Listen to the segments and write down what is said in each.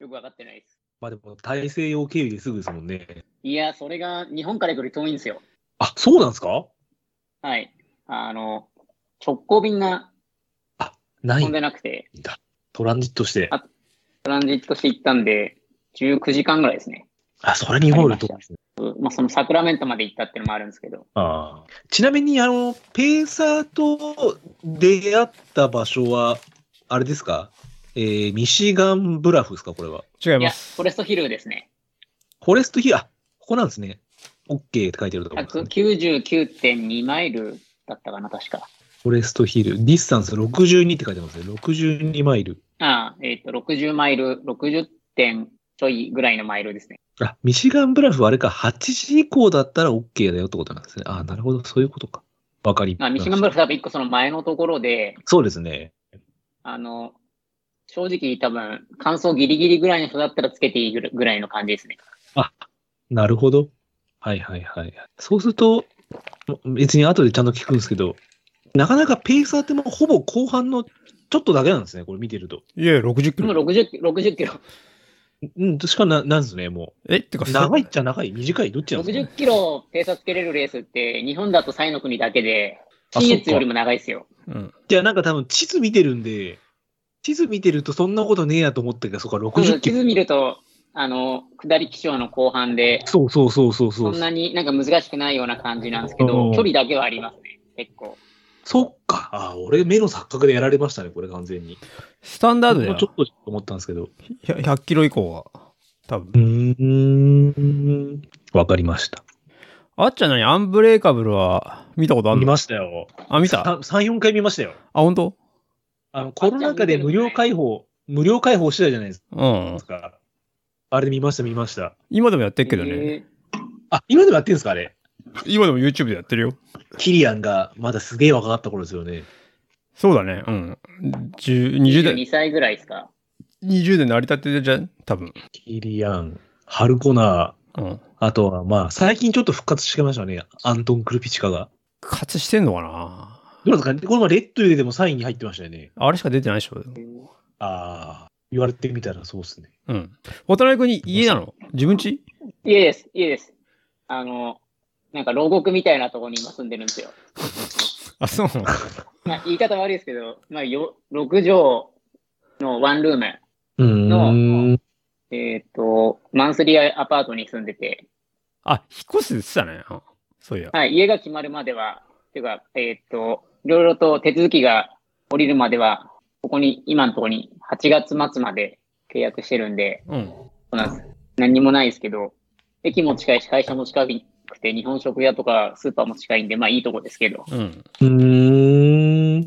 分かってないです。まあでも、大西洋経由ですぐですもんね。いや、それが日本から来る遠いんですよ。あ、そうなんですかはい。あの、直行便がな飛いんんでなくて、だ。トランジットして。あトランジットして行ったんで、19時間ぐらいですね。あ、それ日本より遠いですね。うまあ、そのサクラメントまで行ったっていうのもあるんですけど、ああちなみに、あの、ペーサーと出会った場所は、あれですかえー、ミシガンブラフですかこれは。違いいまや、す。フォレストヒルですね。フォレストヒル、あ、ここなんですね。OK って書いてあるところですね、 199.2マイルだったかな、確か。フォレストヒル、ディスタンス62って書いてますね。62マイル。ああ、えっ、と、60マイル、60点ちょいぐらいのマイルですね。あ、ミシガンブラフはあれか、8時以降だったら OK だよってことなんですね。あ、なるほど、そういうことか。わかりまあした。ミシガンブラフ多分一個その前のところで、そうですね。あの、正直多分、乾燥ギリギリぐらいの人だったらつけていいぐらいの感じですね。なるほど。はいはいはい。そうすると、別に後でちゃんと聞くんですけど、なかなかペーサーってもうほぼ後半のちょっとだけなんですね、これ見てると。いや、60キもうロ。 60、60キロ、うん、しかな、なんですね、もえってかう。さ長いっちゃ長い、短い、どっちなんですか、 60ね、キロ偵察つけれるレースって、日本だと3の国だけで、あ新越よりも長いですよ。うん。じゃあなんか多分地図見てるんで、地図見てるとそんなことねえやと思ったけど、そっか、そう60地キ図ロ。見ると、あの、下り気象の後半で、そうそうそうそうそそ。うんなになんか難しくないような感じなんですけうどん、距離だけはありますね、結構。そっか。あ、俺目の錯覚でやられましたね、これ完全に。スタンダードでもうちょっと思ったんですけど。 100キロ以降は、多分う。ーん。わかりました。あっちゃん何アンブレイカブルは見たことあん見のましたよ。あ、見たあ、 3、4回見ましたよ。本当？あの、コロナ禍で無料開放、無料開放してたじゃないでうんす。か。あれで見ました、見ました。今でもやってるけどね。えあ、今でもやってんですか、あれ。今でも YouTube でやってるよ。キリアンがまだすげえ若かった頃ですよね。そうだね。うん。10 20ー代、 22歳ぐらいですか。 20代成り立てじゃん多分。キリアン、ハルコナー、うん。あとはまあ、最近ちょっと復活してましたね。アントン・クルピチカが。勝ちしてんのかなどうなんですかこの前レッドででも3位に入ってましたよね。あれしか出てないでしょ。ああ、言われてみたらそうですね。うん。渡辺君に家なの自分家家です、家です。あの、なんか牢獄みたいなところに今住んでるんですよ。あ、そう。まあ、言い方悪いですけど、まあ、よ6畳のワンルーム、うーん。えっ、と、マンスリーアパートに住んでて、あ、引っ越すって言ってたね。うんそういや。はい、家が決まるまでは、ていうか、えっ、と、いろいろと手続きが降りるまでは、ここに、今のところに8月末まで契約してるんで、うん。そうなんです何にもないですけど、駅も近いし、会社も近くて、日本食屋とかスーパーも近いんで、まあいいとこですけど、うん。うん。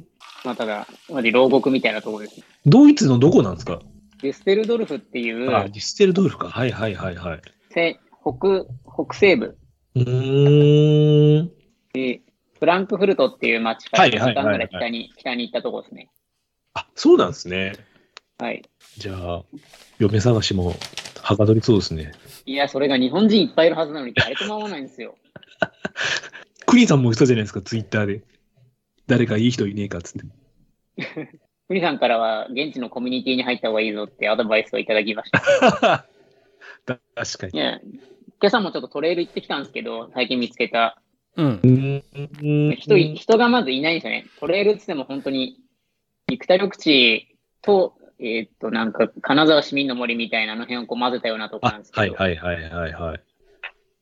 まあただ、まじ牢獄みたいなとこです。ドイツのどこなんですか、デュステルドルフっていう、あ、ディステルドルフか。はいはいはいはい。せ北、北西部、うーん。フランクフルトっていう街からはい1は時いはい間ぐらい北に、北に行ったとこですね。あ、そうなんですね。はい。じゃあ、嫁探しもはかどりそうですね。いや、それが日本人いっぱいいるはずなのに誰とも会わないんですよ。 クリンさんも言ってたじゃないですか、ツイッターで。誰かいい人いねえかっつ って。ふりさんからは現地のコミュニティに入った方がいいぞってアドバイスをいただきました。だ確かいに。や、今朝もちょっとトレイル行ってきたんですけど、最近見つけた。うん。人い、人がまずいないんですよね。トレイルってっても本当に、生田緑地と、えーっと、なんか、金沢市民の森みたいなあの辺をこう混ぜたようなとこなんあです、けど。はいはいはいはいはい。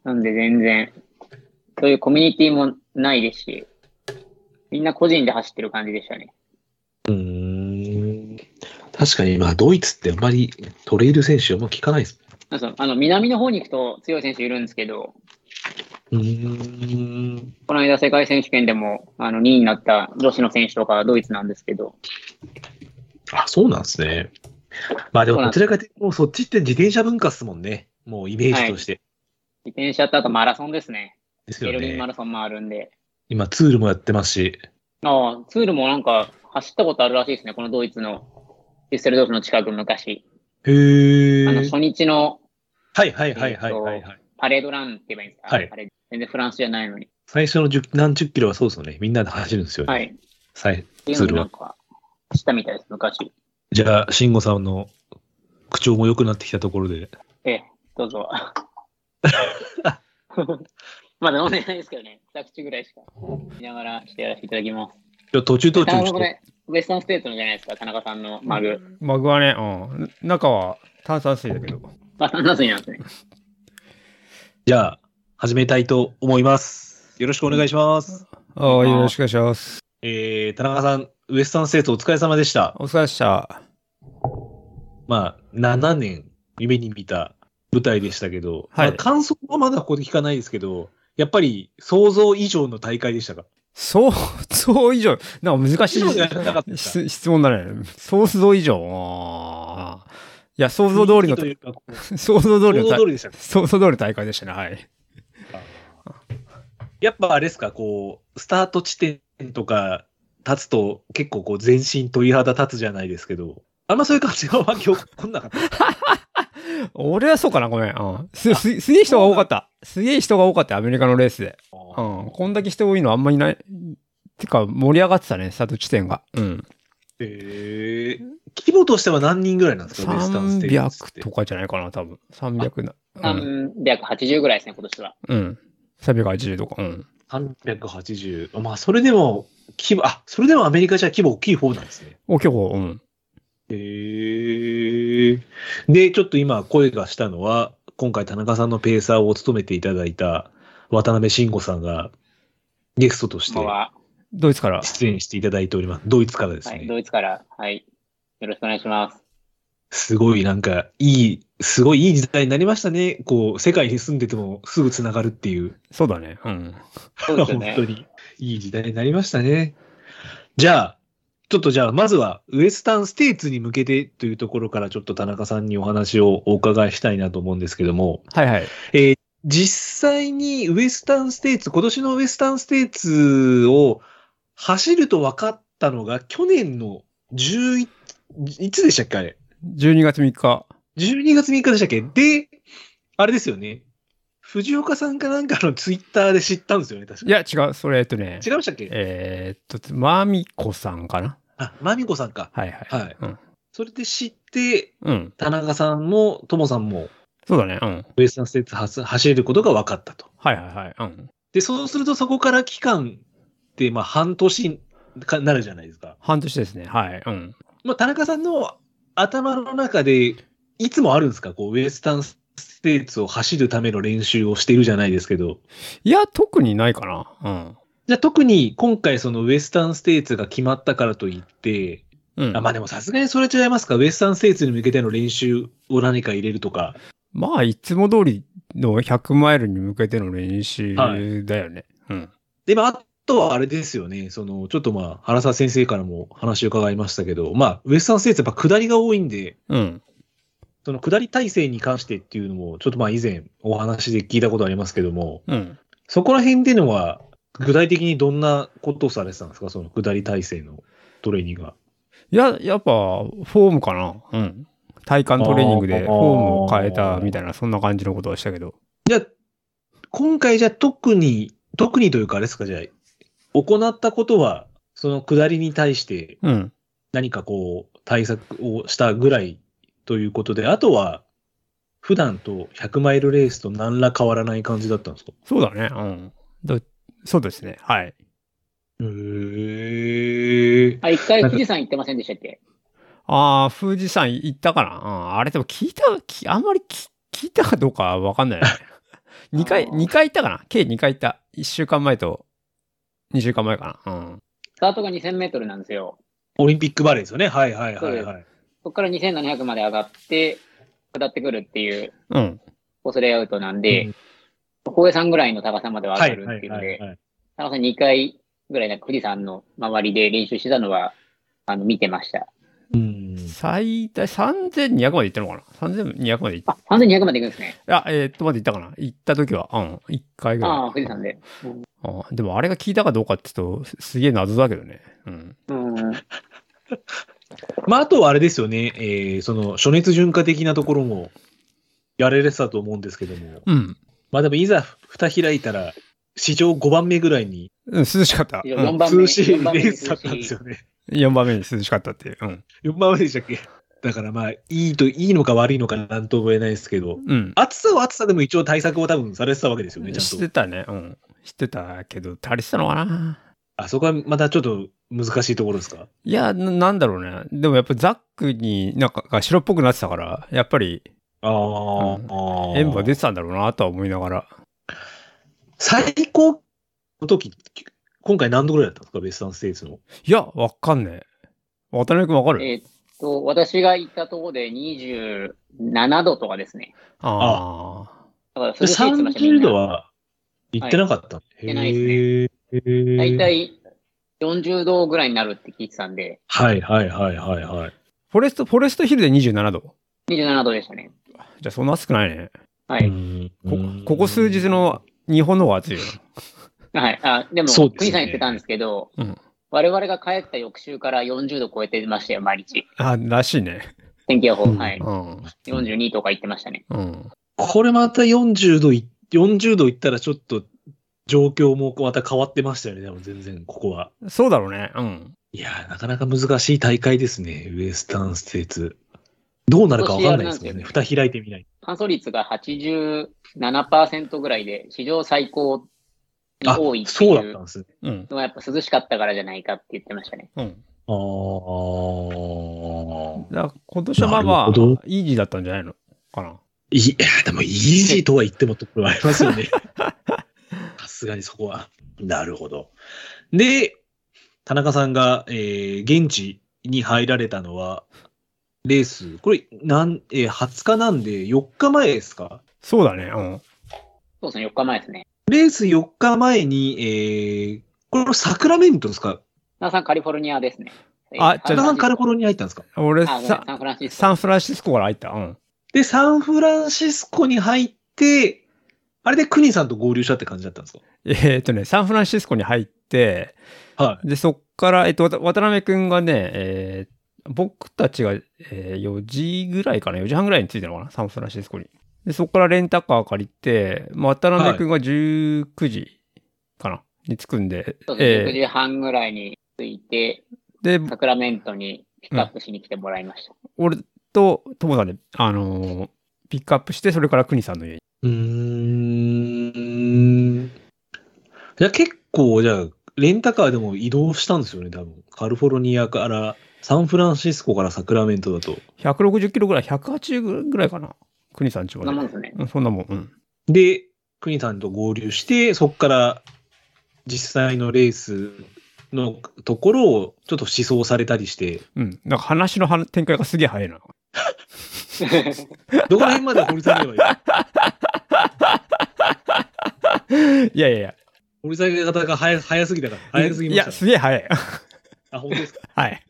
なんで全然、そういうコミュニティもないですし、みんな個人で走ってる感じでしたね。うーん確かに、まあ、ドイツってあんまりトレイル選手はもう聞かないです。なんかそのあの南の方に行くと強い選手いるんですけど、うーん。この間世界選手権でもあの2位になった女子の選手とかはドイツなんですけど、あ、そうなんですね。まあでも、そうなんどですちらかというと、もうそっちって自転車文化っすもんね。もうイメージとして。自転車とあとマラソンですね。ですベルよリンマね。ラソンもあるんで。今、ツールもやってますし。ああ、ツールもなんか走ったことあるらしいですね。このドイツのデュッセルドルフの近く昔。へえ。あの初日のはいはいはいはいはい、はい。パレードランって言えばいいんですか、はいパレード全然フランスじゃないのに。最初の10何十キロはそうですよね。みんなで走るんですよね。はい。さいっていうツのーにルなはん。か走ったみたいです、昔。じゃあ、慎吾さんの口調も良くなってきたところで。ええ、どうぞ。 まだ飲んでないですけどね、二口ぐらいしか。見ながらしてやらせていただきます。いや途中途田中さん中にしこて。れ、ウエスタンステートのじゃないですか、田中さんのマグ。マグはね、うん。中は炭酸水だけど。あ、炭酸水なんですね。じゃあ、始めたいと思います。よろしくお願いします。ああ、よろしくお願いします。えー、田中さん、ウエスタンステートお疲れ様でした。お疲れ様でした。まあ、7年夢に見た舞台でしたけど、はいまあ感想はまだここで聞かないですけど、やっぱり想像以上の大会でしたか 想像以上、なんか難しい以上じゃなかったですか質質問だね。想像以上。あーいや、想像通りのと、いうか、こう想像通想りの像通大、りでしたか想像通りの大会でしたね。はい。やっぱあれですか、こう、スタート地点とか立つと結構こう全身鳥肌立つじゃないですけど、あんまそういう感じが湧き起こんなかった。俺はそうかな、ごめん。うん、す、す、すげえ人が多かった。すげえ人が多かった、アメリカのレースで。うん。こんだけ人多いのあんまりない。てか、盛り上がってたね、スタート地点が。うん。えー、規模としては何人ぐらいなんですか、デスタンステージって300と。かじゃないかな、多分。300な。うん。 380ぐらいですね、今年は。うん。380とか。うん。 380。まあ、それでも、規模、あ、それでもアメリカじゃ規模大きい方なんですね。大きい方、うん。えー、で、ちょっと今声がしたのは、今回田中さんのペーサーを務めていただいた渡辺慎吾さんがゲストとして今は、ドイツから。出演していただいております。ドイツからですはね。い、ドイツから、はい。よろしくお願いします。すごいなんか、いい、すごいいい時代になりましたね。こう、世界に住んでてもすぐつながるっていう。そうだね。うん。そうですよ本当ね。にいい時代になりましたね。じゃあ、ちょっとじゃあ、まずはウエスタンステーツに向けてというところから、ちょっと田中さんにお話をお伺いしたいなと思うんですけども、はいはい。実際にウエスタンステーツ、今年のウエスタンステーツを走ると分かったのが、去年の11、いつでしたっけ、あれ。 12月3日。 12月3日でしたっけで、あれですよね。藤岡さんかなんかのツイッターで知ったんですよね、確か。いや、違う。それ、えっとね。違いましたっけえーっと、マミコさんかなあ、まみこさんか。はいはい。はい。うんそれで知って、うん。田中さんも、ともさんも、そうだね。うん。ウエスタンステーツ走走ることが分かったと。はいはいはい。うん。で、そうするとそこから期間って、まあ、半年かなるじゃないですか。半年ですね。はい。うん。まあ、田中さんの頭の中で、いつもあるんですかこう、ウエスタンステーツを走るための練習をしているじゃないですけど。いや、特にないかな。じゃあ特に今回そのウエスタンステーツが決まったからといって、うん。うん。あまあでもさすがにそれ違いますかウエスタンステーツに向けての練習を何か入れるとか。まあ、いつも通りの100マイルに向けての練習だよね。うん。で、まあ、あとはあれですよね。その、ちょっとまあ、原沢先生からも話を伺いましたけど、まあ、ウエスタンステーツやっぱ下りが多いんで、うん。その下り体制に関してっていうのも、ちょっとまあ以前お話で聞いたことありますけども、うん。そこら辺っていうのは、具体的にどんなことをされてたんですかその下り体制のトレーニングは。いや、やっぱ、フォームかな。うん。体幹トレーニングでフォームを変えたみたいな、そんな感じのことをしたけど。今回じゃ特に、特にというかあれですか、じゃあ、行ったことは、その下りに対してうん。何かこう、対策をしたぐらいということで、あとは、普段と100マイルレースと何ら変わらない感じだったんですかそうだね。うん。だそうですね。はい。へー。あ、一回富士山行ってませんでしたっけああ、富士山行ったかな、うん、あれでも聞いた、きあんまりき聞いたかどうかわかんないね。2回、あー二回行ったかな計2回行った。1週間前と2週間前かな。うん。スタートが2000メートルなんですよ。オリンピックバレーですよね。はいはいはいそはい。そこから2700まで上がって、下ってくるっていううん。コースレイアウトなんで、高江山ぐらいの高さまではは上いがはるっていいうのはで、いはい。田中さん2回ぐらいなんか富士山の周りで練習してたのは、あの、見てました。うん。最大3200まで行ったのかな ?3200 まで行っあ、3200まで行くんですね。た。あ、えーっと、まで行ったかな行った時は、うん。1回ぐらい。ああ、富士山で。あーでもあれが聞いたかどうかって言うと、すすげえ謎だけどね。うん。うん。まあ、あとはあれですよね。えーその、暑熱順化的なところも、やれれてたと思うんですけども。うん。まあでも、いざ蓋開いたら、史上5番目ぐらいにうん涼しかった。う4ん、番目。涼しいレ4番目にー涼スだったんですよね。 4番目に涼しかったっていう。うん。 4番目でしたっけだからまあ、いいと、いいのか悪いのかなんとも言えないですけど、うん。暑さは暑さでも一応対策を多分されてたわけですよね、ち知ゃんっと。てたね。うん。知ってたけど、足りてたのかなあそこはまたちょっと難しいところですかいやな、なんだろうね。でもやっぱザックになんかが白っぽくなってたから、やっぱりあー、うんあー塩分は出てたんだろうなとは思いながら。最高の時、今回何度ぐらいだったんですか、ベスタンステイツの。いや、わかんねえ。渡辺くんわかるえーっと、私が行ったとこで27度とかですね。ああ。だから涼しいって言ってましたみん30な度は行ってなかっ行た、ってないですへー大体40度ぐらいになるって聞いてたんで、はいはいはいはいはい。フォレスト、フォレストヒルで27度。 27度でしたね。じゃあそんな暑くないね。はうい。んこここ数日。の日本の方が暑いよ。はい。あ、でも、そうですね国さん言ってたんですけど、うん我々が帰った翌週から40度超えてましたよ、毎日。あらしいね。天気予報、うんはい。うん。 42とか言ってましたね。うん。これまた40度い、40度いったらちょっと状況もまた変わってましたよね、でも全然ここは。そうだろうね。うん。いやー、なかなか難しい大会ですね、ウエスタンステイツ。どうなるかわかんないですもんね、今蓋開いてみない。乾燥率が87%ぐらいで、史上最高にあ多い、ってそうだいったうんですね。うん。のはやっぱ涼しかったからじゃないかって言ってましたね。うん。あー。だから今年はまあまあ、なるほどイージーだったんじゃないのかな。いい や、でも、イージーとは言ってもところはありますよ ね。さすがにそこは。なるほど。で、田中さんが、えー現地に入られたのは、レース、これ、なん、えー20日なんで、4日前ですかそうだね。うん。そうですね、4日前ですね。レース4日前に、えーこれ、サクラメントですか田中さん、カリフォルニアですね。あ田えーじ中ゃさサん、ンカフリランシスフォルニア行ったんですかあ俺コあごめんさサンフランシスコサンフランシスコから入った。うん。 で、サンフランシスコに入って、あれでクニさんと合流したって感じだったんですえーっとね、サンフランシスコに入って、かはい。で、そっから、えっと、わた渡辺くんがね、えー僕たちが、えー4時ぐらいかな、4時半ぐらいに着いたのかな、サンフランシスコに。で、そっからレンタカー借りて、まあ、渡辺くんが19時かな、に着くんで、そうですね6え時半ぐらいに着いて、ーで、サクラメントにピックアップしに来てもらいました。俺とともさんで、あのーピックアップして、それから国さんの家に。うーん。じゃあ結構、じゃあ、レンタカーでも移動したんですよね、多分。カリフォルニアから、サンフランシスコからサクラメントだと。 160キロぐらい、180ぐらいかな、国さんちそんなまもんで。ですね。うんそんなもん、うん。で、クニさんと合流して、そこから実際のレースのところをちょっと思想されたりして、うん。なんか話のは展開がすげえ早いな。 どこら辺まで掘り下げればいいかいやいやいや。掘り下げ方が早早すぎたから、早すぎまいや、しすげえ早い。 た。あ、本当ですかはい。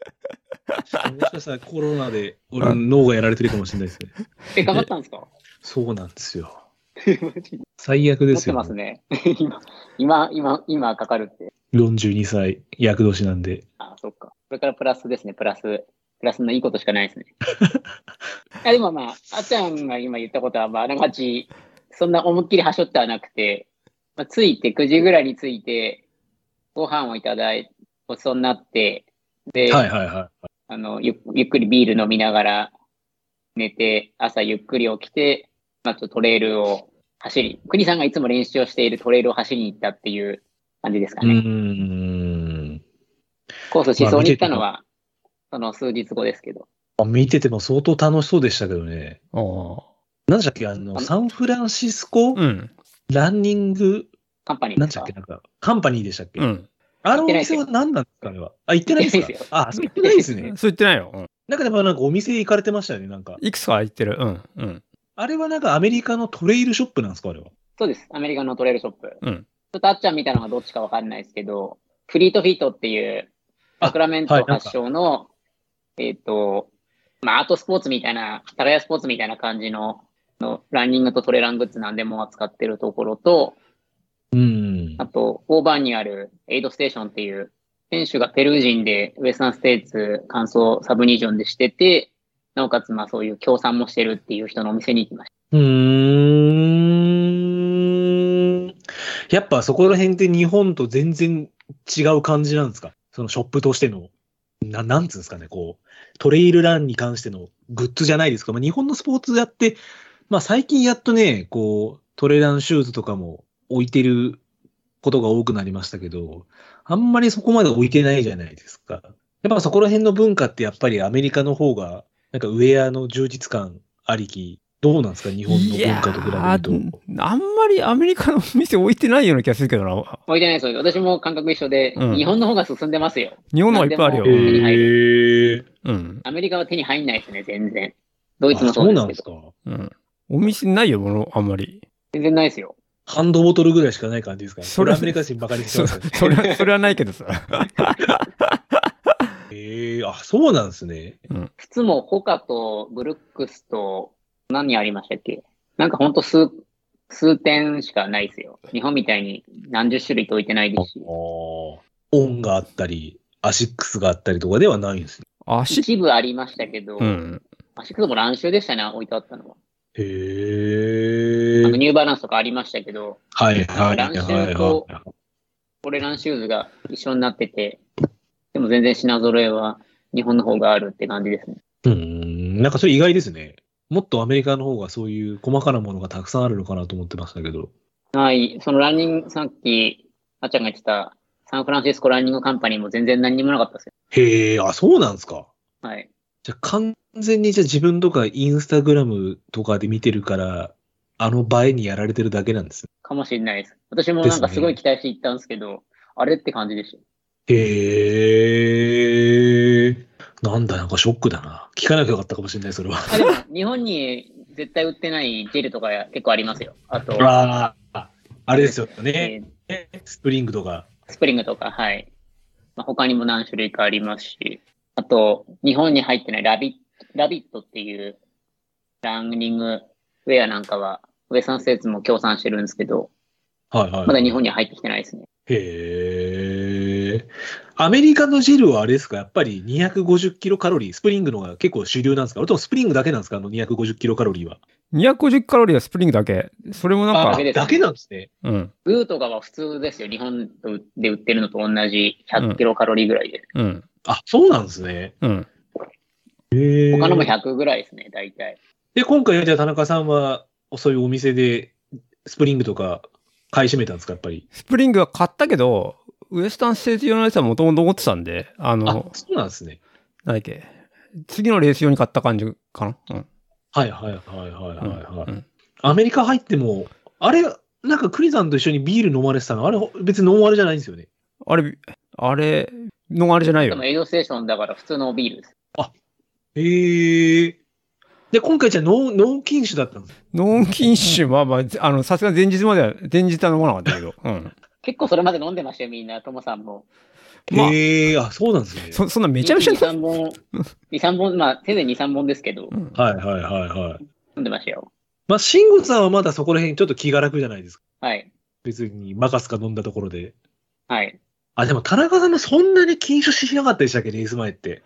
もしかしたらコロナで俺の脳がやられてるかもしれないですね。 え、頑張ったんですかそうなんですよ。 マジで最悪持でっすてよ。ますね。 今、今、今、今かかるって。 42歳、厄年なんで。あ、そっか。これからプラスですね、プラス。プラスのいいことしかないです ね。いやでもまあ、あっちゃんが今言ったことは、まあ、あながち、そんな思いっきりはしょってはなくて、まあ、ついて、9時ぐらいについて、ご飯をいただいごちそうになって、で、はいはいはあのゆ、ゆっくりビール飲みながら寝て、朝ゆっくり起きて、まあ、ちょっとトレイルを走り、国さんがいつも練習をしているトレイルを走りに行ったっていう感じですかい。うね。ーん。コース思想に行ったのは、その数日後ですけど。あ見てても相当楽しそうでしたけどね。ああ。なんでしたっけあの、サンフランシスコうん。ランニング、カンパニーなんででしすたかっけなんか、カンパニーでしたっけうん。あのお店は何なんですかあれは。あ、行ってないです行ってないかですあ、そう行ってないですね。そう言ってないよ。うんなんかでもなんかお店行かれてましたよね。なんか。いくつか言ってる。うん。うん。あれはなんかアメリカのトレイルショップなんですかあれは。そうです。アメリカのトレイルショップ。ちうん。ょっとあっちゃん見たのがどっちかわかんないですけど、フリートフィートっていう、サクラメンあはトいなんか発祥の、えっ、と、まあ、アートスポーツみたいな、タラヤスポーツみたいな感じの、のランニングとトレラングッズなんでも扱ってるところと、うんあ。と、オーバーにあるエイドステーションっていう、選手がペルー人でウエスタンステイツ完走サブニージョンでしてて、なおかつ、まあそういう協賛もしてるっていう人のお店に行きましうーん。やっぱそこら辺って日本と全然違う感じなんですかそのショップとしてのななんつうんですかね、こう、トレイルランに関してのグッズじゃないですか。まあ、日本のスポーツやって、まあ、最近やっとね、こう、トレイランシューズとかも置いてることが多くなりましたけど、あんまりそこまで置いてないじゃないですか。やっぱそこら辺の文化ってやっぱりアメリカの方が、なんかウェアの充実感ありき、どうなんですか日本の文化と比べると。いやーあんまりアメリカの店置いてないような気がするけどな。置いてないですよ。私も感覚一緒で、うん日本の方が進んでますよ。日本のはいっぱいあるよ。なんでもうへんー。うん。アメリカは手に入んないですね、全然。ドイツもあそそううでなすんけですど。か。うん。お店にないよ、もの、あんまり。全然ないですよ。ハンドボトルぐらいしかない感じですかね。そそれれアメリカ人ばかりしてそますよね。それは、それはないけどさ。ええあ、そうなんですね。靴もホカとブルックスと何ありましたっけなんかほんと数、数点しかないですよ。日本みたいに何十種類と置いてないですし。オンがあったり、アシックスがあったりとかではないんですね。足、一部ありましたけど、うん。アシックスも乱収でしたね、置いてあったのは。へあえの。ニューバランスとかありましたけど、はいはいはいは乱い収とはい。これランシューズが一緒になってて、でも全然品揃えは日本の方があるって感じですね。うーん、なんかそれ意外ですね。もっとアメリカの方がそういう細かなものがたくさんあるのかなと思ってましたけど。はい、そのランニング、さっき、あっちゃんが言ってた、サンフランシスコランニングカンパニーも全然何にもなかったですよ。へえ、あ、そうなんですか。はい。じゃあ完全にじゃあ自分とかインスタグラムとかで見てるから、あの映えにやられてるだけなんですね。かもしれないです。私もなんかすごい期待して行ったんですけど、あれって感じでした。へえ。なんだ、なんかショックだな。聞かなきゃよかったかもしれない、それは。あでも、日本に絶対売ってないジェルとか結構ありますよ。あと、ああ、あれですよえね。ースプリングとか。スプリングとか、はい。まあ、他にも何種類かありますし、あと、日本に入ってないラビット、ラビットっていうランニングウェアなんかは、ウェサンステーツも協賛してるんですけど、はいはい。まだ日本には入ってきてないですね。へえ。アメリカのジェルはあれですかやっぱり250キロカロリー、スプリングのが結構主流なんですかそれともスプリングだけなんですかあの250キロカロリーは。 250カロリーはスプリングだけ。それもなんあかけ、ですだけなんですね。うん。グーとかは普通ですよ。日本で売ってるのと同じ100キロカロリーぐらいで。うん。あ、そうなんですね。うん。へえ。他のも100ぐらいですね、大体。で、今回、じゃあ田中さんは、そういうお店で、スプリングとか買い占めたんですかやっぱり。スプリングは買ったけど、ウエスタンステージ用のやつはもともと持ってたんで、ああの、、そうなんですね。なんだっけ。次のレース用に買った感じかな。うん。はいはいはいはいうんはい、はいうんアメリカ入っても、あれ、なんかクリさんと一緒にビール飲まれてたの、あれ別にノンアルじゃないんですよね。あれ、あれ、のあれじゃないでよも。エイドステーションだから普通のビールです。へえ。で、今回じゃあノン、ノン禁酒だったんです。ノン禁酒は、まあ、あの、さすがに前日までは、前日は飲まなかったけど。うん。結構それまで飲んでましたよ、みんな、ともさんも。まあへえ、あ、そうなんですね。そ、そんなめちゃめちゃ2、3本、2、3本、まあ、せいぜい2、3本ですけどう、んはいはいはいはい。飲んでましたよ。まあ、慎吾さんはまだそこら辺ちょっと気が楽じゃないですか。はい。別に、マカスか飲んだところで。はい。あ、でも田中さんもそんなに禁酒しなかったでしたっけ、レース前って。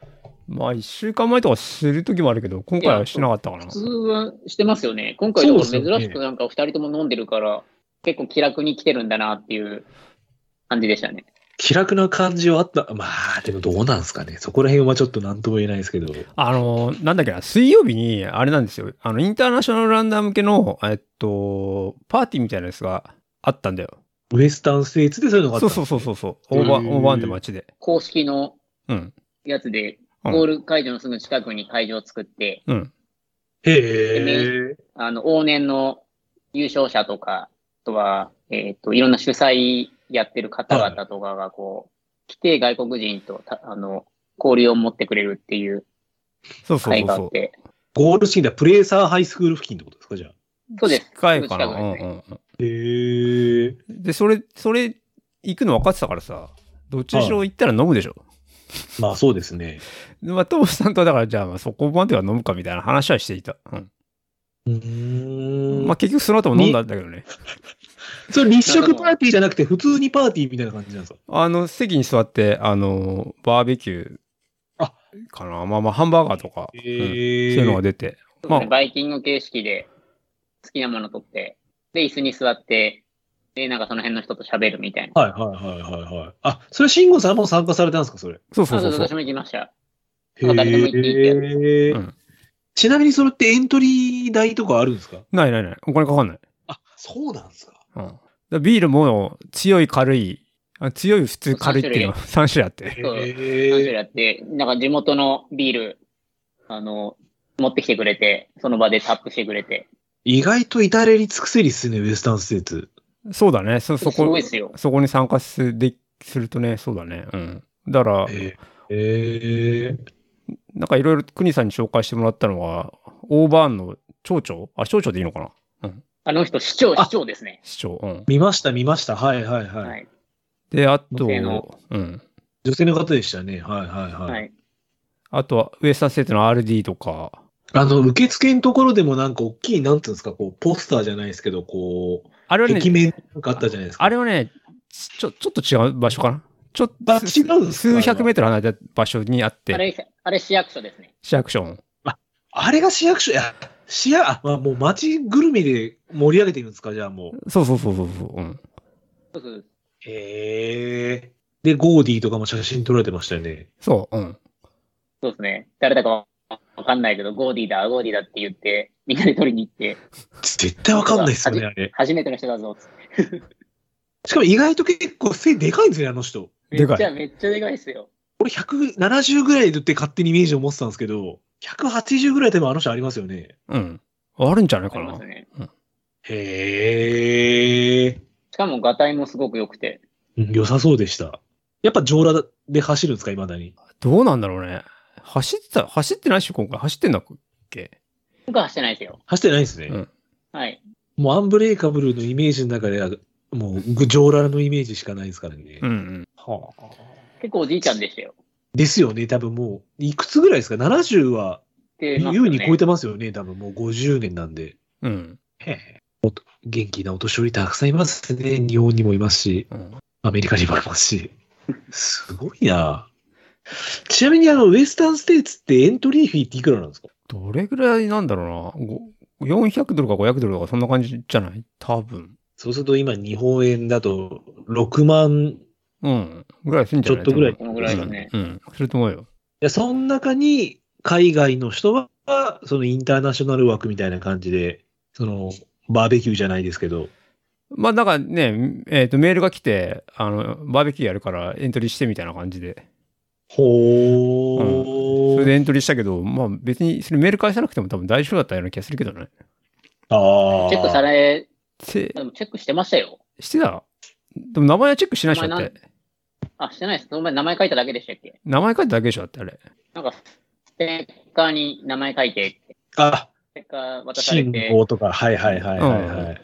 まあ、一週間前とかするときもあるけど、今回はしなかったかな普。通はしてますよね。今回、だからそうですよ珍ねしくなんか2人とも飲んでるから、結構気楽に来てるんだなっていう感じでしたね。気楽な感じはあった。まあ、でもどうなんですかね。そこら辺はちょっと何とも言えないですけど。あの、なんだっけな、水曜日に、あれなんですよ。あの、インターナショナルランナー向けの、えっと、パーティーみたいなやつがあったんだよ。ウエスタンスイーツでそういうのがあっそたうんですそうそうそうそへう。オーーバー、オーバーンって街で。公式のうん。やつで、うんゴール会場のすぐ近くに会場を作って、うん。へえ。あの、往年の優勝者とか、あとは、えっ、と、いろんな主催やってる方々とかが、こう、来て外国人とた、あの、交流を持ってくれるっていうそうそう会そうがそあうっ。て、ゴールシーンだ、プレーサーハイスクール付近ってことですか、じゃあ。そうです。近いかすな。ぐう近くんうですねんうん。へえ。で、それ、それ、行くの分かってたからさ、どっちにしろ行ったら飲むでしょ。まあそうですね。でまあ、トムさんとはだから、じゃあまあ、そこまでは飲むかみたいな話はしていた。うん。うーん。まあ、ま結局その後も飲んだんだけどね。あ、それ立食パーティーじゃなくて、普通にパーティーみたいな感じなんですかあの、席に座って、あの、バーベキュー。あかな。まあまあ、ハンバーガーとか。うんへそういうのがえ。出て。そうですねまあバイキング形式で好きなもの取って、で、椅子に座って、で、なんかその辺の人と喋るみたいな。はいはいはいはいはい。あ、それ、慎吾さんも参加されたんですか、それ。そうそそううそそうう私。そうも行きました。へあ誰でも行っていいってやつえ、うんちなみにそれってエントリー代とかあるんですかないないない。お金かかんない。あ、そうなんですか。うん。だからビールも強い、軽い、あ強い、普通、軽いっていうのは3 種類あっそて。うそういうへのやって、なんか地元のビール、あの、持ってきてくれて、その場でタップしてくれて。意外と至れり尽くせりっすね、ウエスタンステーツ。そうだね。そ、そすごこい、ですよ。そこに参加すでするとね、そうだね。うん。だから、へえ。なんかいろいろ国さんに紹介してもらったのは、オーバーンの町長あ、町長でいいのかなあの人、市長、あ市長ですね。市長。うん。見ました、見ました。はいはいはい。はい。で、あと、女性のうん。女性の方でしたね。はいはいはい。はい。あとは、ウエスタンステートの RD とか、あの、受付のところでもなんか大きい、なんていうんですか、こう、ポスターじゃないですけど、こう、あれはね、壁面なんかあったじゃないですか。あれはね、ちょ、ちょっと違う場所かなちょっあと、違うんですか数百メートル離れた場所にあっあて、れ、あれ市役所ですね。市役所も。あれが市役所、いや、市役、あまあ、もう街ぐるみで盛り上げてるんですか、じゃあもう。そうそうそうそうそう。うん。そうそうへえ。で、ゴーディーとかも写真撮られてましたよね。そう、うん。そうですね。誰だかわかんないけど、ゴーディーだ、ゴーディーだって言って、みんなで取りに行って、絶対わかんないですよね、あれ。初めての人だぞっつって。しかも意外と結構背でかいんですよね、あの人。めでかいっちゃ、めっちゃでかいですよ。俺170ぐらいって勝手にイメージを持ってたんですけど、180ぐらいでもあの人ありますよね。うん。あるんじゃないあかりな。ますね。へえ。しかも、ガタイもすごく良くて。うん良さそうでした。やっぱ上裸で走るんですか、未だに。どうなんだろうね。走ってた、走ってないっしょ、今回。走ってんだっけ僕は走ってないですよ。走ってないんですね。うんはい。もうアンブレイカブルのイメージの中では、もうぐ上裸のイメージしかないですからね。うんうん。はあ、結構おじいちゃんでしたよ。ですよね、多分もう、いくつぐらいですか ?70 はで、まあ優に超えてますよね、多分もう50年なんで。うん。へえもっと元気なお年寄りたくさんいますね。日本にもいますし、うん、アメリカにもいますし。すごいな。ちなみにあの、ウエスタンステーツってエントリーフィーっていくらなんですかどれぐらいなんだろうな。ご400ドルか500ドルとかそんな感じじゃない多分。そうすると今日本円だと6万、いうん。ぐらいすんじゃないちょっとぐらいこのぐらいですね。うん。うん。すると思うよ。やその中に海外の人は、そのインターナショナル枠みたいな感じで、そのバーベキューじゃないですけど、まあ、だからね、えっ、と、メールが来て、あの、バーベキューやるからエントリーしてみたいな感じで。ほそー。れでエントリーしたけど、まあ別に、それメール返さなくても多分大丈夫だったような気がするけどね。ああ。チェックされ、せでもチェックしてましたよ。してたでも名前はチェックしてないでしょだって。あ、してないです。その前名前書いただけでしたっけ名前書いただけでしょだってあれ。なんか、ステッカーに名前書いて、あ、ステッカー渡され信て、号とか、はいはいはいはい、はい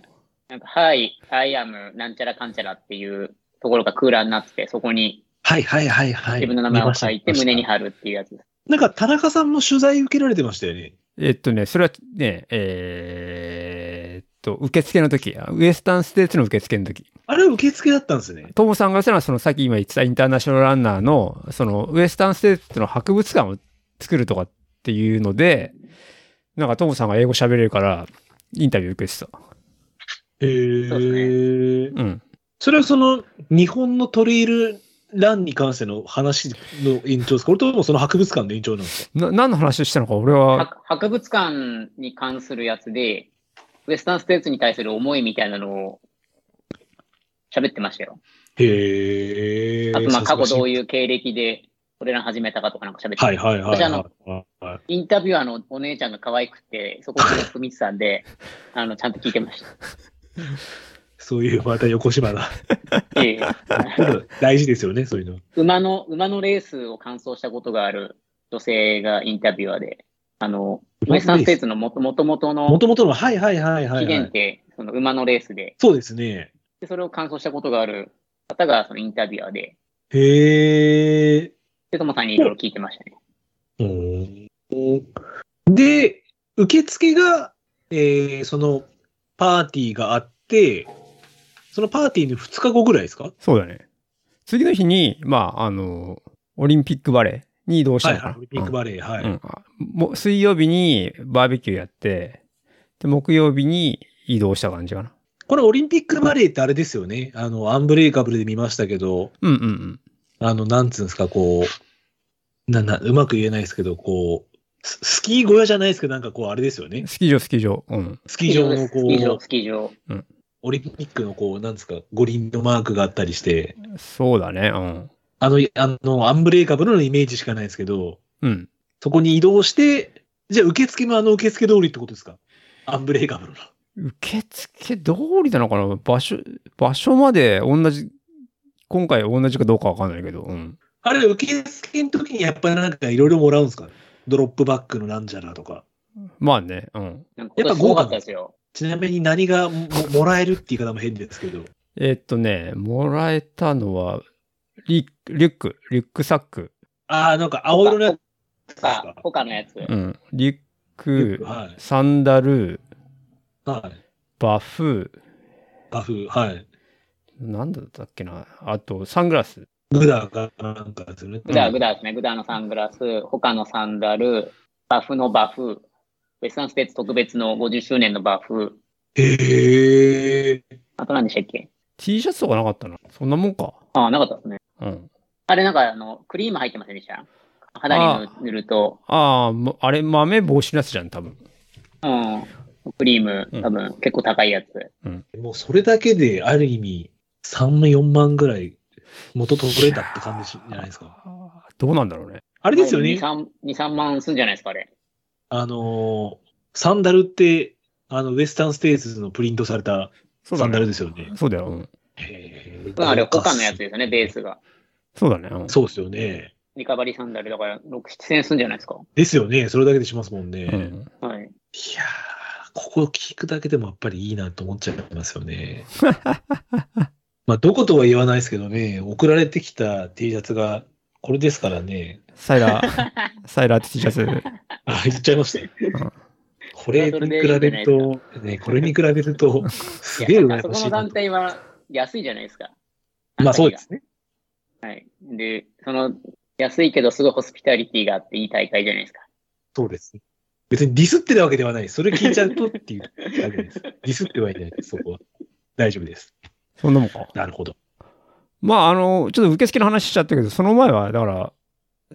なんか、はい、I am なんちゃらかんちゃらっていうところが空欄になってて、そこにはいはいはいはい。自分の名前を書いて見ました胸に貼るっていうやつです。なんか田中さんも取材受けられてましたよね。えっとね、それはね、えーっと、受付の時、ウエスタンステーツの受付の時。あれは受付だったんですね。トモさんが言ってたのは、そのさっき今言ってたインターナショナルランナーの、そのウエスタンステーツの博物館を作るとかっていうので、なんかトモさんが英語喋れるから、インタビュー受けてた。へそうでえ。うん。それはその日本のトレイルランに関しての話の延長ですかこれともその博物館の延長なんですかな、何の話をしたのか、俺は、博博物館に関するやつで、ウエスタンステーツに対する思いみたいなのを喋ってましたよ。へえ。あと、まあ、過去どうう。いう経歴で、俺ら始めたかとかなんか喋ってたはいはいはい私あはのいはいはい。インタビュアーのお姉ちゃんが可愛くて、そこをよく見てたん で、あの、ちゃんと聞いてましそういう、また 横島だ。た。ええ大事ですよね、そういうの。馬の、馬のレースを完走したことがある女性がインタビュアーで、あの、ウエスタンステーツのもともとものともとの、はいはいは起いはいは源っい。て、その馬のレースでそうですね。で、それを完走したことがある方がそのインタビュアーで、へえ。で、ともさんにいろいろ聞いてましたね。うんで、受付が、えーそのパーティーがあって、そのパーティーの2日後ぐらいですかそうだね。次の日に、まあ、あの、オリンピックバレーに移動しはいたのかな。はい、オリンピックバレー、はい。うんあも水曜日にバーベキューやって、で、木曜日に移動した感じかな。これオリンピックバレーってあれですよね。あの、アンブレイカブルで見ましたけど、うんうんうん。あの、なんつうんですか、こう、な、な、うまく言えないですけど、こう、ススキー小屋じゃないですけど、なんかこう、あれですよね。スキー場、スキー場。うん。スキー場のスキーこ場、う、スキー場。オリンピックのこう、なんですか、五輪のマークがあったりして、そうだね。うん。あの、あの、アンブレイカブルのイメージしかないですけど、うん。そこに移動して、じゃあ受付もあの受付通りってことですかアンブレイカブルの。受付通りなのかな場所、場所まで同じ、今回同じかどうかわかんないけど、うん。あれ、受付の時にやっぱりなんかいろいろもらうんですかドロップバックのなんじゃらとか。まあね、うん。なんか今年すごかったですよ。ちなみに何がももらえるって言い方も変ですけど。えーっとね、もらえたのは、リュリュック、リュックサック。ああ、なんか青色のやつです他か、。他のやつ。うん。リュッリュックク、はいサンダル、はい。バフ、パフ、はい。なんだったっけな。あと、サングラス。グダがなんかですよね。グダー、グダーですね。グダーのサングラス、他のサンダル、バフのバフ、ウェスタンステーツ特別の50周年のバフ、へえ。あと何でしたっけ T シャツとかなかったな。そんなもんか。ああ、なかったですね。うん。あれなんかあの、クリーム入ってませんでした肌に塗ると、ああ、まあれ、豆防止のやつじゃん、多分。うん。クリーム、多分結構高いやつ。もうそれだけである意味3万4万ぐらい元取れたって感じじゃないですか。あーどうなんだろうね。あれですよね2、。3、2 3万するんじゃないですか、あれ。あのーサンダルって、あの、ウェスタンステイツのプリントされたそうサだンダルね。ですよね。そうだよ。うん。へーあれ、他のやつですよね、ベースが。そうだね。うんそうですよね。リカバリーサンダルだから、6、7000円するんじゃないですか。ですよね。それだけでしますもんね。いうやー、ん。はい。ここ聞くだけでもやっぱりいいなと思っちゃいますよね。 まあ、どことは言わないですけどね、送られてきた T シャツが、これですからね。サイラ ー、サイラーって T シャツ。あ、言っちゃいましたようん。これに比べると、ね、これに比べると、すげえい羨やまあそこしのいな団と。体は安いじゃないですか。まあそうですね。はい。で、その、安いけどすごいホスピタリティがあっていい大会じゃないですか。そうです。別にディスってるわけではない。それ聞いちゃうとっていうだけです。ディスってはいないです、そこは。大丈夫です。そんなもんか。なるほど。まあ、あの、ちょっと受付の話しちゃったけど、その前は、だから、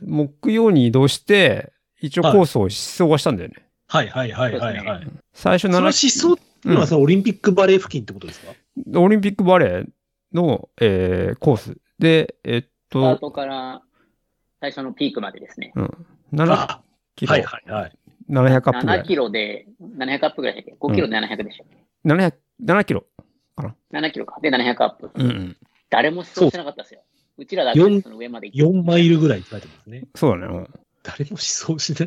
木曜に移動して、一応コースを思想はしたんだよね。はいはいはいそうはでいすねはい。最初その思7、想っていうのはそのオリンピックバレー付近ってことですか、うんオリンピックバレーの、えーコースで、えっスターと、トから最初のピークまでですね。うん、7あキロ、はいはいはい。 700カップぐら7い。キロで、700アップぐらいでしたっけ ?5 キロで700でしたっけ、 700 7キロ。 ?7 キロか。で、700アップ。うんうん。誰も出場してなかったですよ。うちらだけ四その上まで行って。 4マイルぐらいって書いてますね。そうだね。うん誰も思想しな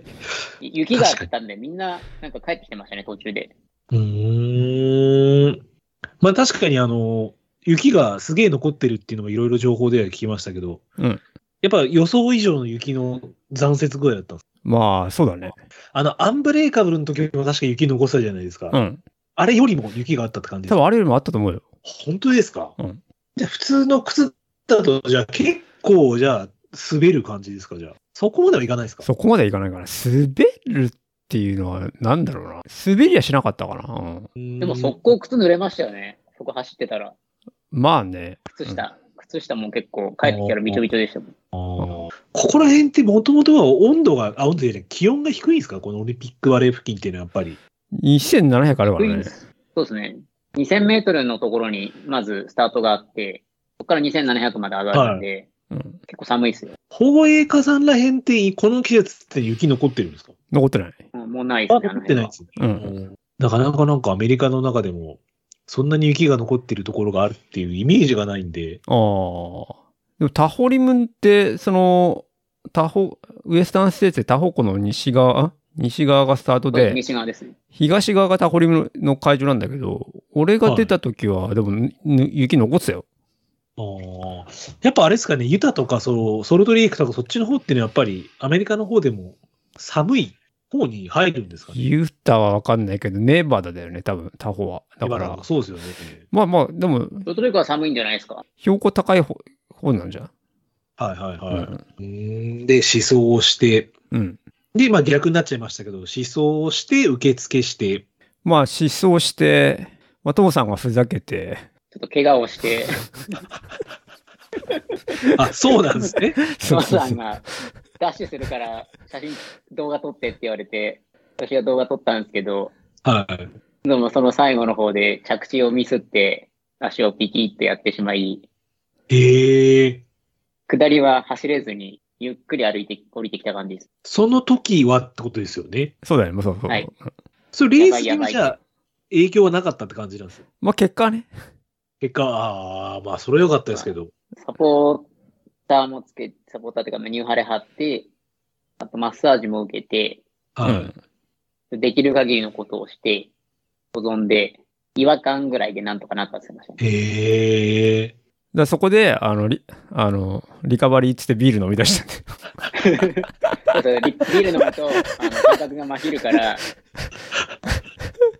い。雪があったんで、みんななんか帰ってきてましたね、途中で。うーん。まあ確かにあの、雪がすげえ残ってるっていうのもいろいろ情報では聞きましたけど、うんやっぱ予想以上の雪の残雪具合だったんですまあ、そうだね。あの、アンブレイカブルの時も確か雪残したじゃないですか。うん。あれよりも雪があったって感じです多分かあれよりもあったと思うよ。本当ですか、うんじゃあ普通の靴だと、じゃあ結構、じゃあ滑る感じですかじゃあ。そこまではいかないですかそこまではいかないから、滑るっていうのは、なんだろうな。滑りはしなかったかな。うん、ででも速攻靴濡れましたよね。そこ走ってたら。まあね。靴下。靴下も結構帰ってきたらびちょびちょでしたもん。ここら辺ってもともとは温度が、あ、温度じゃない、気温が低いんですかこのオリンピックバレー付近っていうのはやっぱり。 2700あるからね。そうですね。2000メートルのところに、まずスタートがあって、そこから2700まで上がるんで、うん。結構寒いですよ。保衛火山ら辺って、この季節って雪残ってるんですか残ってない。もうもうないですあ、ね、あ残のっ辺てないはで。すね。うん。なかなかなんかアメリカの中でも、そんなに雪が残ってるところがあるっていうイメージがないんで、ああ。でもタホリムンって、その、タホ、ウエスタンステーツでタホ湖の西側、あ西側がスタートこれで、西側ですね。東側がタホリムンの会場なんだけど、俺が出た時は、でも、ぬ雪残ってたよ。あーやっぱあれですかね、ユタとかそうソルトリークとかそっちの方っていうのはやっぱりアメリカの方でも寒い方に入るんですかね。ユータはわかんないけど、ネバダだよね、多分、タホは。だか今ならん、そうですよね。まあまあ、でも、ロトレックは寒いんじゃないですか。標高高い方方なんじゃん。はいはいはい。うんうーんで、思想をして、うん。で、まあ逆になっちゃいましたけど、思想をして、受付して、まあ、失踪して、まあ、トモさんがふざけて、ちょっと怪我をして、あ、 そうなんです ね。トマさんがダッシュするから写真、動画撮ってって言われて、私は動画撮ったんですけど、はい。でもその最後の方で着地をミスって、足をピキッとやってしまい、ええ下りは走れずに、ゆっくり歩いて、降りてきた感じです。その時はってことですよね。 そうだよね、もうそうそう。はいそれレースにやばはいじやばいゃあ影響はなかったって感じなんですよ。まあ結果はね、結果、ああ、まあそれは良かったですけど。サポーターもつけ、サポーターというか、まあニューハレ貼って、あとマッサージも受けて、はい。うんできる限りのことをして、保存で、違和感ぐらいでなんとかなったんですよ。ええだからそこで、あの、リあのリカバリーっつってビール飲み出したん だよちょっとビビール飲むと、あの、感覚がまひる から、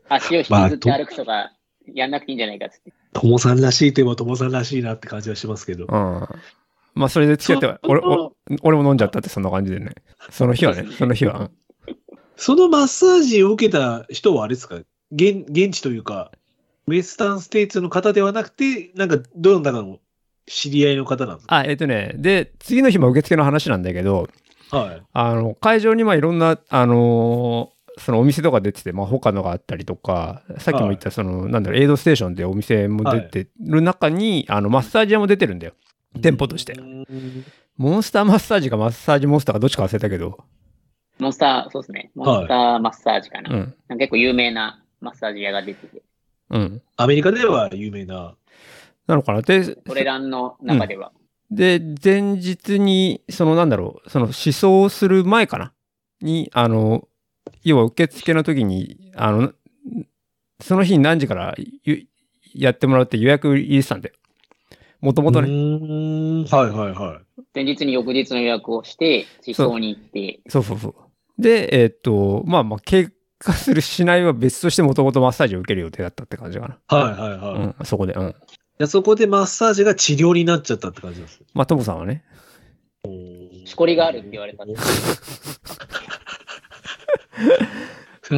足を引きずって歩くとか、やんなくていいんじゃないかっつって。ともさんらしいといえばともさんらしいなって感じはしますけど。うん。まあそれで付き合って、俺俺俺も飲んじゃったってそんな感じでね。その日はそうねで、すねその日は。うんそのマッサージを受けた人はあれですか現現地というか、ウェスタンステイツの方ではなくて、なんかどの中の知り合いの方なんですあ、えっ、とね、で、次の日も受付の話なんだけど、かはい。あの、会場にまあいろんな、あのーそのお店とか出てて、まあ他のがあったりとか、さっきも言った、その、なんだろう、エイドステーションでお店も出てる中に、あの、マッサージ屋も出てるんだよ。店舗としてうんモンスターマッサージかマッサージモンスターかどっちか忘れたけど、モンスター、そうですね。モンスターマッサージかな。うん、なんか結構有名なマッサージ屋が出てて、うん。アメリカでは有名な。なのかなで、トレランの中では。で、前日に、そのなんだろう、その思想する前かなに、あの、要は受付の時に、あの、その日に何時からゆやってもらうって予約入れてたんだよ。もともとうね。ーんはいはいはい。前日に翌日の予約をして、実装に行って、そうそうそう。で、えーっと、まあまあ、経過するしないは別としてもともとマッサージを受ける予定だったって感じかな。はいはいはい。うん、そこで。うん。でそこでマッサージが治療になっちゃったって感じなんですよ。まあ、ともさんはね。しこりがあるって言われたんで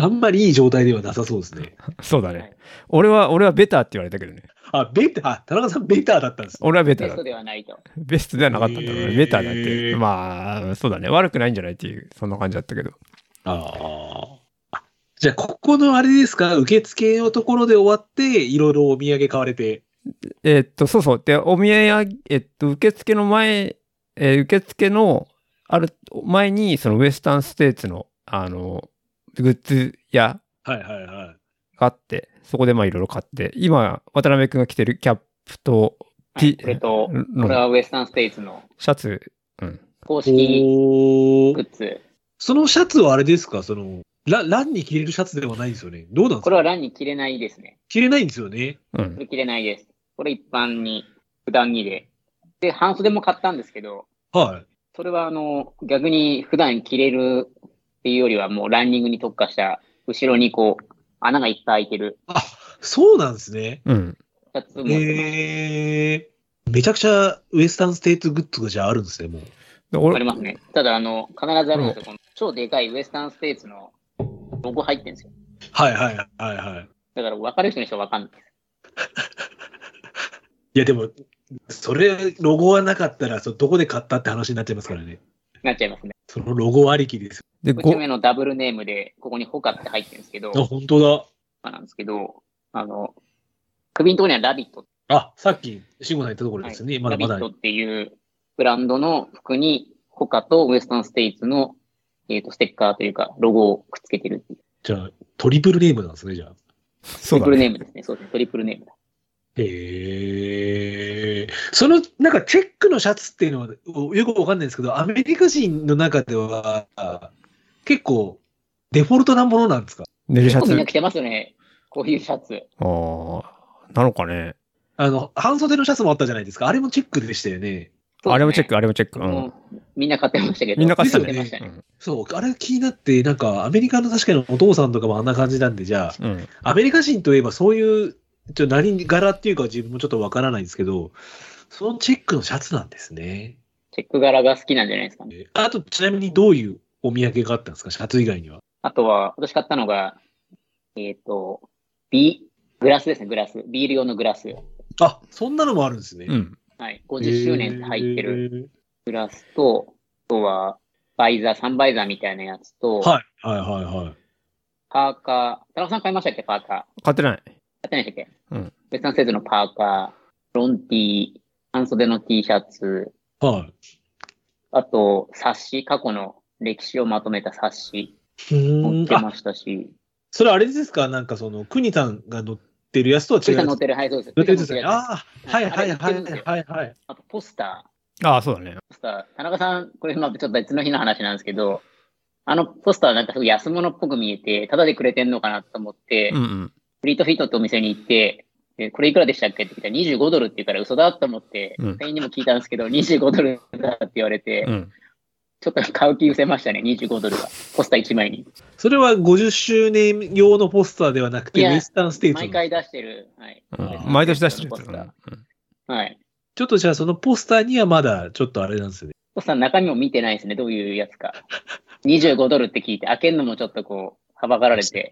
あんまりいい状態ではなさそうですね。 そうだはねい。俺は、俺はベターって言われたけどね。あ、ベター、あ田中さんベターだったんですね。俺はベタテーだスト。ではないと。ベストではなかったんだろうへね。ーベターだって。まあ、そうだね。悪くないんじゃないっていう、そんな感じだったけど。あーあ。じゃあ、ここのあれですか、受付のところで終わって、いろいろお土産買われて。えーっと、そうそう。で、お見合い、えっと、受付の前、えー受付の、ある、前に、そのウェスタンステーツの、あの、グッズ屋はいはいはい。があって、そこでまあいろいろ買って、今、渡辺くんが着てるキャップと、はい T- これと、これのはウエスタンステイツのシャツ、うん。公式おグーッズ。そのシャツはあれですかその、ラランに着れるシャツではないんですよね。どうなんですかこれはランに着れないですね。着れないんですよね。うんこ。れ着れないです。これ一般に、普段着で。で、半袖も買ったんですけど、はい。それはあの、逆に普段着れるっていうよりはもうランニングに特化した、後ろにこう、穴がいっぱい開いてるあ、そうなんですね。うん。シャツも、えー、めちゃくちゃウエスタンステイツグッズがじゃああるんですね、もう。であり俺ますね。ただ、あの、必ずあるんですよ。この超でかいウエスタンステイツのロゴ入ってるんですよ。はいはいはいはい。だから分かる人にしか分かんない。いやでも、それ、ロゴはなかったら、そどこで買ったって話になっちゃいますからね。なっちゃいますね。そのロゴありきですで、うごち、目のダブルネームで、ここにホカって入ってるんですけど、よ。あ、本当まあなんですけど、あの、首のところにはラビット、だ。あ、さっき、慎吾さん言ったところですね。まラだビまットだ。っていうブランドの服に、ホカとウエスタンステイツの、えー、とステッカーというか、ロゴをくっつけてるっていう。じゃあ、トリプルネームなんですね、じゃあ。そトリプうだルネね。ームですね。そうですね。トリプルネームだ。へえ。その、なんか、チェックのシャツっていうのは、およくわかんないんですけど、アメリカ人の中では、結構、デフォルトなものなんですか寝るシャ結構みツんな。着てますよね。こういうシャツ。ああ、なのかね。あの、半袖のシャツもあったじゃないですか。あれもチェックでしたよね。あれもチェック、ああれもチェック。うるん。みんな買ってましたけど。みんな買ってたね見てましたね。そう、あれ気になって、なんか、アメリカの確かにお父さんとかもあんな感じなんで、じゃあ、うん。うんアメリカ人といえばそういう、ちょっと何柄っていうか自分もちょっとわからないんですけど、そのチェックのシャツなんですね。チェック柄が好きなんじゃないですかね。えあと、ちなみにどういうお土産があったんですかシャツ以外には。あとは、私買ったのが、えっ、と、ビ、グラスですね、グラス。ビール用のグラス。あ、そんなのもあるんですね。うん。はい。50周年って入ってるる。グラスと、あとは、バイザー、サンバイザーみたいなやつと、はい、はい、はい、はい。パーカー、田中さん買いましたっけ、パーカー。買ってない。買ってないでしたっけうん。別の製図のパーカー、ロンティー、半袖の T シャツ、はあと、冊子、過去の歴史をまとめた冊子い。う持ーっん。てあ、ましたし、それあれですかなんかその、国さんが乗ってるやつとは違藤う井さやんつ。乗ってる、はい、そうです。乗ってるやつです藤井ね。さん乗ってるやああー、はい、はい、はい、はい、はい。つあと、ポスター。ああ、そうだね。ポスター、田中さん、これ、まあ、ちょっと別の日の話なんですけど、あのポスターなんかすごい安物っぽく見えて、ただでくれてんのかなと思って、うんうん。フリートフィットってお店に行って、でこれいくらでしたっけって聞いたら25ドルって言うから嘘だと思って、うん店員にも聞いたんですけど、25ドルだって言われて、うん。ちょっと買う気失せましたね、25ドルが。ポスター1枚に。それは50周年用のポスターではなくいて、ウやェスタンステーツ毎の。回出してる。はい。うん毎年出してるやつポスタだーね。うんはい。ちょっとじゃあそのポスターにはまだちょっとあれなんですよね。ポスターの中身も見てないですね、どういうやつか。25ドルって聞いて、開けるのもちょっとこう、はばかられて、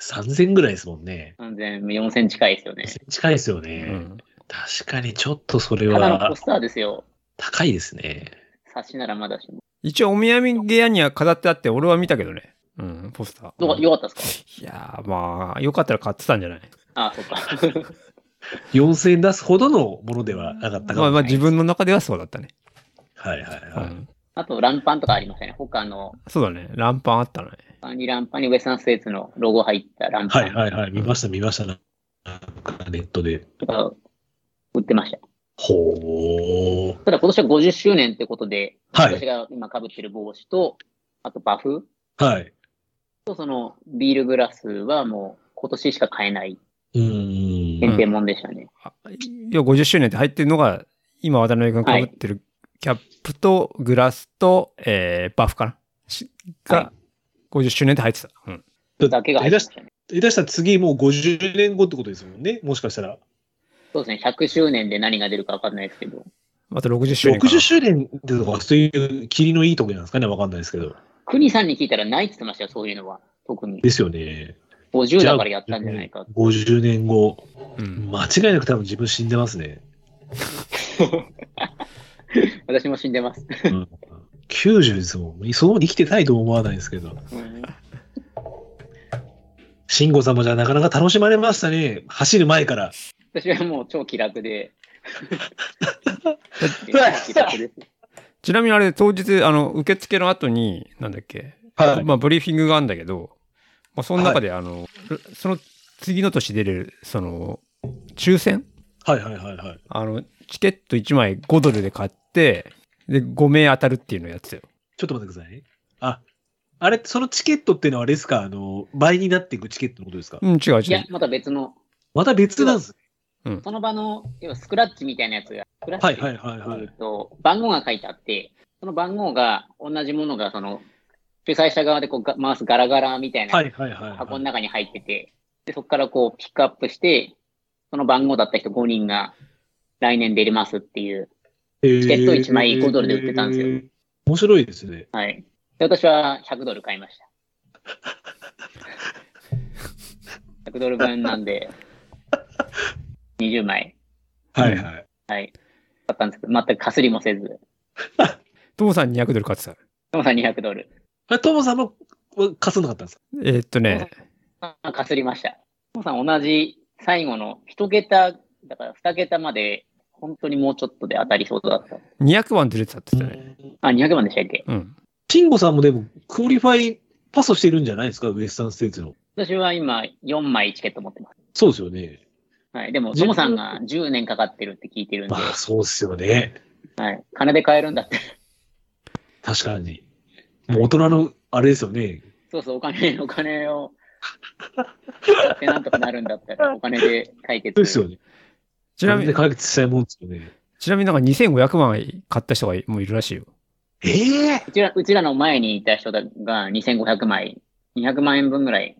3000ぐらいですもんね。 3000、4000近いですよね。近いですよね。うん確かにちょっとそれただのはポスターですよ。高いですね。冊子ならまだしも。一応、お土産部屋には飾ってあって、俺は見たけどね。うん、ポスター。どうかよかったです かいやー、まあ、よかったら買ってたんじゃないああ、そっか。 4000円出すほどのものではなかったかまあもまあ、しれ自分の中ではそうだったね。ない。はいはいうはい。ん。あと、ランパンとかありましたね。他の、そうだね。ランパンあったね。パンにランパンにウエスタンステーツのロゴ入ったランパン。はいはいはい。見ました見ました。なんかネットで。とか売ってました。ほー。ただ、今年は50周年ってことで、はい私が今被ってる帽子と、あとバフはい。と、そのビールグラスはもう、今年しか買えないうーん。限定もんでしたね。あ要は50周年って入ってるのが、今渡辺君が被ってるキャップとグラスと、えーバフかなしはいが、50周年って入ってた。うん。だけが入下って手ましたしね。下手したら次もう50年後ってことですもんね。もしかしたら。そうですね。100周年で何が出るか分かんないですけど、あと60周年かな。 60周年ってとか、そういう霧のいい時なんですかね、わかんないですけど。国さんに聞いたらないって言ってましたよ、そういうのは。特にで。すよね。 50だからやったんじゃないか。 50年後、うん間違いなく多分自分死んでま すね。私も死んでます。 うん、90ですもん。その生きてないとも思わないですけど。うん慎吾様じゃなかなか楽しまれましたね。走る前から。私はもう超気楽 で。うわ気楽です。ちなみにあれ、当日、あの、受付の後に、なんだっけ、はい。まあ、ブリーフィングがあるんだけど、まあ、その中で、あの、その次の年出れる、その、抽選はいはいはいはい。あの、チケット1枚5ドルで買って、で、5名当たるっていうのをやってたよ。ちょっと待ってくださいね。あ、あれ、そのチケットっていうのはあれですかあの、倍になっていくチケットのことですか、うん、違うい違やう、。また別の、また別なんです。その場の、要はスクラッチみたいなやつが、スクラッチはいはいはいはえいっ。と、番号が書いてあって、その番号が同じものが、その、主催者側でこうが回すガラガラみたいはないはいはい、箱はのい。中に入ってて、でそこからこうピックアップして、その番号だった人5人が来年出れますっていう、チケット一枚5ドルで売ってたんですよ面白いですね。はい。で、私は100ドル買いま した。100ドル分なんで、20枚、はいはい。はい、買ったんですけど、全くかすりもせず、トモさん200ドル買ってた。トモさん200ドル。あれ、トモさんもは貸さなかったんですかえーっとね、あかすりました。トモさん同じ最後の一桁、だから二桁まで、本当にもうちょっとで当たりそうだった。 200番ずれてたって言ってたね。あ、200万でしたっけうん。慎吾さんもでも、クオリファイパスしてるんじゃないですかウエスタンステーツの。私は今4枚チケット持ってます。そうですよね。はい。でも、自トモ分さんが10年かかってるって聞いてるんでま、あ、そうですよね。はい。金で買えるんだって。確かに。もう大人の、あれですよね。そうそう、お金、お金を使ってなんとかなるんだったら、お金で解決。そうですよね。ちなみでに、解決したいもんですよね。ちなみになんか2500万買った人がもういるらしいよ。ええうちら、うちらの前にいた人が2500枚、200万円分ぐらい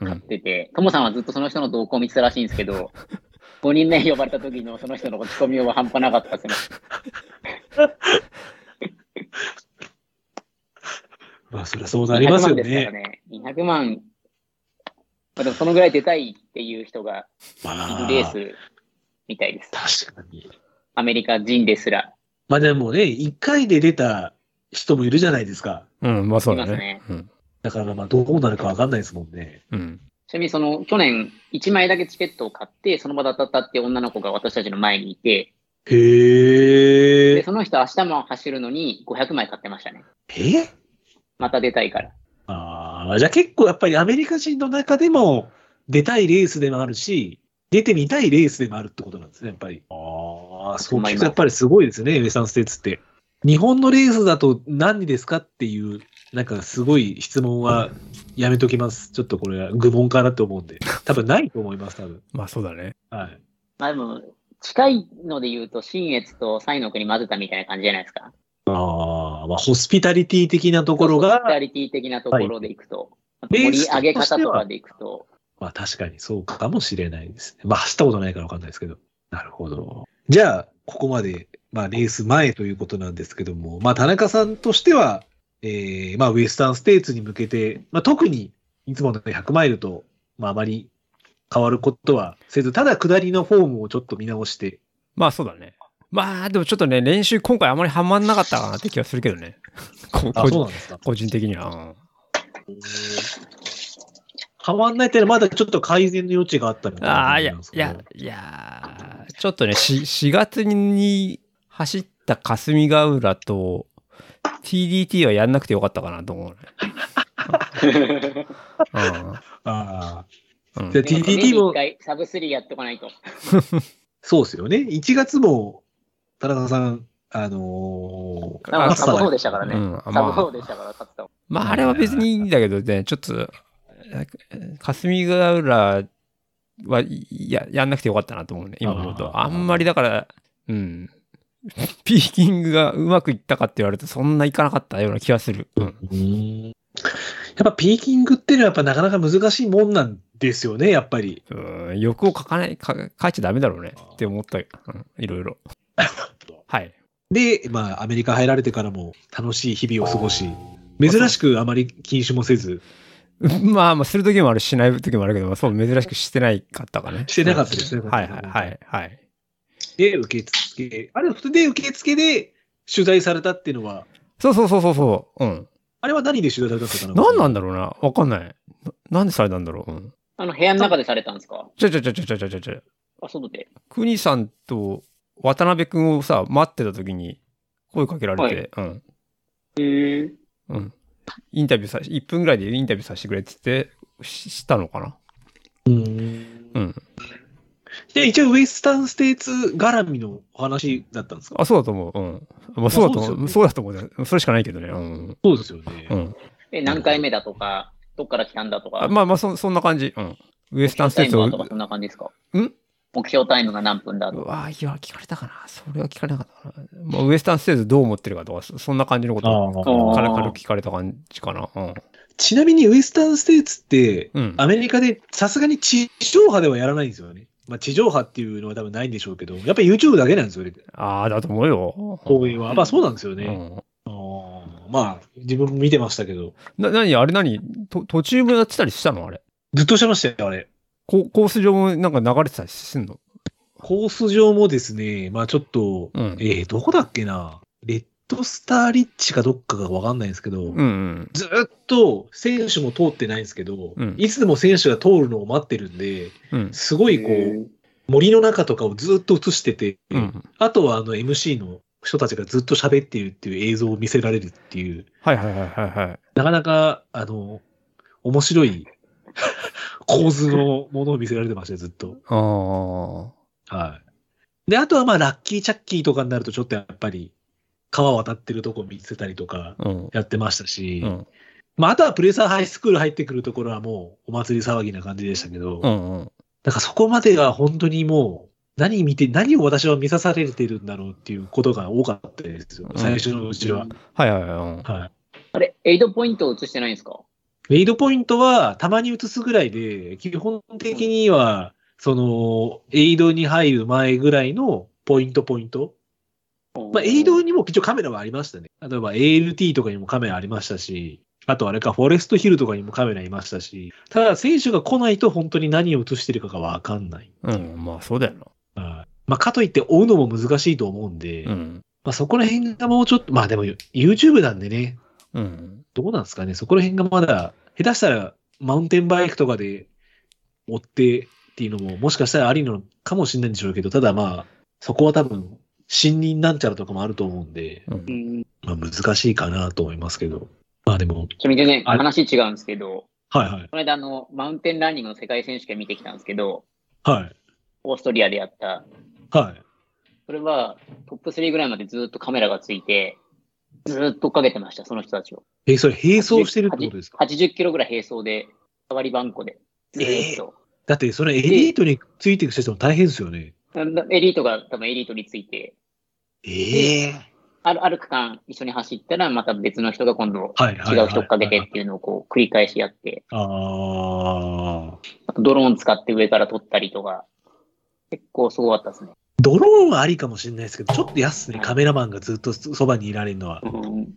うん。買ってて、トモさんはずっとその人の動向を見てたらしいんですけど、5人目呼ばれた時のその人の落ち込みは半端なかったですね。まあ、そりゃそうなりますよ200万ですからね。ね。200万、あ、でもそのぐらい出たいっていう人がいまるあ、レースみたいです。確かに。アメリカ人ですら。まあでもね、1回で出た人もいるじゃないですか。うん、まあそうだいますねね。うん。だからまあどうなるかわかんないですもんね。うん。ちなみにその、去年1枚だけチケットを買って、その場で当たったって女の子が私たちの前にいて、へで、え。その人明日も走るのに500枚買ってましたね。えまた出たいから。ああ、じゃあ結構やっぱりアメリカ人の中でも出たいレースでもあるし、出てみたいレースでもあるってことなんですね、やっぱり。ああ、そう聞くとやっぱりすごいですね、ウェサンステーツって。日本のレースだと何ですかっていう、なんかすごい質問はやめときます。ちょっとこれは愚問かなって思うんで。多分ないと思います、多分。まあそうだね。はい。まあでも、近いので言うと、新越と西の国混ぜたみたいな感じじゃないですか。ああ、まあ、ホスピタリティ的なとこホろスピタが、リティ的なところでいくと、あとレ盛ーりスとしては上げ方とかでいくと、まあ確かにそうかもしれないですね。まあ走ったことないからわかんないですけど。なるほど。じゃあ、ここまで、まあレース前ということなんですけども、まあ田中さんとしては、えー、まあウェスタンステーツに向けて、まあ特にいつもの100マイルと、まああまり変わることはせず、ただ下りのフォームをちょっと見直して、まあそうだね。まあでもちょっとね、練習今回あまりハマんなかったかなって気がするけどね。 こあ、個そう人なんですか。個人的には。変わんないっていうのはまだちょっと改善の余地があったみうたんいなああ、感いじやなんです、いけど。や、いや、ちょっとね、し4月に走った霞ヶ浦と TDT はやんなくてよかったかなと思うね。ああ。うんうんで TDT もも一回サブ3やっとかないと。そうですよね。1月も、田中さん、あのーまあマスタサブ4ーでしたからね。うんサブまあ4でしたから、勝ったもん。まああれは別にいいんだけどね、ちょっと、え霞ヶ浦はいややんなくてよかったなと思うね、今思うと。ああーんまりだから、うん。 ピーキングがうまくいったかって言われると、そんないかなかったような気がする。うん。うーんやっぱピーキングっていうのはやっぱなかなか難しいもんなんですよね、やっぱ り。うん欲を書かない、か書いちゃダメだろうねって思った、うん、いろいろ。はい。 で、まあ、アメリカ入られてからも楽しい日々を過ごし、珍しくあまり禁酒もせず、まあまあ、する時もあるし、しない時もあるけど、そう、珍しくしてないかったかね。してなかったですねはいはいはいはい。で、受付、あれ、で、受付で取材されたっていうのは、そうそうそうそうそう。うん。あれは何で取材されたんですか何なんだだろうなわかんない。ななんでされたんだろううん。あの、部屋の中でされたんですかちょちょちょちょちょちょちょちょ。あ、外で。国さんと渡辺くんをさ、待ってた時に声かけられて、うん。へえ。うん。インタビューさ、1分ぐらいでインタビューさせてくれって言って、ししたのかなうん。で、一応、ウェスタンステーツ絡みのお話だったんですかあ、そうだと思う。うん。まあ、そうだと思う。まあそそうだと思うね。それしかないけどね。うん。そうですよねうん、で、何回目だとか、どっから来たんだとあか、まあまあそ、そんな感じ。うん。ウエスタンスタイテーツムを。はとかそうんな感じですかん目標タイムが何分だとか。わあ、いや、聞かれたかな。それは聞かれなかったかな。まあ、ウエスタンステーツどう思ってるかとか、そそんな感じのことをあー軽々聞かれた感じかな。うん。ちなみにウエスタンステーツって、うん、アメリカでさすがに地上波ではやらないんですよね。まあ、地上波っていうのは多分ないんでしょうけど、やっぱり YouTube だけなんですよね、ああ、だと思うよ。公演は。まあそうなんですようね。ん。あーまあ、自分も見てましたけど、な、なに、あれ何と途中もやってたりしたのあれ。ずっとしてましたよ、あれ。ココース上もなんか流れてたりすんのコース上もですね、まあちょっと、うん。えー、どこだっけな、レッドスターリッチかどっかがわかんないんですけど、うんうん。ずーっと選手も通ってないんですけど、うんいつでも選手が通るのを待ってるんで、うん。すごいこへう、ー森の中とかをずーっと映してて、うん。あとはあの MC の人たちがずっと喋っているっていう映像を見せられるっていう、はいはいはいはいはい。なかなか、あの、面白 い構図のものを見せられてましたよ、ずっと。ああ。はい。で、あとはまあ、ラッキーチャッキーとかになると、ちょっとやっぱり、川渡ってるとこ見せたりとか、うん。やってましたし、うん。まあ、あとはプレーサーハイスクール入ってくるところはもう、お祭り騒ぎな感じでしたけど、うなんんうん。かそこまでが本当にもう、何見て、何を私は見さされてるんだろうっていうことが多かったですよう、ん最初のうちは。はいはいはい。うんはい。あれ、エイドポイントを映してないんですかウェイドポイントはたまに移すぐらいで、基本的には、その、エイドに入る前ぐらいのポイントポイント。まあ、エイドにも一応カメラはありましたね。例えば ALT とかにもカメラありましたし、あとあれか、フォレストヒルとかにもカメラいましたし、ただ選手が来ないと本当に何を映してるかがわかんない。うん、まあそうだよな。はいまあ、かといって追うのも難しいと思うんで、うん。まあそこら辺がもうちょっと、まあでも YouTube なんでね、うん。どうなんですかね、そこら辺がまだ、下手したらマウンテンバイクとかで追ってっていうのも、もしかしたらありなのかもしれないんでしょうけど、ただまあ、そこは多分、信任なんちゃらとかもあると思うんで、う。うんん。まあ難しいかなと思いますけど、まあでも、ちょ、見てね、あ話違うんですけど、はいはい、この間あの、マウンテンランニングの世界選手権見てきたんですけど、はい、オーストリアでやった。はい。それは、トップ3ぐらいまでずっとカメラがついて、ずっと追っかけてました、その人たちを。えそれ並走してるってことですか ?80 キロぐらい並走で、触りバンコで、ずーっと。だってそれエリートについていく人も大変ですよね。なんだエリートが多分エリートについて、ええあるある区間一緒に走ったら、また別の人が今度、はいはい違う人追っかけてっていうのをこう繰り返しやって、ああ。あとドローン使って上から撮ったりとか、結構すごかったですね。ドローンはありかもしれないですけど、ちょっと安ね、カメラマンがずっとそばにいられるのは。うん、ど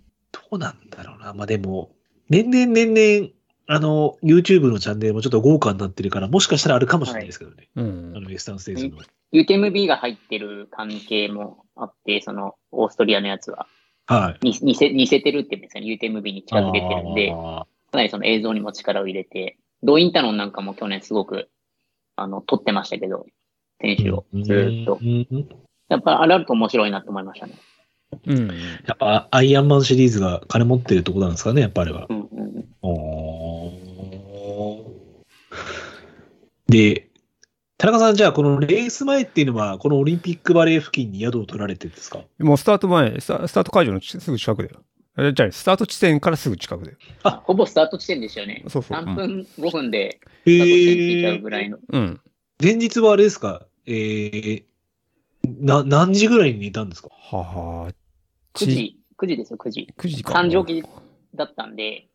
うなんだろうな。まあでも、年々年々、あの、YouTube のチャンネルもちょっと豪華になってるから、もしかしたらあるかもしれないですけどね。うんあの、ウエスタンステージの。 UTMB が入ってる関係もあって、そのオーストリアのやつは、はい。に似せ似せてるって言うんですよね。UTMB に近づけてるんで、あかなりその映像にも力を入れて、ドインタノンなんかも去年すごく、あの、撮ってましたけど、選手をーずーっと。うんうんやっぱあるあると面白いなと思いましたね。うん。やっぱ、アイアンマンシリーズが金持ってるとこなんですかね、やっぱあれは。うんうんおーで、田中さん、じゃあ、このレース前っていうのは、このオリンピックバレー付近に宿を取られてるんですかもうスタート前、スタスタート会場のちすぐ近くだよ。えじゃあ、スタート地点からすぐ近くだよ。あほぼスタート地点ですよね。そうそう3分、5分でスへタート地点に着いちゃうぐらいの。うん。前日はあれですかえー、な、何時ぐらいに寝たんですかはは。 9。時、9時ですよ、9時。 9時か。誕生日だったんで、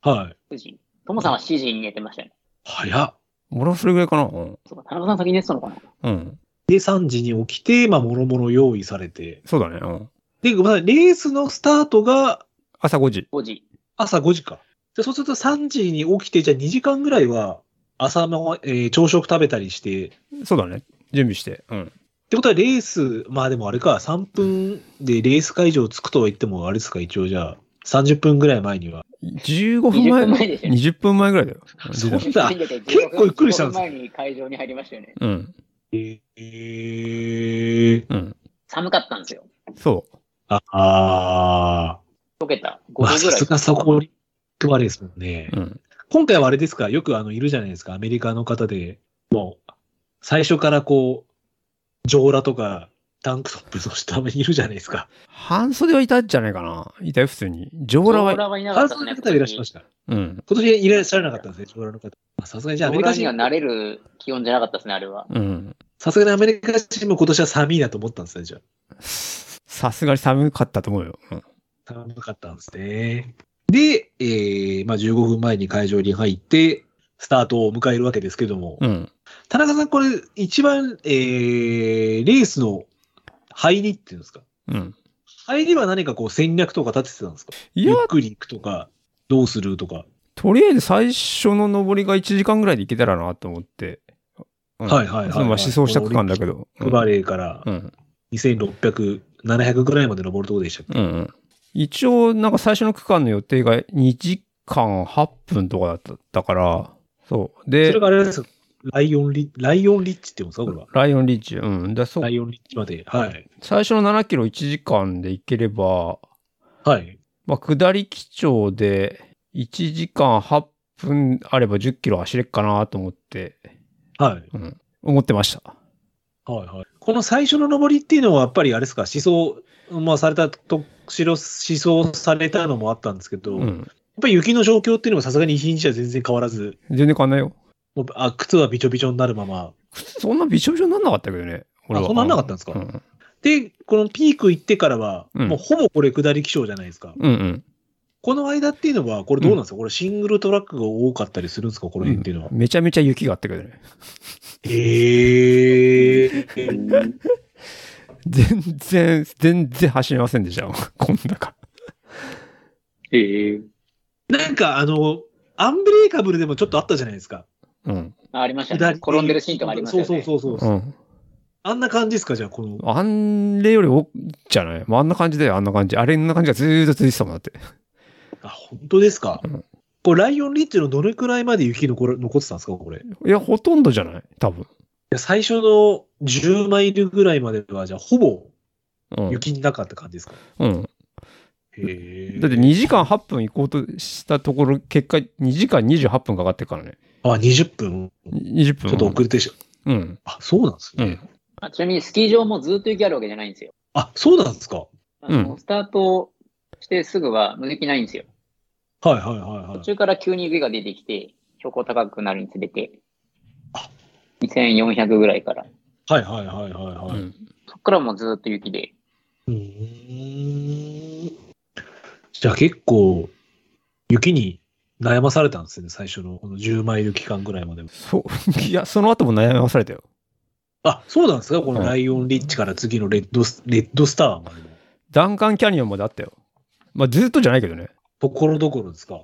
はい。 9時。ともさんは7時に寝てましたね。早っ。俺はそれぐらいかな。うん。そうか、田中さん先に寝てたのかなうん。で、3時に起きて、まあ、もろもろ用意されて。そうだね。うん。で、ごめんなさい、レースのスタートが朝5時。 ?5 時。朝5時か。でそうすると3時に起きて、じゃあ2時間ぐらいは、朝も、えー朝食食べたりして、そうだね。準備して。うん。ってことはレース、まあでもあれか、3分でレース会場着くとは言っても、あれですか、一応じゃあ、30分ぐらい前には。20 15分前。分前でしたよね。 20分前ぐらいだよ。そう20だ分で15分結構ゆっくりしたんですよ15分前に会場に入りましたよね。うん。えー、うん。寒かったんですよ。そう。ああ溶けた。5ー、まあ度ぐさらいす。がそこオリンピックバレーですもんね。うん。今回はあれですか、よくあの、いるじゃないですか、アメリカの方で、もう、最初からこう、上裸とか、タンクトップの下にいるじゃないですか。半袖はいたんじゃないかな。いたよ、普通に。上裸ローは。ラーはいなかあっそたういうです方はいらっしゃいました。うん。今年いらっしゃらなかったんですね、上裸の方。まあさすがにじゃあアメローリラーカに人は慣れる気温じゃなかったですね、あれは。うん。さすがにアメリカ人も今年は寒いなと思ったんですね、じゃあ。さすがに寒かったと思うよ。うん。寒かったんですね。で、えーまあ、15分前に会場に入って、スタートを迎えるわけですけども、うん。田中さん、これ、一番、えーレースの入りっていうんですか、うん。入りは何かこう戦略とか立ててたんですかいゆやっ、くり行くとか、どうするとか。とりあえず最初の登りが1時間ぐらいで行けたらなと思って。うんはいはいはいはいそのまあ思想した区間だけど。うバん。レーからうん。 2600、700ぐらいまで登るとこでしたっけうんうん。一応、なんか最初の区間の予定が2時間8分とかだったから、そう。そでれ、があれですかライオンリ、ライオンリッチって言うんですかこれは。ライオンリーチ。うん。だそうライオンリッチまで。はい。最初の7キロ1時間で行ければ、はい。まあ、下り基調で1時間8分あれば10キロ走れっかなと思って、はい。うん、思ってました。はいはい、この最初の登りっていうのは、やっぱりあれですか、思想、まあ、されたと、しろ思想されたのもあったんですけど、うやっん。ぱり雪の状況っていうのもさすがに一日は全然変わらず、全然変わんないよ。もうあ靴はびちょびちょになるまま、そんなびしょびしょになんなかったけどね。俺は。あそうなんなかったんですかうんで、このピーク行ってからは、うんもうほぼこれ下り気象じゃないですか。うんうん。この間っていうのは、これどうなんですか、これシングルトラックが多かったりするんですかこの辺っていうのは。めちゃめちゃ雪があったけどね。へえうー。ん全 然、全然走れませんでした。こんなか。ええなんか、あの、アンブレイカブルでもちょっとあったじゃないですか。うん。あありました下ね。り転んでるシーンとかありますよね。そうそうそうそうう。ん。あんな感じですか、じゃあ、この。あんれより多いじゃない、まあ、あんな感じだよ、あんな感じ。あれんな感じがずーっと続いてたもんだって。あ、本当ですか。うんこれ、ライオンリッチのどれくらいまで雪残る残ってたんですか、これ。いいや、ほとんどじゃない多分。や最初の10マイルぐらいまでは、じゃあ、ほぼうん。雪の中って感じですか。うん、へえ。だって2時間8分行こうとしたところ、結果2時間28分かかってるからね。あ、20分。 20分。ちょっと遅れてし、うん。あ、そうなんですね。うんあちなみにスキー場もずっと雪あるわけじゃないんですよ。あ、そうなんですか。はあのうんスタートしてすぐは雪ないんですよ。いはいはい途はい。中から急に雪が出てきて、標高高くなるにつれてあ、 2400ぐらいから。はいはいはいはいはうい。ん。そこからもうずっと雪で。うーんじゃあ結構、雪に悩まされたんですよね、最初のこの10マイル期間ぐらいまでは。そう、 いや、その後も悩まされたよ。あ、そうなんですかこのうんライオンリッチから次のレッドスレッドスターまでのダンカンキャニオンまであったよ。まあ、ずっとじゃないけどね。ところどころですか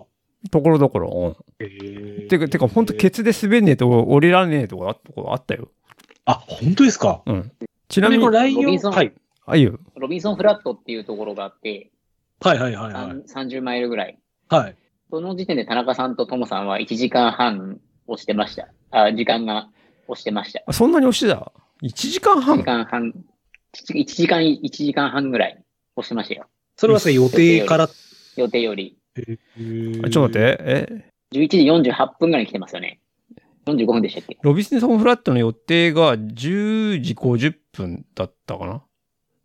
ところどころ。えうん。ーてか、てか、ほんと、ケツで滑んねえと降りらんねえとこあとこあったよ。あ、本当ですかうん。ちちなみにこ、れライロオビン、ンソンはい。あ、いいよ。ロビンソンフラットっていうところがあって、はいはいはいはい三。30マイルぐらい。はい。その時点で田中さんとトモさんは1時間半押してました。あ、時間が押してました。あそんなに押してた ?1 時間1時半間半、1時間、1時間半ぐらい押してましたよ。それはさ、予定から。予定より。ああちょっと待って。え11時48分ぐらいに来てますよね。45分でしたっけロビンソンフラットの予定が10時50分だったかな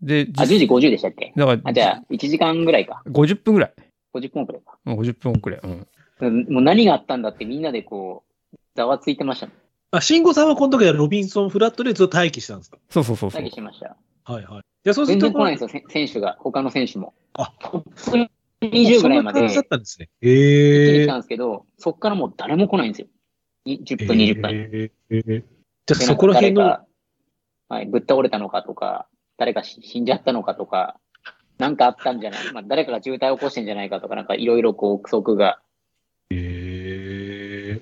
で、あ、10時50でしたっけだから、あ、じゃあ、1時間ぐらいか。 50分ぐらい。 50分くらいか。もう50分遅れ。うん。うんもう何があったんだってみんなでこう、ざわついてましたもん。あ、慎吾さんはこの時はロビンソンフラットでずっと待機したんですかそうそうそうそ詐う欺。しました。はいはい。じゃあそうす全ると然来こないのん、ですよ、せ選手が。他の選手も。あ、 20ぐらいまでそんな感じだったんですね。へ来えたんですけど、そっからもう誰も来ないんですよ。に10分、20分。えーじゃあでそこら辺。なんのか、誰かはい、ぶっ倒れたのかとか、誰か死んじゃったのかとか、なんかあったんじゃない、まあ、誰かが渋滞を起こしてんじゃないかとか、なんかいろいろこう、憶測が。えー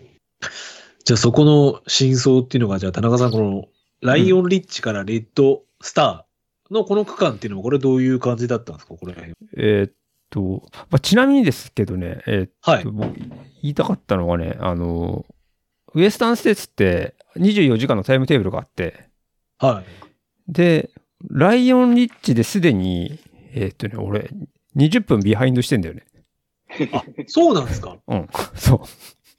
じゃあそこの真相っていうのが、じゃあ田中さん、このライオンリッチからレッドスターのこの区間っていうのは、これどういう感じだったんですか、これ。えーっと、まあ、ちなみにですけどね、えーっはいと、。僕言いたかったのはね、あの、ウエスタンステーツって24時間のタイムテーブルがあって、はい。で、ライオンリッチですでに、えーっとね、俺、20分ビハインドしてんだよね。あ、 そうなんですか。うん。 そう。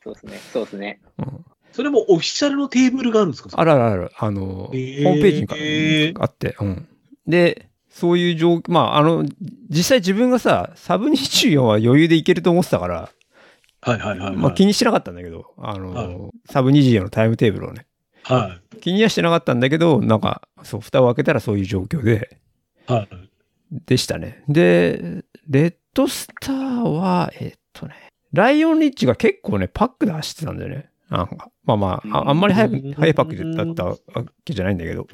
そうですね。そうですね。うん、それもオフィシャルのテーブルがあるんですかあるあるある。あの、えーホームページにかあって、うん。で、そういう状況、まあ、あの、実際自分がさ、サブ24は余裕でいけると思ってたから、はいはいはい、はい。まあ、気にしてなかったんだけど、あの、はいサブ24のタイムテーブルをね、は気にはしてなかったんだけど、なんか、そう、蓋を開けたらそういう状況で、い。はい。でしたね。で、レッドスターは、えっとね、ライオンリッチが結構ね、パックで走ってたんだよね。なんかまあまあ、ああんまり早うくん、早いパックだったわけじゃないんだけど。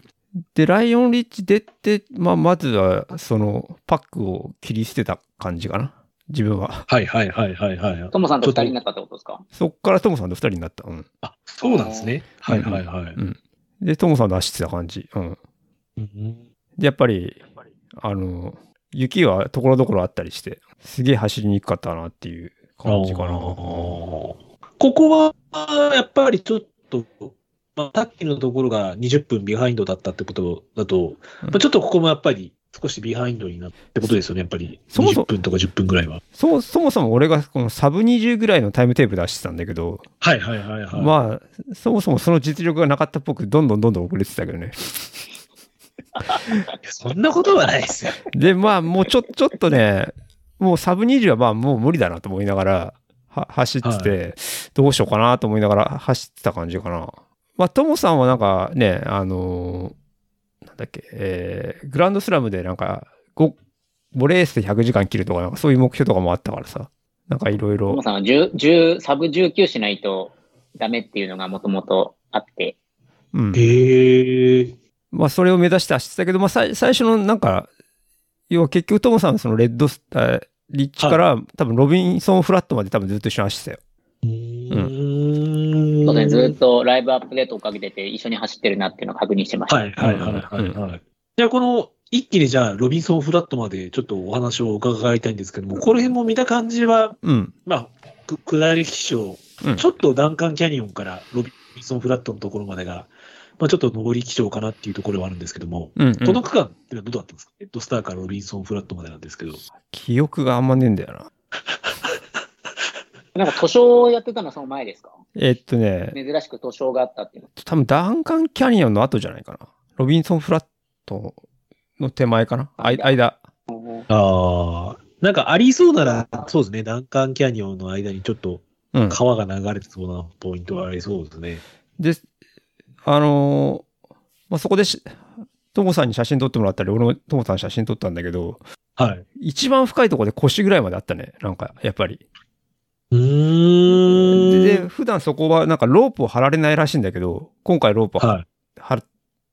で、ライオンリッチ出て、まあ、まずは、その、パックを切り捨てた感じかな。自分は。 はいはいはいはいはい。トモさんと二人になったってことですかそっからトモさんと二人になった。うん。あ、そうなんですね。はいはいはい。で、トモさんと走ってた感じ。うん。うんでやっぱり、あの、雪はところどころあったりして、すげえ走りにくかったなっていう感じかな。あーここは、やっぱりちょっと、まあ、さっきのところが20分ビハインドだったってことだと、うんまあ、ちょっとここもやっぱり少しビハインドになってことですよね、やっぱり。そも20そも分とか10分ぐらいは。そうそもそも俺がこのサブ20ぐらいのタイムテーブル出してたんだけど、はいはいはいはい。まあ、そもそもその実力がなかったっぽく、どんどんどんどん遅れてたけどね。 いやそんなことはないですよ。で、まあ、もうちょ、ちょっとね、もうサブ20はまあもう無理だなと思いながら、は走ってて、どうしようかなと思いながら走ってた感じかな。まあ、トモさんはなんかね、あのーなんだっけ、えーグランドスラムでなんか、5、5レースで100時間切るとか、なんかそういう目標とかもあったからさ、なんかいろいトろモ、さんは10 10サブ19しないとダメっていうのがもともとあって、うん。へえ。まあ、それを目指して走ってたけど、まあ、さい最初のなんか、要は結局トモさん、そのレッドスター、立地から、多分ロビンソンフラットまで多分ずっと一緒に走ってたよ。うーんそうですね、ずっとライブアップデートをかけてて、一緒に走ってるなっていうのを確認してました。はいはいはいはいはい。じゃあこの一気にじゃあロビンソンフラットまでちょっとお話を伺いたいんですけども、この辺も見た感じは、うん。まあ、く下り基調、うんちょっとダンカンキャニオンからロビンソンフラットのところまでが、まあちょっと上り基調かなっていうところはあるんですけども、うん、うこんの。区間っていうのはどうだったんですかレッドスターからロビンソンフラットまでなんですけど。記憶があんまねえんだよな。なんか、図書をやってたのはその前ですかえっとね、珍しく図書があったっていうの。多分ダンカンキャニオンの後じゃないかな。ロビンソンフラットの手前かな。あいあ間。あ。なんかありそうなら、そうですね、ダンカンキャニオンの間にちょっとうん。川が流れてそうなポイントはありそうですね。で、あのーまあ、そこでし、トモさんに写真撮ってもらったり、俺もトモさんに写真撮ったんだけど、はい。一番深いところで腰ぐらいまであったね。なんか、やっぱり。うーん。で、で普段そこはなんかロープを張られないらしいんだけど、今回ロープを張はい。張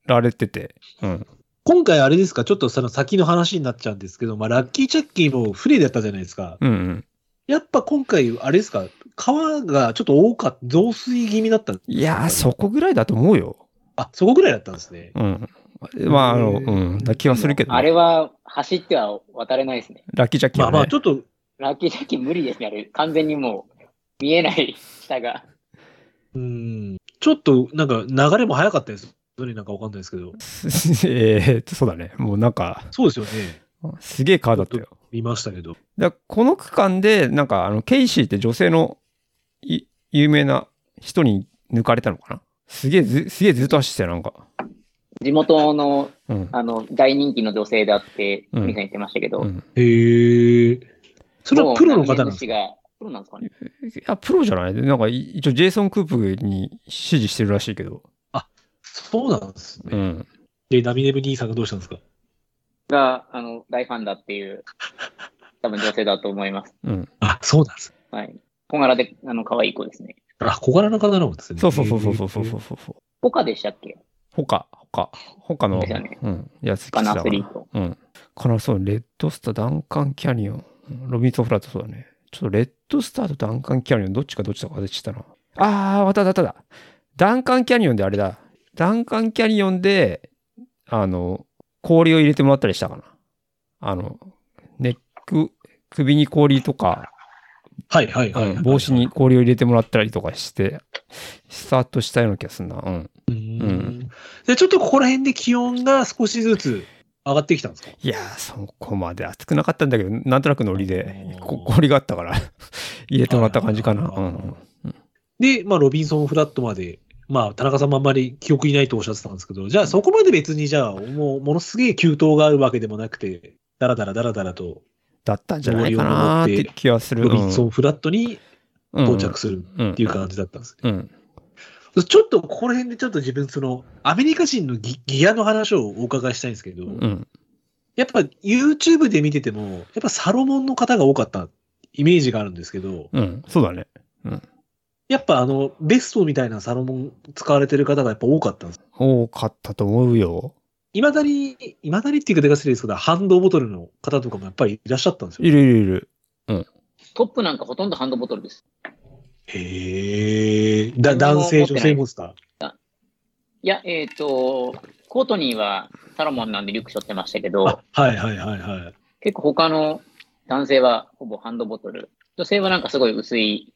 られてて、うん。今回あれですか、ちょっとその先の話になっちゃうんですけど、まあ、ラッキーチャッキーも船だったじゃないですか。うんうん。やっぱ今回、あれですか、川がちょっと多かった、増水気味だった。いやー、そこぐらいだと思うよ。あ、そこぐらいだったんですね。うん。まあ、あへの、うーん、な気はするけどね、あれは走っては渡れないですね。ラッキージャッキーまあは、ね。まあ、ちょっと、ラッキージャッキー無理ですね、あれ。完全にもう、見えない下が。うん、ちょっとなんか流れも早かったです。どれなんかわかんないですけど。 えーっと、そうだね。もうなんか、そうですよね。すげえ川だったよ。見ましたけど。だからこの区間で、なんか、あの、ケイシーって女性のい有名な人に抜かれたのかなすげえず、すげえずっと走ってたよ、なんか。地元の、うん。あの、大人気の女性だって、うんみんな言ってましたけど。うん、へえ。それはプロの方なんもう何です年かの氏がプロなんですかね。あ、プロじゃないなんか、い一応、ジェイソン・クープに指示してるらしいけど。そうなんですうね。ん。で、ナミネブ兄さんがどうしたんですかが、あの、大ファンだっていう、多分女性だと思います。うん。あ、そうなんです。はい。小柄で、あの、可愛い子ですね。あ、小柄な方なんですね。そうそうそうそうそうそうへーそうそう。ポカでしたっけ他、他、他の、ですよねうん、やつ来て他たのかアスリート。ら。うん。から、そう、レッドスター、ダンカン・キャニオン。うんロビンソン・フラット、そうだね。ちょっとレッドスターとダンカン・キャニオン、どっちかどっちだか忘れてたな。あー、わかったわかったわかった。ダンカン・キャニオンであれだ。ダンカン・キャニオンで、あの、氷を入れてもらったりしたかな。あの、ネック、首に氷とか、はいはいはい、うん帽子に氷を入れてもらったりとかして、スタートしたような気がするな。うん。んで、ちょっとここら辺で気温が少しずつ上がってきたんですかいやー、そこまで暑くなかったんだけど、なんとなくノリで、あーこ氷があったから、 入れてもらった感じかな。あーうんで、まあ、ロビンソンフラットまで、まあ、田中さんもあんまり記憶にないとおっしゃってたんですけど、じゃあそこまで別に、じゃあ、もう、ものすげえ急騰があるわけでもなくて、だらだらだらだらと、だったんじゃないかなーって気はする。ロビンソンンフラットに到着するっっていう感じだったんですね。うん。ちょっとここら辺でちょっと自分、その、アメリカ人のギギアの話をお伺いしたいんですけど、うん。やっぱ YouTube で見てても、やっぱサロモンの方が多かったイメージがあるんですけど、うん。そうだね。やっぱあの、ベストみたいなサロモン使われてる方がやっぱ多かったんです。多かったと思うよ。いまだに、いまだにっていうかでかすぎですけど、ハンドボトルの方とかもやっぱりいらっしゃったんですいよ。るいるいる。トップなんかほとんどハンドボトルです。へえ。だ、男性、女性もですかいや、えっ、と、コートニーはサロモンなんでリュック背負ってましたけどあ、はいはいはいはい。結構他の男性はほぼハンドボトル。女性はなんかすごい薄い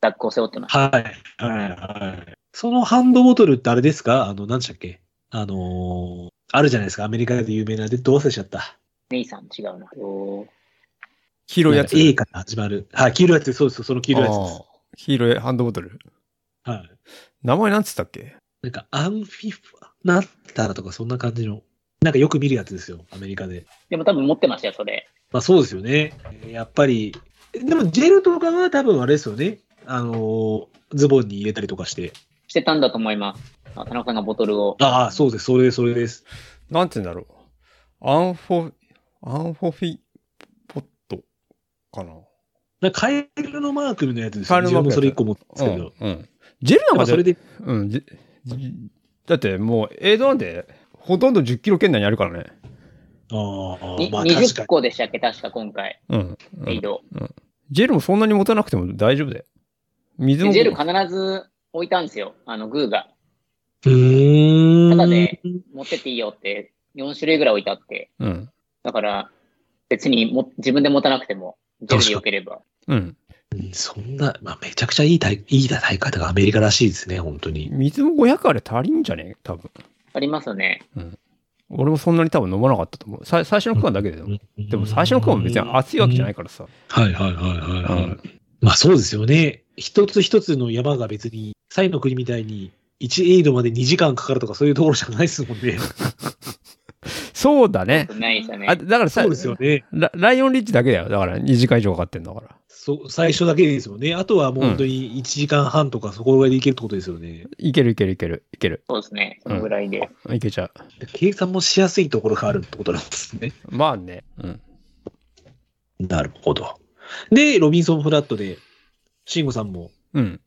ザックを背負ってました。はいはいはい。そのハンドボトルってあれですかあの、何でしたっけあのーあるじゃないですか。アメリカで有名なで、どうせしちゃった。ネイさん違うな。おー黄色いやつ。 A から始まる。はい、黄色いやつ、そうです、その黄色いやつです。あー黄色いハンドボトル。はい。名前なんつったっけなんか、アンフィフ、なったらとか、そんな感じの。なんかよく見るやつですよ、アメリカで。でも多分持ってましたよ、それ。まあそうですよね。やっぱり、でもジェルとかは多分あれですよね。あのーズボンに入れたりとかして。してたんだと思います。あ田中さんがボトルを。ああ、そうです。それです、それです。なんて言うんだろう。アンフォ、アンフォフィポットかな。なんかカエルのマークのやつですカエよルね。の自マー分クものやそつれ一個持ってますけど。うんうんジェルなまんかあそれで、うん、じじだってもう、エイドなんて、ほとんど10キロ圏内にあるからね。ああ、にまあ確20か個でしたっけ確か今回、うん。うリーん、ド。ジェルもそんなに持たなくても大丈夫だよ。水でも。ジェル必ず置いたんですよ。あの、グーが。に。うーん。ただね持ってっていいよって、4種類ぐらい置いてあって。うん。だから、別にも自分で持たなくても、ジェルでよければ。うん。うんそんな、まあめちゃくちゃいい大、いい大会だがアメリカらしいですね、本当に。。水も500あれ足りんじゃねえ多分。ありますよね。俺もそんなに多分飲まなかったと思う。さ最初の区間だけでも。でも最初の区間も別に熱いわけじゃないいからさ。はいはいはいはい、はいうんまあそうですよね。一つ一つの山が別に、サイの国みたいに、1エイドまで2時間かかるとかそういうところじゃないですもんね。そうだね。ないですよね。あだからさそうですよね。ラ、ライオンリッチだけだよ。だから2時間以上かかってんだから。そう最初だけですよね。あとはもう本当に1時間半とかそこぐらいでいけるってことですよね。いけるいけるいけるいける。そうですね。そのぐらいで。いけちゃう。計算もしやすいところがあるってことなんですね。まあね。うん。なるほど。で、ロビンソンフラットで、慎吾さんもうん。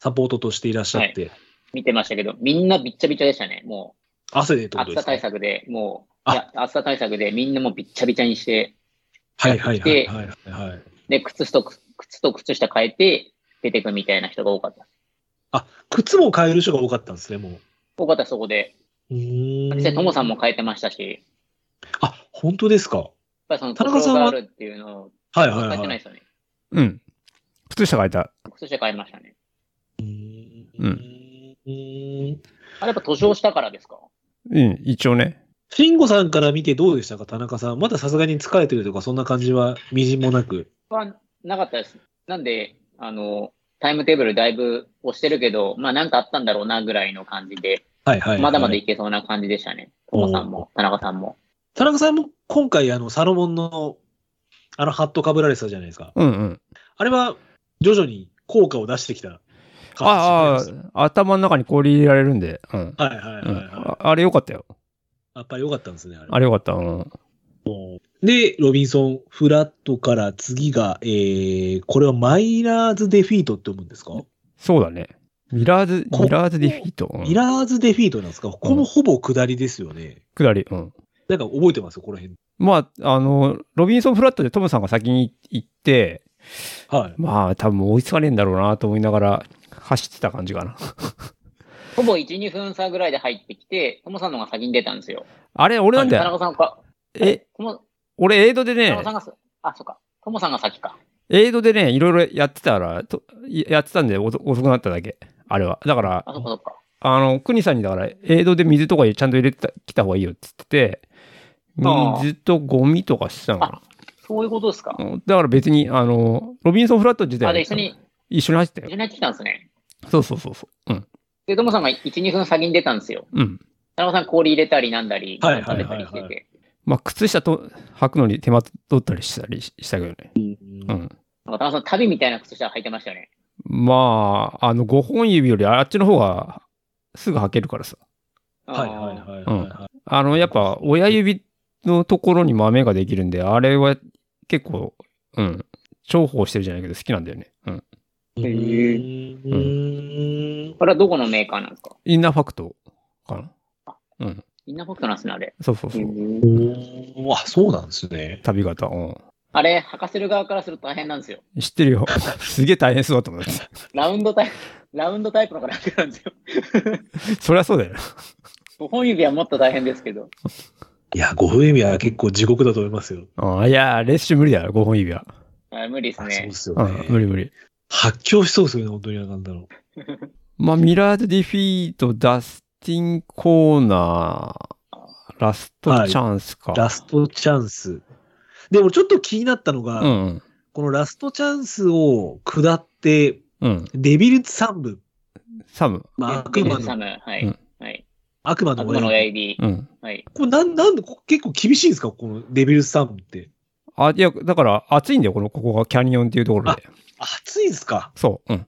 サポートとしていらっしゃって、見てましたけど、みんなびっちゃびちゃでしたね。も汗でってう、こと暑でさすか対策で、もう、あいや、暑さ対策でみんなもうびっちゃびちゃにして、はいはいはいはいはいはい。で、靴とく、靴と靴下変えて、出てくみたいな人が多かった。あ、靴も変える人が多かったんですね、もう。多かったそこで。うー実際、ともさんも。も変えてましたし、あ、本当ですか。やっぱりそ田の、中故さん障はがあるっていうのを、はい変はえいてはないい。ですよね。うん。靴下変えた。靴下変えましたね。ううーん。あれやっぱ塗装したからですかうん。一応ね。慎吾さんから見てどうでしたか、田中さん。まださすがに疲れてるとか、そんな感じはみじんもなく。はなかったです。なんで、あの、タイムテーブルだいぶ押してるけど、まあなんかあったんだろうなぐらいの感じで、はいはい、はい。まだまだいけそうな感じでしたね。ともさんも、田中さんも。田中さんも今回、あの、サロモンの、あの、ハット被られてたじゃないですか。うんうん。あれは、徐々に効果を出してきたあ感じですねあ、頭の中に氷入れられるんで。うん。はいはいはうい、んはいああれよかったよ。やっぱり良かったんですね、あれ。あれよかった。うん。で、ロビンソン・フラットから次が、えー、これはマイラーズ・デフィートって思うんですか、そうだね。ミラーズ、こミラーズディフィート。ミラーズ・デフィートなんですかここもほぼ下りですよね。ー下り。うん。なんか覚えてますこの辺。まあ、あの、ロビンソンフラットでトムさんが先に行って、はい。まあ、多分追いつかねえんだろうなと思いながら走ってた感じかな。ほぼ1、2分差ぐらいで入ってきて、ともさんの方が先に出たんですよ。あれ、俺なんだ田よ。中さんか、え、とも、俺、エイドで田ね中、さんがす、あ、そっか。ともさんが先か。エイドでね、いろいろやってたら、とやってたんで遅遅くなっただけ。あれは。だから、あ、そっかそっか。あの、国さんにだから、エイドで水とかちゃんと入れてた来た方がいいよって言ってて、ああ水とゴミとかしてたのかそういうことですか。な。うんだから別に、あの、ロビンソンフラット自体あ、で、一緒に、一緒に走った一緒よ。に入ってきたんですね。そうそうそうそう。うん。で、ともさんが1、2分先に出たんですよ。うん。田中さん氷入れたりなんだり、はいなんか出たりしはいてはいて、まあ、靴下と履くのに手間取ったりしたりししたけどね。うん。なんか田中さん旅みたいな靴下履いてましたよね。まあ、あの、5本指よりあっちの方がすぐ履けるからさ。はいはいはいはいはい。あの、やっぱ親指のところに豆ができるんで、あれは結構、うん、重宝してるじゃないけど好きなんだよね。うん。うへー。うんこれはどこのメーカーなんですかインナーファクトかな。うん。インナーフォクトなんですね、あれ。そうそうそう。おーあ、そうなんですね。旅型。うあれ、履かせる側からすると大変なんですよ。ん。知ってるよ。 すげえ大変そうだと思って。ラウンドタイプ、ラウンドタイプの方が楽なんですよ。 そりゃそうだよ。 5本指はもっと大変ですけど。いや、ご不意味は結構地獄だと思いますよ。あいやー、レッシュ無理だよ、5本指は。あ無理ですあそうねで。すようん、無ね。理無理。発狂しそうですよね、本当になんだろう。まあ、ミラーズ・ディフィート、ダスティン・コーナー、ラストチャンスか。ラストチャンス。でもちょっと気になったのが、うんうん。このラストチャンスを下って、うん。デビルズ3部、サム。まあ、デ悪ビ魔ルサの、ム、はういん。はい。悪魔の悪魔の親親指。指う。ん。はい。これなん、なんで、こ厳結構厳しいんですかこのデビルズ3部って。あ、いや、だから暑いんだよ、この、ここがキャニオンっていうところで。暑いんですかそう。うん。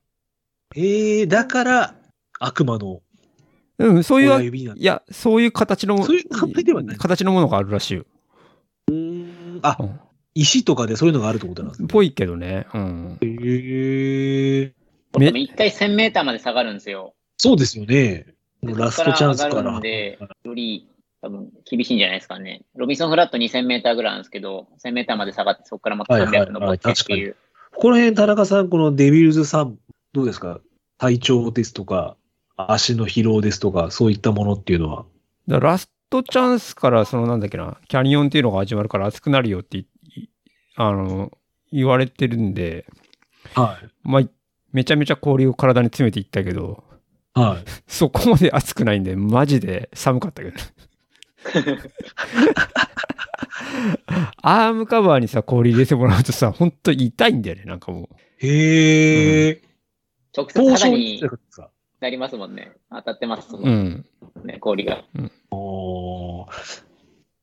ええだから、悪魔のうん、そう親いう、指なんだいや、そういう形の、そういう考えではない形のものがあるらしいよ。あ、うん石とかでそういうのがあるってことなんですね。ぽいけどね。うん。へえめでも一回1000メーターまで下がるんですよ。そうですよね。でラストチャンスから。そこから上がるんでより多分厳しいんじゃないですかね。ロビンソンフラット2000メーターぐらいなんですけど、1000メーターまで下がって、そこからまた300登ってっていう。この辺、田中さん、このデビルズさん、どうですか体調ですとか、足の疲労ですとか、そういったものっていうのは。だからラストチャンスから、そのなんだっけな、キャニオンっていうのが始まるから熱くなるよってい、いあの、言われてるんで、はまあ、めちゃめちゃ氷を体に詰めていったけど、 い。はい。そこまで暑くないんで、マジで寒かったけど。アームカバーにさ、氷入れてもらうとさ、ほんと痛いんだよね、なんかもへえ。直接凍肌傷にじゃなかったですかなりますもんね。当たってますう。うもんん。ね、氷が。おー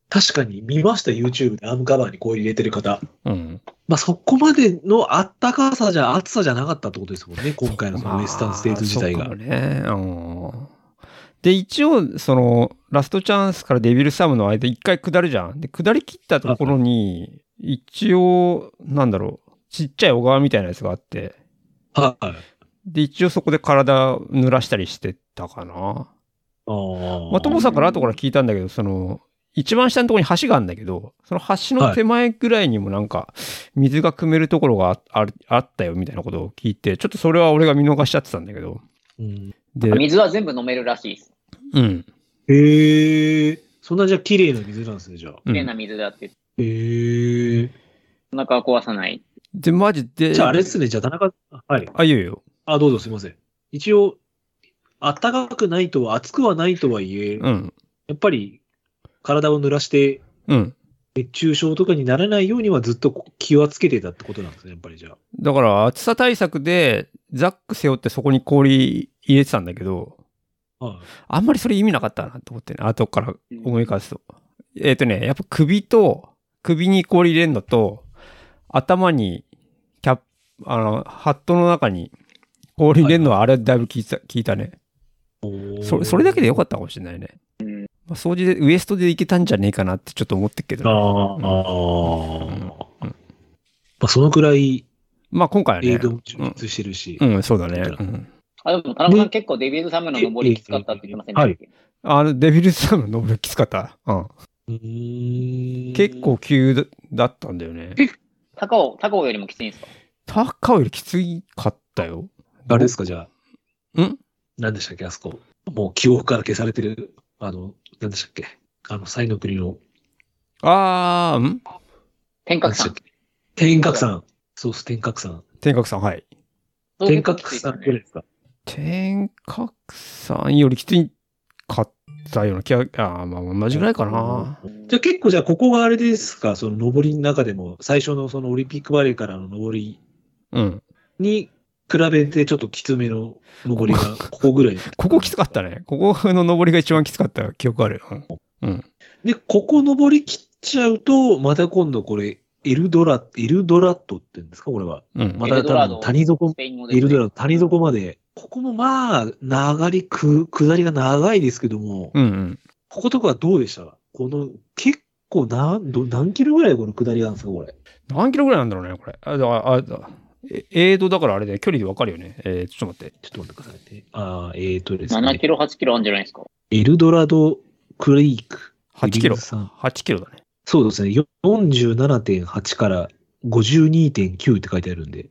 確かに見ました、YouTube でアームカバーに氷入れてる方。うん。まあ、そこまでのあったかさじゃ、暑さじゃなかったってことですもんね、今回のそのウエスタンステート自体まが。あそうかもはいね。うんで、一応、その、ラストチャンスからデビルサムの間、一回下るじゃん。で、下り切ったところに、一応、なんだろう、ちっちゃい小川みたいなやつがあって、はい。で、一応そこで体濡らしたりしてたかな。あーまあ、ともさんから後から聞いたんだけど、その、一番下のところに橋があるんだけど、その橋の手前ぐらいにもなんか、水が汲めるところがああるあったよみたいなことを聞いて、ちょっとそれは俺が見逃しちゃってたんだけど。うんで、水は全部飲めるらしいです。うん。へえ。そんなじゃあ綺麗な水なんですね、じゃあ。う、綺麗なん水だって。へえ。お腹は壊さない。で、マジで。じゃああれですね、じゃあ田中、はい。あ、いいよいいよ。あ、どうぞすいません。一応、あったかくないとは、暑くはないとはいえ、やうん。っぱり体を濡らして、うん。熱中症とかにならないようにはずっと気はつけてたってことなんですね、やっぱりじゃあ。だから、暑さ対策で、ザック背負ってそこに氷入れてたんだけど、はいあんまりそれ意味なかったなと思ってね、後から思い返すと。えっ、とね、やっぱ首と、首に氷入れんのと、頭に、キャップ、あの、ハットの中に氷入れんのは、あれだいぶ効いた、効いたね。おーそれ、それだけでよかったかもしれないね。まあ、掃除で、ウエストでいけたんじゃねえかなってちょっと思ってっけあーど、あうんうんー。うんまあ、そのくらいまあ今回はね映。像も充実してるし。うん、そうだね。うんあ、でも、田中さでん結構デビルズサムの登りきつかったって言ってませんはいであの、デビルズサムの登りきつかった。うん。うーん結構。急だだったんだよね。した高尾、高尾よりもきついんですか高尾よりきつかったよ。あれですか、じゃあ。ん何でしたっけ、あそこ。もう記憶から消されてる、あの、何でしたっけ。あの、才の国の、あー、ん天閣何でさしたっん。け。天閣さん。そうっす、天閣さん。天閣さん、はい。天閣さんぐらいですか。天閣さんよりきついかったような気が、あーまあ同じぐらいかな。じゃあ結構、じゃあここがあれですか、その上りの中でも、最初のそのオリンピックバレーからの上りうん。に比べて、ちょっときつめの上りが、ここぐらい。ここきつかったね。ここの登りが一番きつかった記憶ある。うんで、ここ登り切っちゃうと、また今度これ、エルドラ、エルドラットって言うんですかこれは。うん。まエたルドラ多ド分谷底ス、ペイン語ですねエルドラット、谷底まで。ここもまあ、流りく、下りが長いですけども、うんうん。こことかどうでしたこの、結構な、ど何キロぐらいこの下りなんですかこれ。何キロぐらいなんだろうね、これ。あ、だあ、だえ、エイドだからあれで距離でわかるよね。えー、ちょっと待って。ちょっと待ってくださいね。ああ、えーとです7ね。キロ、8キロあるんじゃないですか。エルドラドクリーク。 8キロ。さん8キロだね。そうですね。よ47.8から52.9って書いてあるんで。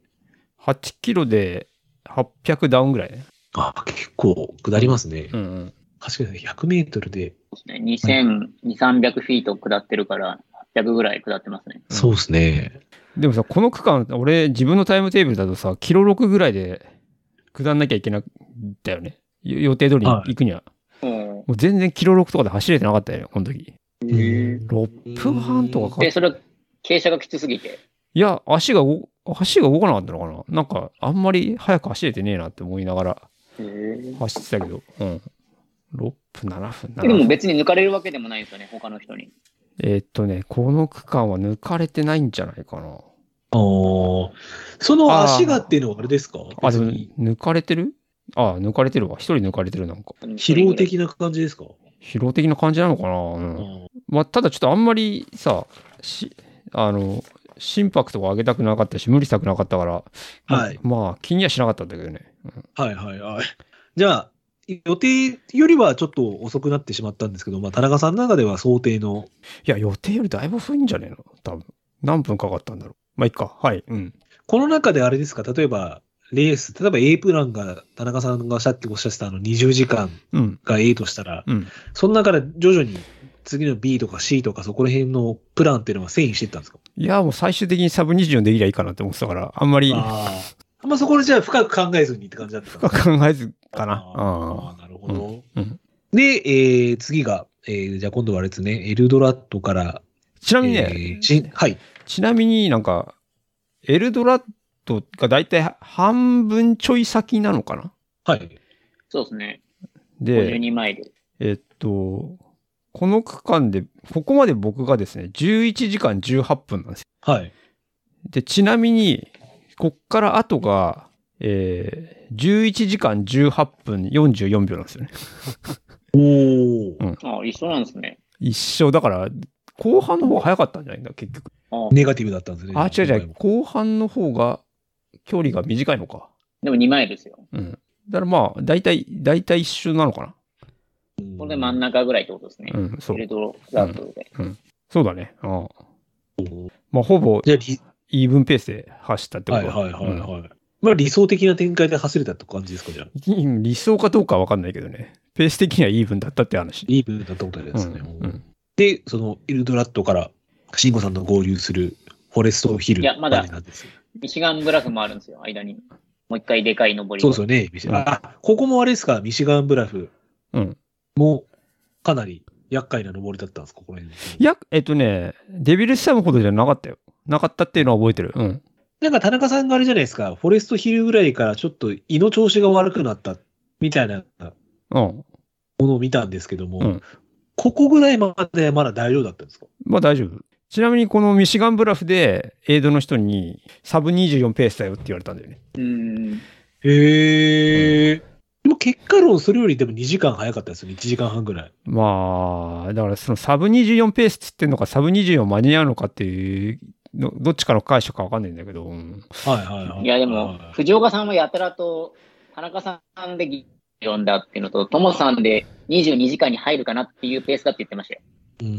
8キロで800ダウンぐらいね。ああ、結構下りますね。うんうん。確かに100メートルで、ね2000、2300フィート下ってるから、800ぐらい下ってますね。そうですね。でもさ、この区間、俺、自分のタイムテーブルだとさ、キロ6ぐらいで下んなきゃいけないんだよね。よ予定通りに行くには。うんもう全然キロ6とかで走れてなかったよね、この時。へ6分半とかか。で、いそれ、傾斜がきつすぎて。や、足が動、足が動かなかったのかななんか、あんまり早く走れてねえなって思いながら走ってたけど。うん。6分、7分、7でも分。別に抜かれるわけでもないですよね、他の人に。えーっとね、この区間は抜かれてないんじゃないかな。あーその足がっていうのはあれですかあ、でも別に、抜かれてるあ抜かれてるわ。一人抜かれてる、なんか。疲労的な感じですか、疲労的な感じなのかなうん。まあ、ただちょっとあんまりさ、し、あの、心拍とか上げたくなかったし、無理したくなかったから、はいまあ、まあ気にはしなかったんだけどね。はいはいはい。じゃあ、予定よりはちょっと遅くなってしまったんですけど、まあ、田中さんの中では想定の、いや、予定よりだいぶ遅いんじゃねえの多分。何分かかったんだろう。まあ、いっか。はい。うん。この中であれですか、例えば、レース、例えば A プランが、田中さんがさっきおっしゃってたあの20時間うん。が A としたら、うん。その中で徐々に次の B とか C とかそこら辺のプランっていうのは遷移していったんですかいや、もう最終的にサブ24できりゃいいかなって思ってたから、あんまりああ。あんまそこでじゃあ深く考えずにって感じだった深く考えずかな。ああ、なるほど。うんうんで、えー次が、えーじゃあ今度はあれですね、エルドラットから、うんちなえみにね、ーちはい。ちなみになんか、エルドラッドがだいたい半分ちょい先なのかなはい。そうですね。で、 52マイル。えっと、この区間で、ここまで僕がですね、11時間18分なんですよ。はい。で、ちなみに、こっから後が、えー、11時間18分44秒なんですよね。おお、ああ、一緒なんですね。一緒。だから、後半の方が早かったんじゃないんだ、結局。ああネガティブだったんですね。あ、違う今違回う。も。後半の方が、距離が短いのか。でも2マイルですよ。うん。だからまあ、大体、大体一緒なのかな。これで真ん中ぐらいってことですね。うん、そエう。ルドラットで。そうだね。うん。まあ、ほぼじゃあり、イーブンペースで走ったってこはといだはいはいはい。まあ理想的な展開で走れたって感じですかじゃあ。うん理想かどうかはわかんないけどね。ペース的にはイーブンだったって話。イーブンだったことですね。うんうんで、そのエルドラットから、慎吾さんと合流するフォレストヒルいやまだまでなんですよミシガンブラフもあるんですよ、間に。もう一回でかい登り。そうですよね。ミシうんあ、ここもあれですか、ミシガンブラフうん。もかなり厄介な登りだったんですか、ここら辺。いや、えっとね、デビルスタムほどじゃなかったよ。なかったっていうのは覚えてる。うん。なんか田中さんがあれじゃないですか、フォレストヒルぐらいからちょっと胃の調子が悪くなったみたいなうん。ものを見たんですけども、うんここぐらいまでまだ大丈夫だったんですかまあ大丈夫。ちなみにこのミシガンブラフでエイドの人にサブ24ペースだよって言われたんだよね。うん。へえ。でも結果論、それよりでも2時間早かったですよね、1時間半ぐらい。まあ、だからそのサブ24ペースって言ってんのかサブ24間に合うのかっていうの、どっちかの解釈かわかんないんだけど、うんはいはいはい。いや、でも、藤岡さんはやたらと、田中さんで議読んだっていうのと、ともさんで22時間に入るかなっていうペースだって言ってましたよ。うん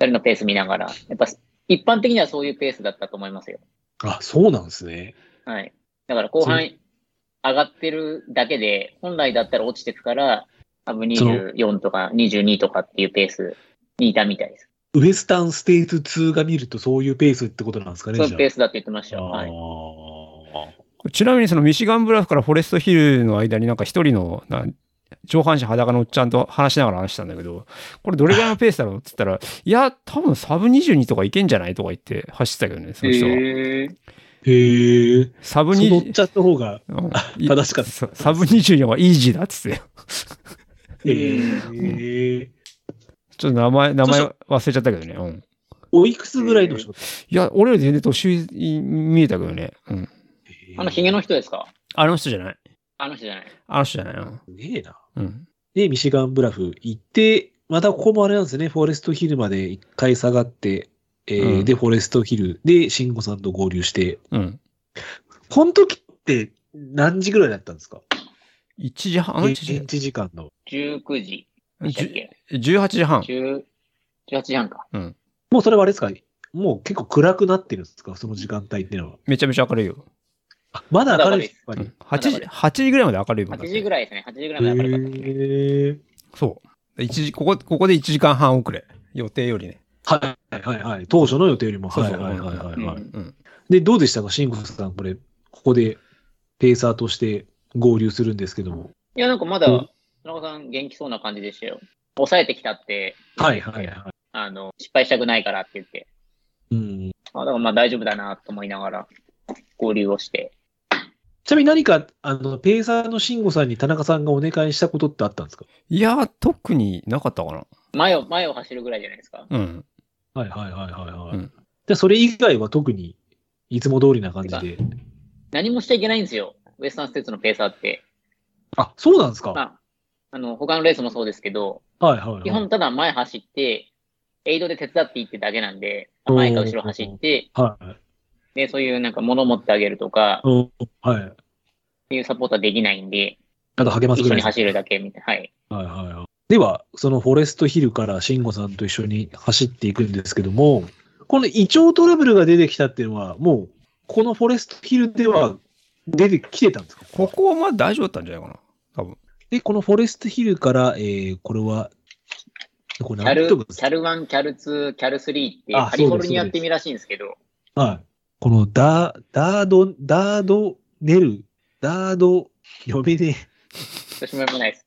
二人のペース見ながら。やっぱ、一般的にはそういうペースだったと思いますよ。あ、そうなんですね。はい。だから後半上がってるだけで、本来だったら落ちてくから、多分その24とか22とかっていうペースにいたみたいです。ウエスタンステイツ2が見るとそういうペースってことなんですかね、そういうペーススだって言ってましたよ。あはい。ーちなみにそのミシガンブラフからフォレストヒルの間になんか一人のな上半身裸のおっちゃんと話しながら話したんだけど、これどれぐらいのペースだろうって言ったら、いや、多分サブ22とかいけんじゃないとか言って走ってたけどね、その人は。へーへえ。サブそのおっ20、ちゃんの方が、うん正しかったそうサブ24はイージーだっつってたよ。へへーえ。ちょっと名前、名前忘れちゃったけどね。うん。おいくつぐらいの人いや、俺より全然年に見えたけどね。うん。あのヒゲの人ですかあの人じゃない。あの人じゃない。あの人じゃないな。すげえな。うん。で、ミシガンブラフ行って、またここもあれなんですね、フォレストヒルまで一回下がって、えーうんで、フォレストヒルで、シンゴさんと合流して、うん。この時って何時ぐらいだったんですか1時半、1 ?1 時時間の。 19時でしたっけ18時半。 10 ?18 時半か。もうそれはあれですかもう結構暗くなってるんですかその時間帯っていうのは。めちゃめちゃ明るいよ。あまだ明るいです、やっぱうり。ん8時、8時ぐらいまで明るいもん8時ぐらい。らいですね。8時ぐらいまで明るかったですね。へーそう。一時、ここ、ここで1時間半遅れ。予定よりね。はいはいはい。当初の予定よりも。そうはそいうはいはいはいはい。うんうん。で、どうでしたか、慎吾さん、これ、ここでペーサーとして合流するんですけども。いや、なんかまだうん、田中さん元気そうな感じでしたよ。抑えてきたって、はいはいはあの、失敗したくないからって言って。い。うん、あだからまあ大丈夫だなと思いながら、合流をして。ちなみに何か、あの、ペーサーの慎吾さんに田中さんがお願いしたことってあったんですかいや、特になかったかな。前を、前を走るぐらいじゃないですか。うん。はいはいはいはいはい。うんで、それ以外は特に、いつも通りな感じで。何もしちゃいけないんですよ。ウエスタンステーツのペーサーって。あ、そうなんですか、まあ、あの、他のレースもそうですけど、はいはい基はい本。ただ前走って、エイドで手伝っていってだけなんで、前か後ろ走って、はい。で、そういうなんか物持ってあげるとか、うん、はい。っていうサポートはできないんで、あと励ます一緒にぐらいです走るだけみたいな。はい。はいはいはい。では、そのフォレストヒルから慎吾さんと一緒に走っていくんですけども、この胃腸トラブルが出てきたっていうのは、もう、このフォレストヒルでは出てきてたんですかここはまあ大丈夫だったんじゃないかな。多分。で、このフォレストヒルから、えー、これは、これキャ何ル、とキかャル1、キャル2、キャル3って、あカリフォルニアって意味らしいんですけど、はい。このダー、ダード、ダードネル、ダード、呼べねえ。私も読めないです。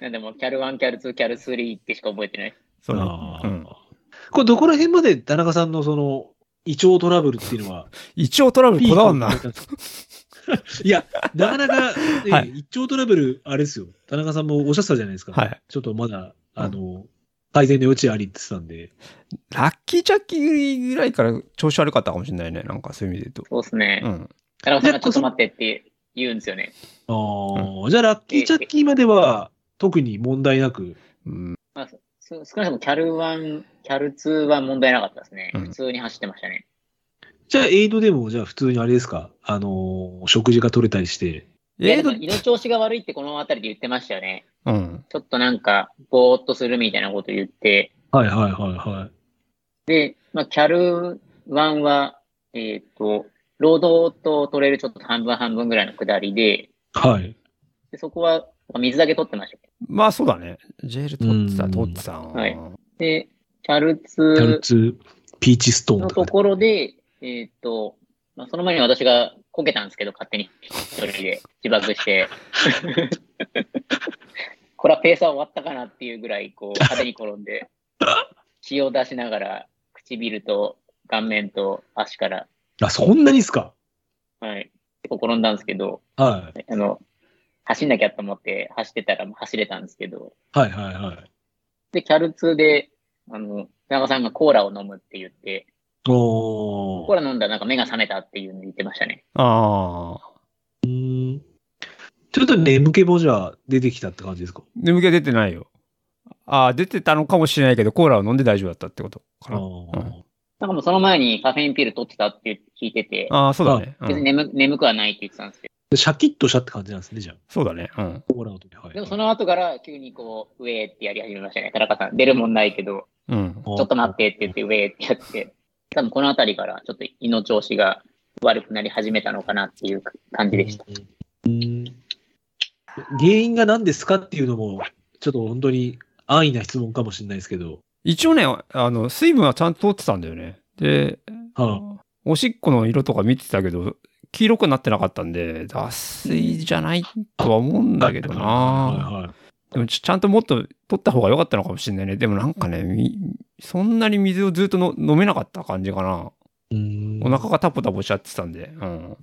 なんでも、キャル1、キャル2、キャル3ってしか覚えてない。そうねあうーん。これどこら辺まで田中さんのその、胃腸トラブルっていうのは、一応トラブルこだわんな。 いや、なかなか、ねはい一丁トラブル、あれですよ。田中さんもおっしゃってたじゃないですか。 はい。ちょっとまだ、あの、改善の余地ありって言ってたんで。ラッキージャッキーぐらいから調子悪かったかもしれないね。なんかそういう意味で言そうですね。う田と。中さんがちょっと待ってって言うんですよね。あーじゃあ、ラッキーチャッキーまでは、特に問題なく。うん。うん。まあ、そ少なくともキャル1、キャル2は問題なかったですね。うん普通に走ってましたね。じゃあ、エイドでも、じゃあ、普通にあれですか。あのー食事が取れたりして。いやえでーもと、胃の調子が悪いってこの辺りで言ってましたよね。うん。ちょっとなんか、ぼーっとするみたいなこと言って。はいはいはいはい。で、まあ、キャル1は、えっ、と、ロードとトレイルちょっと半分半分ぐらいの下りで、はい。でそこは水だけ取ってましたけど。まあそうだね。ジェール取ってうた、ん取ってた。はいで、キャルタル2ツ、ピーチストーンのととか。ころで、えっ、と、まあ、その前に私がこけたんですけど、勝手に一人で自爆して。 これはペーサー終わったかなっていうぐらい、こう、派手に転んで、血を出しながら、唇と顔面と足から、あ、そんなにっすかはい、結構転んだんですけど、はい。あの、走んなきゃと思って走ってたら走れたんですけど、はいはいはい。で、キャル2で、あの、田中さんがコーラを飲むって言って、コおーーラ飲んだらなんか目が覚めたっていうの言ってましたね。ああ。ちょっと眠気もじゃあ出てきたって感じですか眠気は出てないよ。ああ、出てたのかもしれないけど、コーラを飲んで大丈夫だったってことあかな。ーうんなんかもうその前にカフェインピル取ってたって聞いてて、ああ、そうだね。う別にん眠眠くはないって言ってたんですけでシャキッとしたって感じなんですね、じゃあ。そうだね。うん。コーラの時。はい、ど、でもその後から急にこう、ウェーってやり始めましたね。田中さん、出るもんないけど、うん。ちょっと待ってって言って、ウェーってやって、多分この辺りからちょっと胃の調子が悪くなり始めたのかなっていう感じでした。うん原因が何ですかっていうのも、ちょっと本当に安易な質問かもしれないですけど。一応ね、あの、水分はちゃんと取ってたんだよね。で、はおしっこの色とか見てたけど、黄色くなってなかったんで、脱水じゃないとは思うんいだけどな。はいはいでもちちゃんともっと取った方が良かったのかもしれないね。でもなんかね、みそんなに水をずっとの飲めなかった感じかな。うんお腹がタポタポしちゃってたんで。うん。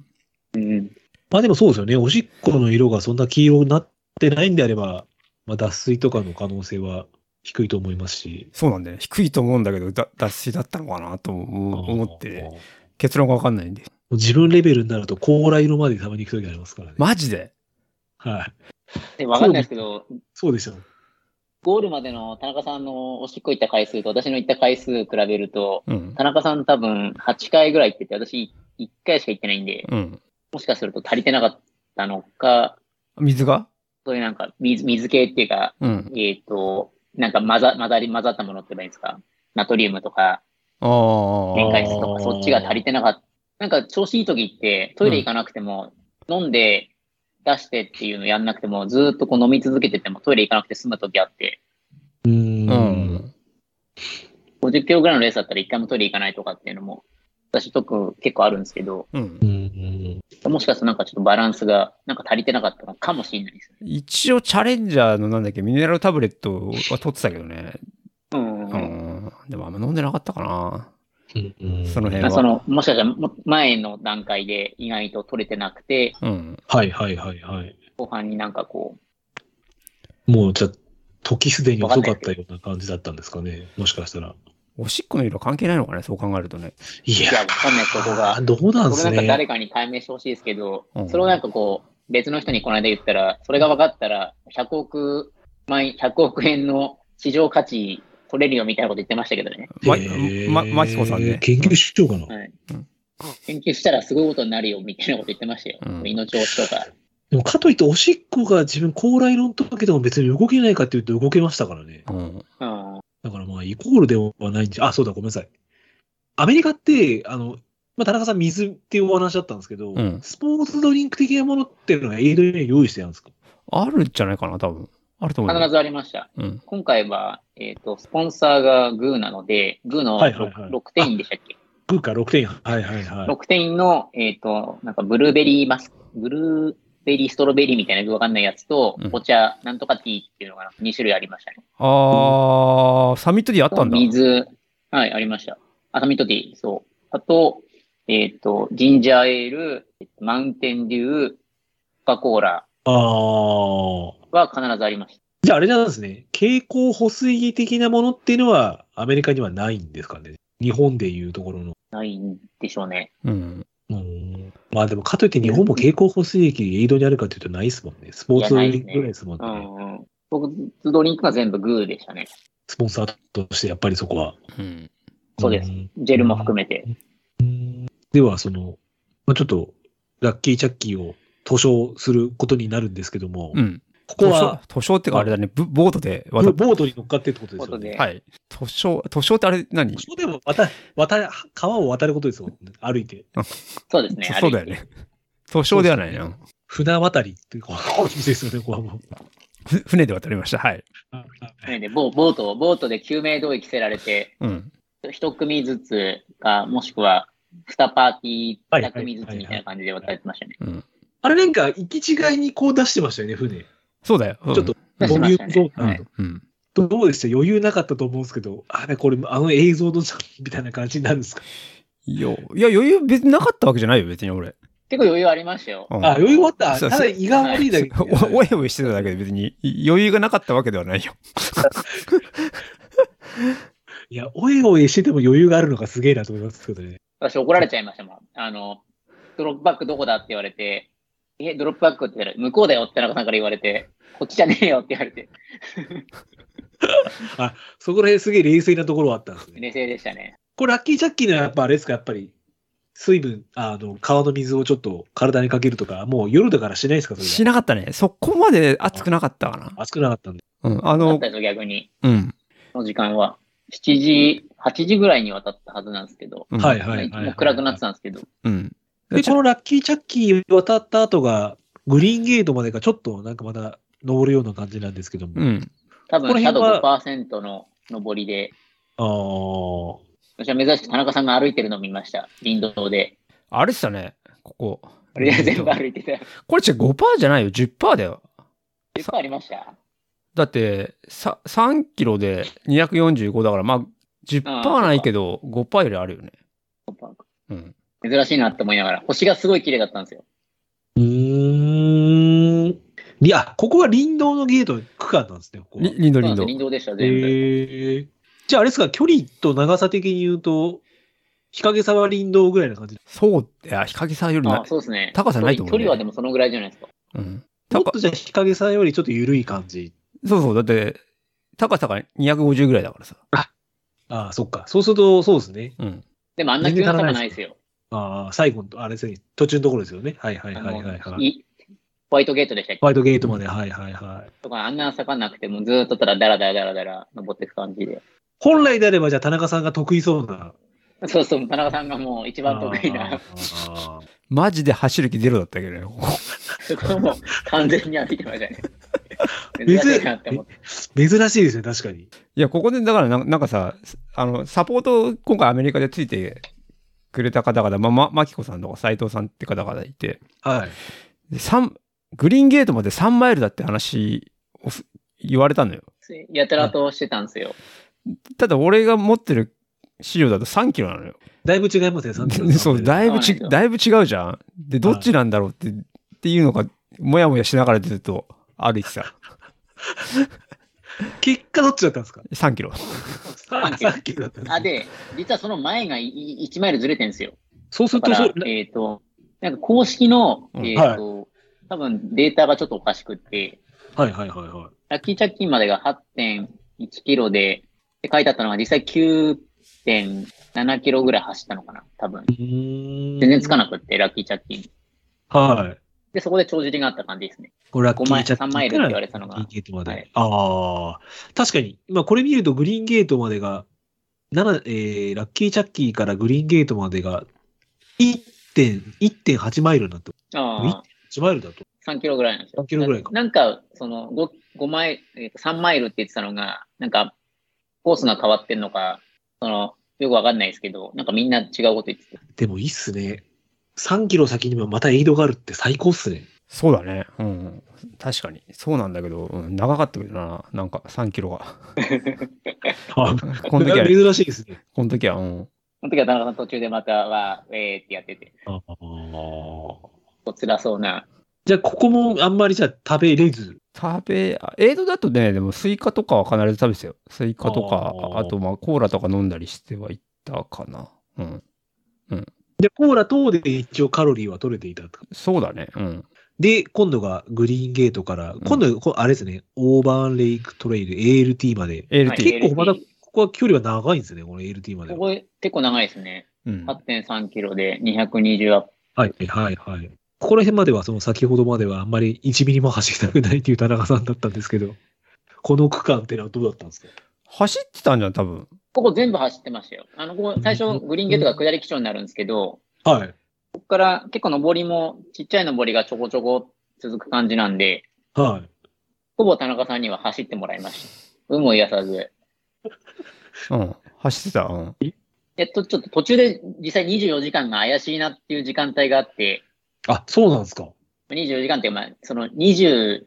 うん。まあでもそうですよね。おしっこの色がそんな黄色になってないんであれば、まあ、脱水とかの可能性は低いと思いますし。そうなんだよね。低いと思うんだけど、だ脱水だったのかなとも思思っあーても、結論がわかんないんで。う自分レベルになると、コーラ色までたまに行く時ありますからね。マジではい。で、わかんないですけど、そうですよ。ゴールまでの田中さんのおしっこ行った回数と私の行った回数比べると、うん。田中さん多分8回ぐらい行ってて、私1回しか行ってないんで、うん。もしかすると足りてなかったのか、水がそういうなんか水水系っていうか、うん。えっ、と、なんか混ざ混ざり混ざったものって言えばいいんですかナトリウムとか、ああ。電解質とか、そっちが足りてなかった。なんか調子いい時って、トイレ行かなくても、飲んで出してっていうのやんなくても、ずーっとこう飲み続けてても、トイレ行かなくて済む時あって、う。うんん。 50キロぐらいのレースだったら一回もトイレ行かないとかっていうのも、私特結構あるんですけど、うんう。ん。もしかするとなんかちょっとバランスが、なんか足りてなかったのかもしれないですね。一応チャレンジャーのなんだっけ、ミネラルタブレットは取ってたけどね。うんうんううん。ん。でもあんま飲んでなかったかな。うんうんその辺まあはその、もしかしたらも前の段階で意外と取れてなくて、うん。はいはいはいはい。後半になんかこ、もうじゃあ時すでに遅かったような感じだったんですかね。もしかしたら。おしっこの色関係ないのかね、そう考えるとね。いういやや、わかんないですよ、そこが。どうなこんでれすなんか誰ね。かに解明してほしいですけど、うんそれをなんかこう、別の人にこの間言ったら、それが分かったら、100億万、100億円の市場価値取れるよみたいなこと言ってましたけどね。ま、へーま、まきこさんね。研究しようかな。はいうん。研究したらすごいことになるよみたいなこと言ってましたよ。うん命命落ちとか。でもかといって、おしっこが自分、高麗論とかけても別に動けないかっていうと動けましたからね。うん。うん。だからまあ、イコールではないんじゃ、あ、そうだ、ごめんなさい。アメリカって、あの、まあ、田中さん、水っていうお話だったんですけど、うんスポーツドリンク的なものっていうのがエイドに用意してあるんですかあるんじゃないかな、多分。あると思う必よ。ずありました。うん。今回は、えっ、と、スポンサーがグーなので、グーのはいはいはい 6, 6点でしたっけ、グーか6点。はいはいはい。 ?6 点の、えっ、と、なんかブルーベリーマスク、ブルーベリーストロベリーみたいなよくわかんないやつと、うんお茶、なんとかティーっていうのが2種類ありましたね。あー、サミットであったんだ。水、はい、ありました。アサミトティー、そう。あと、えっ、と、ジンジャーエール、マウンテンデュー、コカ・コーラああ。は必ずありました。じゃああれなんですね。蛍光補水的なものっていうのはアメリカにはないんですかね。日本でいうところの。ないんでしょうね。うん。うんまあでもかといって日本も蛍光補水液エイドにあるかというとないですもんね。スポーツドリンクぐらいですもんうね。んうん。僕、ドリンクが全部グーでしたね。スポンサーとしてやっぱりそこは。うん。そうですんジェルも含めて。ではその、まあ、ちょっとラッキーチャッキーを図書することになるんですけども、うん。ここ図書は、図書ってかあれだね、ブボートでボ渡っボートに乗っかってってことですことよでね。はい。図書、図書ってあれ何図書でも渡、渡、川を渡ることですもんね。歩いて。そうですね。そうだよね。図書ではないな。船渡りっていう ことですよね、ここはもう。ふ船で渡りました。はい。あれで。ボボート、ボートで救命胴衣着せられて、うん。一組ずつか、もしくは、二パーティー、はいは二い組ずつみたいな感じで渡ってましたね。うん。あれなんか、行き違いにこう出してましたよね、船。そうだよ。うんちょっと、出ボしまリュしたームね増加はいうん。どうでした余裕なかったと思うんですけど、あれ、これ、あの映像のじゃんみたいな感じになるんですか。いや、いや余裕別になかったわけじゃないよ、別に俺。結構余裕ありましたよ。うんあ、余裕あった。そたうそうだ、胃が悪いだけ。おおえおえしてただけで別に余裕がなかったわけではないよ。いや、おえおえしてても余裕があるのがすげえなと思いますけどね。私怒られちゃいましたもん。あの、ドロップバックどこだって言われて、え、ドロップバックって言われて、向こうだよって田中さんから言われて、こっちじゃねえよって言われて、そこら辺すげえ冷静なところはあったんですね。冷静でしたね。これ、ラッキージャッキーのやっぱあれですか、やっぱり、水分、あの、川の水をちょっと体にかけるとか、もう夜だからしないですか、それしは。なかったね。そこまで熱くなかったか暑くなかったんで。な。うん。ああのった、でしょ、逆に。うん。その時間は。7時、8時ぐらいに渡ったはずなんですけど、うんはいはいはいはい。もう暗くなってたんですけど、うん。で、このラッキーチャッキー渡った後が、グリーンゲートまでがちょっとなんかまだ登るような感じなんですけども。うん。多こ分のシャ辺ドはウ5%の上りで、あー私は珍しく田中さんが歩いてるのを見ました。林道で。あれっしたね、ここ。あれで全部歩いてた。これ違う、5%じゃないよ、10%だよ。結構ありましただって、さ3キロで245だから、まあ、10%はないけど、5%よりあるよね。うん。珍しいなって思いながら、星がすごい綺麗だったんですよ。うーん。いや、ここは林道のゲート区間なんですね、ここはリリンドそうリなんですよ。。林道ンドでした、全部。へえ。じゃああれですか、距離と長さ的に言うと、日陰沢林道ぐらいな感じ。そう、いや、日陰さんよりなあい。そうですね。高さないと思うね距離はでもそのぐらいじゃないですか。うん。もっ高とじゃあ日陰沢よりちょっと緩い感じ。そうそう、だって、高さが250ぐらいだからさ。ああ、そっか。そうすると、そうですね。うん。でもあんな急な差もないですよ。ああ、最後の、あれですね、途中のところですよね。はいはいあはいはい、のはい。いホワイトゲートでしたっけホワイトゲートまで、はいはいはい。とか、あんな坂なくて、もうずーっとたらダラダラダラダラ登っていく感じで。本来であれば、じゃあ田中さんが得意そうな。そうそう、田中さんがもう一番得意あな、ーマジで走る気ゼロだったけどね。そこも完全に歩いてましたね。珍しいなって思って。珍しいですね、確かに。 いや、ここで、だからな、なんかさ、あの、サポート、今回アメリカでついてくれた方々、まあ、ま、まきこさんとか斎藤さんって方々いて、はい。で、三、グリーンゲートまで3マイルだって話をす言われたのよ。やたらとしてたんですよ。ただ、俺が持ってる資料だと3キロなのよ。だいぶ違いますね、3キロ そう、だいぶそちうなんです、よだいぶ違うじゃん。で、どっちなんだろうって、っていうのが、もやもやしながらずっと歩いてた。結果どっちだったんですか3キロ。 3キロ ?3 キロだったんですあ、ね。で、実はその前が1マイルずれてんですよ。そうすだるかと、らそう、えっ、と、なんか公式の、うんえっ、と、多分データがちょっとおかしくって、はいはいはいはい。ラッキーチャッキーまでが8.1キロで、って書いてあったのが実際9.7キロぐらい走ったのかな、多分。全全然つかなくって、ラッキーチャッキーに。はい。で、そこで帳尻があった感じですね。これは5マイル、3マイルって言われたのグがリーン。ゲートまで。はいああ、確かに、まあ、これ見るとグリーンゲートまでが、7えー、ラッキーチャッキーからグリーンゲートまでが1.1 1.8マイルになって、あ1マイルだと。あ、3キロぐらいなんですよ。 3キロぐらいかななんか、その5、5マイル、えーと3マイルって言ってたのが、なんか、コースが変わってんのか、その、よくわかんないですけど、なんかみんな違うこと言ってて。でもいいっすね。3キロ先にもまたエイドがあるって最高っすね。そうだね。うん。確かに。そうなんだけど、うん長かったけどな。なんか3キロが。あ、この時は、珍しいですね。この時は、うん。その時は田中さん途中でまたは、えーってやってて、あーこう辛そうな。じゃあ、ここもあんまりじゃあ食べれず。食べ、あエイドだとね、でもスイカとかは必ず食べてたよ。スイカとか、あーあとまあコーラとか飲んだりしてはいったかな。うん。で、コーラ等で一応カロリーは取れていたと。そうだね。うん。で、今度がグリーンゲートから、今度、こあれですね、オーバーンレイクトレイル ALT まで。はい LT。結構まだ LT ここは距離は長いんですね、この ALT までこは。こ結構長いですね。うん。 8.3キロで220アップ。はい、はい、はい。ここら辺までは、その先ほどまではあんまり1ミリも走りたくないっていう田中さんだったんですけど、この区間ってのはどうだったんですか走ってたんじゃん、多分。ここ全部走ってましたよ。あの、ここ最初グリーンゲートが下り基調になるんですけど、はい。ここから結構上りも、ちっちゃい上りがちょこちょこ続く感じなんで、はい。ほぼ田中さんには走ってもらいました。有無を癒さず。うん。走ってた。うん。えっと、ちょっと途中で実際24時間が怪しいなっていう時間帯があって、あ、そうなんですか。 24時間って、まあ、その24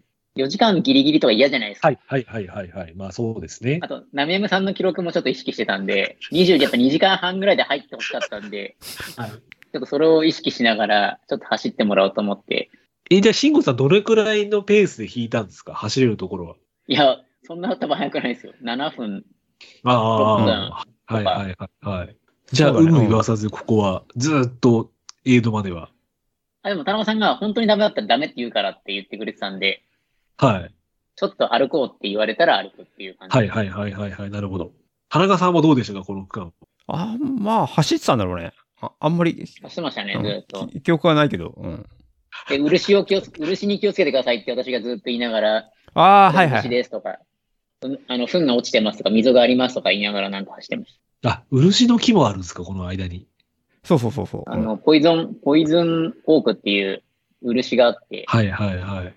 時間ギリギリとか嫌じゃないですか。はい、はい、はい、はい、はい。まあそうですねあ。と、ナミヤムさんの記録もちょっと意識してたんで、20やっぱ2時間半ぐらいで入ってほしかったんで、はいちょっとそれを意識しながら、ちょっと走ってもらおうと思って、え、じゃあ、慎吾さん、どれくらいのペースで引いたんですか走れるところは。いや、そんな多分早くないですよ。7分。うああ、はんいはいはいはい。じゃあ、そうだ有ね無言わさず、ここはずーっとエイドまでは。あ、でも田中さんが本当にダメだったらダメって言うからって言ってくれてたんで、はい。ちょっと歩こうって言われたら歩くっていう感じ。はいはいはいはいはい。なるほど。田中さんはどうでしたか、この区間。あんまあ、走ってたんだろうね。ああんまり、走ってましたねう、んずっと。き記憶はないけど。うん。で、漆を気をつ、漆に気をつけてくださいって私がずっと言いながら、ああ、はいは漆い。ですとか、うんあの、糞が落ちてますとか、溝がありますとか言いながらなんか走ってましあ、漆の木もあるんですか、この間に。そうそうそうそう。た。あうんの、ポイズン、ポイズンオークっていう漆があって、はいはいはい。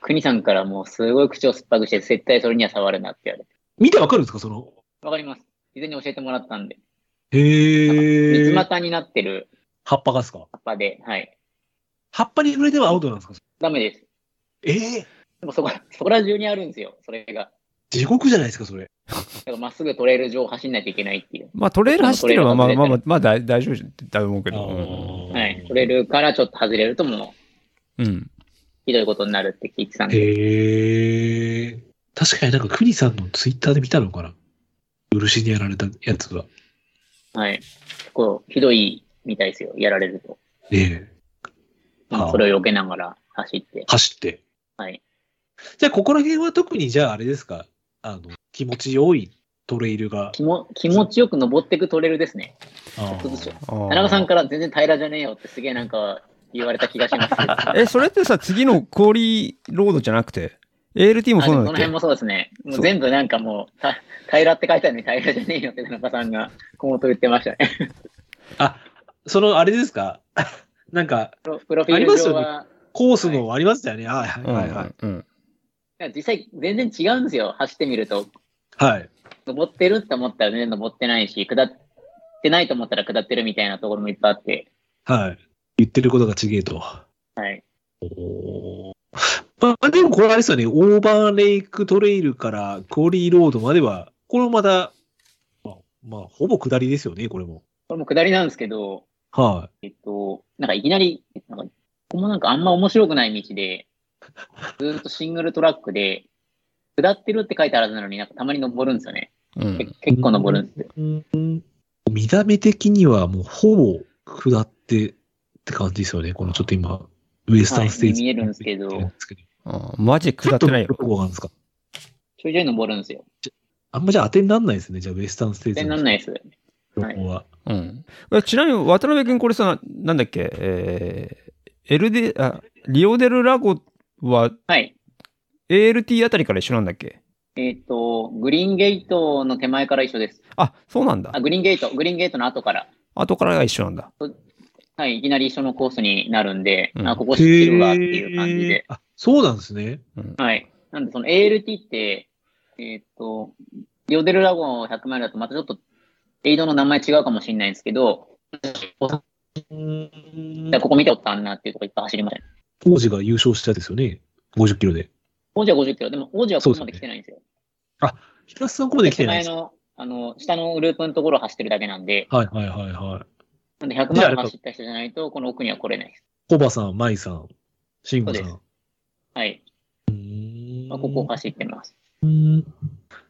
国さんからもうすごい口を酸っぱくして、絶対それには触るなって言われて。見てわかるんですか、その。わかります。事前に教えてもらったんで。へ水え。股になってる葉っぱがですか葉っぱで、はい。葉っぱに触れてはアウトなんですかダメです。ええでもそこ、そこら中にあるんですよ、それが。地獄じゃないですか、それ。だからまっすぐトレイル上を走んないといけないっていう。まあ、トレイル走ってれば、まあトレイルま外あまれあ、まあ大大丈夫だと思うけあど。うんーはい。トレイルからちょっと外れるともう、うん。ひどいことになるって聞いてたんで。へえ。確かになんか、クニさんのツイッターで見たのかな漆にやられたやつは。はい。結構、ひどいみたいですよ、やられると。ええ。ああそれを避けながら走って。走って。はい。じゃあ、ここら辺は特に、じゃあ、あれですか、あの、気持ち良いトレイルが。気も気持ちよく登ってくトレイルですね。あそうですよーあー田中さんから全然平らじゃねえよってすげえなんか言われた気がし ますけど。え、それってさ、次の氷ロードじゃなくて、ALT もあでそもそうなんのだっ辺けもそうですね。もそうう全部なんかもう、た平らって書いてあるのに平らじゃねえよって田中さんが 小言言ってましたね。 あ、その、あれですか、 なんか、プロプロフィール上は、コースのありましたよね。はい、はい、うんはいはい。うん。実際全然違うんですよ。走ってみると。はい。登ってるって思ったら全然登ってないし、下ってないと思ったら下ってるみたいなところもいっぱいあって。はい。言ってることが違えと。はい。まあ、でもこれあれですよね、オーバーレイクトレイルからコーリーロードまでは、これもまた、まあ、まあ、ほぼ下りですよね、これも。これも下りなんですけど、はえっと、なんかいきなり、なんか、ここもなんかあんま面白くない道で、ずーっとシングルトラックで、下ってるって書いてあるはずなのになんかたまに登るんですよね。うけん。結構登るんですよ。い。うん、見た目的にはもうほぼ下ってって感じですよね、このちょっと今、ウエスタンステージ、はい見えるんですけどあーマジちょ下っっとてないよど。こがあるんですかちょいちょい登るんですよ。あんまじゃあ当てになんないですね、じゃあウエスタンステージ全然のなんないです。情報は。うん。えちなみに、渡辺君これさ、ななんだっけ、えー、エルデ、あ、リオデルラゴははい。 ALT あたりから一緒なんだっけえっ、と、グリーンゲートの手前から一緒です。あ、そうなんだあ、。グリーンゲート、グリーンゲートの後から。後からが一緒なんだ。はい、いきなり一緒のコースになるんで、うんあ、ここ知ってるわっていう感じでへ。ーあ、そうなんですね。はい。なんで、その ALT って、えっ、と、リオデルラゴン100マイルだとまたちょっと、エイドの名前違うかもしれないんですけど、うんじゃあここ見ておったんなっていうとこいっぱい走りましたね。当時が優勝したやつですよね。50キロで。王子は50キロ、でも王子はここまで来てないんですよ。ひたすらここで来てな前いんですかの、あの、下のループのところを走ってるだけなんで、はいはいはいはい。なんで100じマイゃああれルか走った人じゃないと、この奥には来れないです。コバさん、マイさん、シンゴさん。そううはい。ーんまあ、ここを走ってます。うーん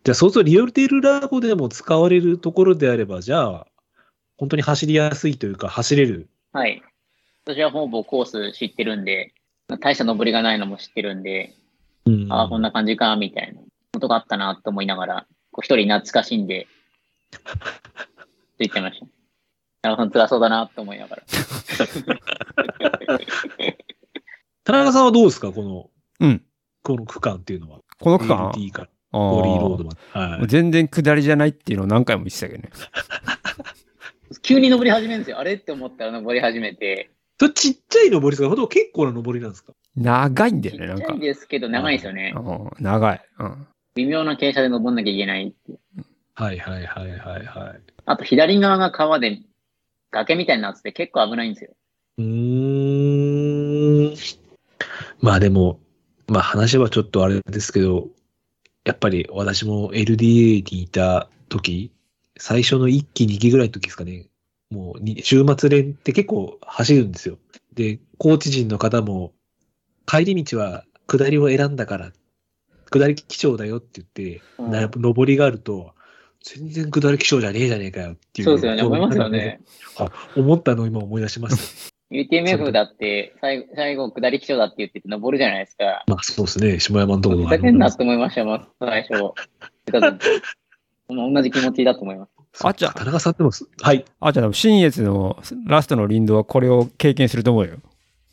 じゃあ、そうするとリオデルラゴでも使われるところであれば、じゃあ、本当に走りやすいというか、走れる。はい。私はほぼコース知ってるんで、まあ大した登りがないのも知ってるんで、うんああ、こんな感じか、みたいなことがあったなと思いながら、こう一人懐かしんで、って言ってました。なるほど、辛そうだなと思いながら。田中さんはどうですかこの、うん。この区間っていうのは。この区間 ALT からあボリーロードーまで。はもうい。全然下りじゃないっていうのを何回も言ってたけどね。急に登り始めるんですよ。あれって思ったら登り始めて、それちっちゃい登りですかほとんど結構な登りなんですか長いんだちよっね、なんちゃかいん。ですけど、長いんですよね。うん長い。うん。微妙な傾斜で登んなきゃいけない。はいはいはいはいはい。あと、左側が川で、崖みたいになってて結構危ないんですよ。うーん。まあでも、まあ話はちょっとあれですけど、やっぱり私も LDA にいた時、最初の1期2期ぐらいの時ですかね、もうに週末連って結構走るんですよ。で、コーチ陣の方も、帰り道は下りを選んだから、下り基調だよって言って、うんな上りがあると、全然下り基調じゃねえじゃねえかよっていう。そうですよね、思いますよね。。思ったのを今思い出しました。 UTMF だって、最後、最後下り基調だって言ってて登るじゃないですか。まあそうですね、下山のところふざけんなって思いましたもん、最初。出た時もう同じ気持ちだと思います。そっかあじゃあ田中さんでもす、はい。あ、じゃあ、新越のラストの林道はこれを経験すると思うよ。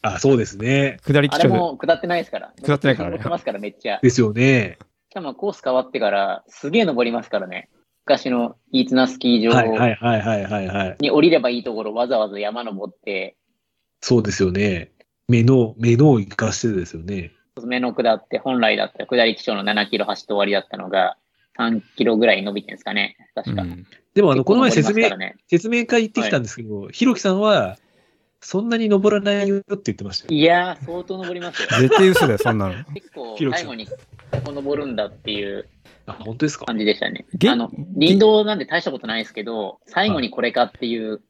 あ、そうですね。下りあ基れ調で。も下ってないですから。下ってないからね登ってますから、めっちゃ。ですよね。しかもコース変わってから、すげえ登りますからね。昔のイーツナスキーはいは場いはいはいはいはい。に降りればいいところ、わざわざ山登って、そうですよね。目の、目のを生かしてですよね。目の下って、本来だったら下り基調の7キロ走って終わりだったのが、3キロぐらい伸びてるんですかね。確か。うんでもあの、この前説結構登りますか、ら明ね説明会行ってきたんですけど、ひろきさんは、そんなに登らないよって言ってましたよ。いやー、相当登りますよ。絶対嘘だよ、そんなの。結構ひろきさん最後にここ登るんだっていうあ、本当ですか感じでしたねげ。あの林道なんで大したことないですけど、最後にこれかっていう、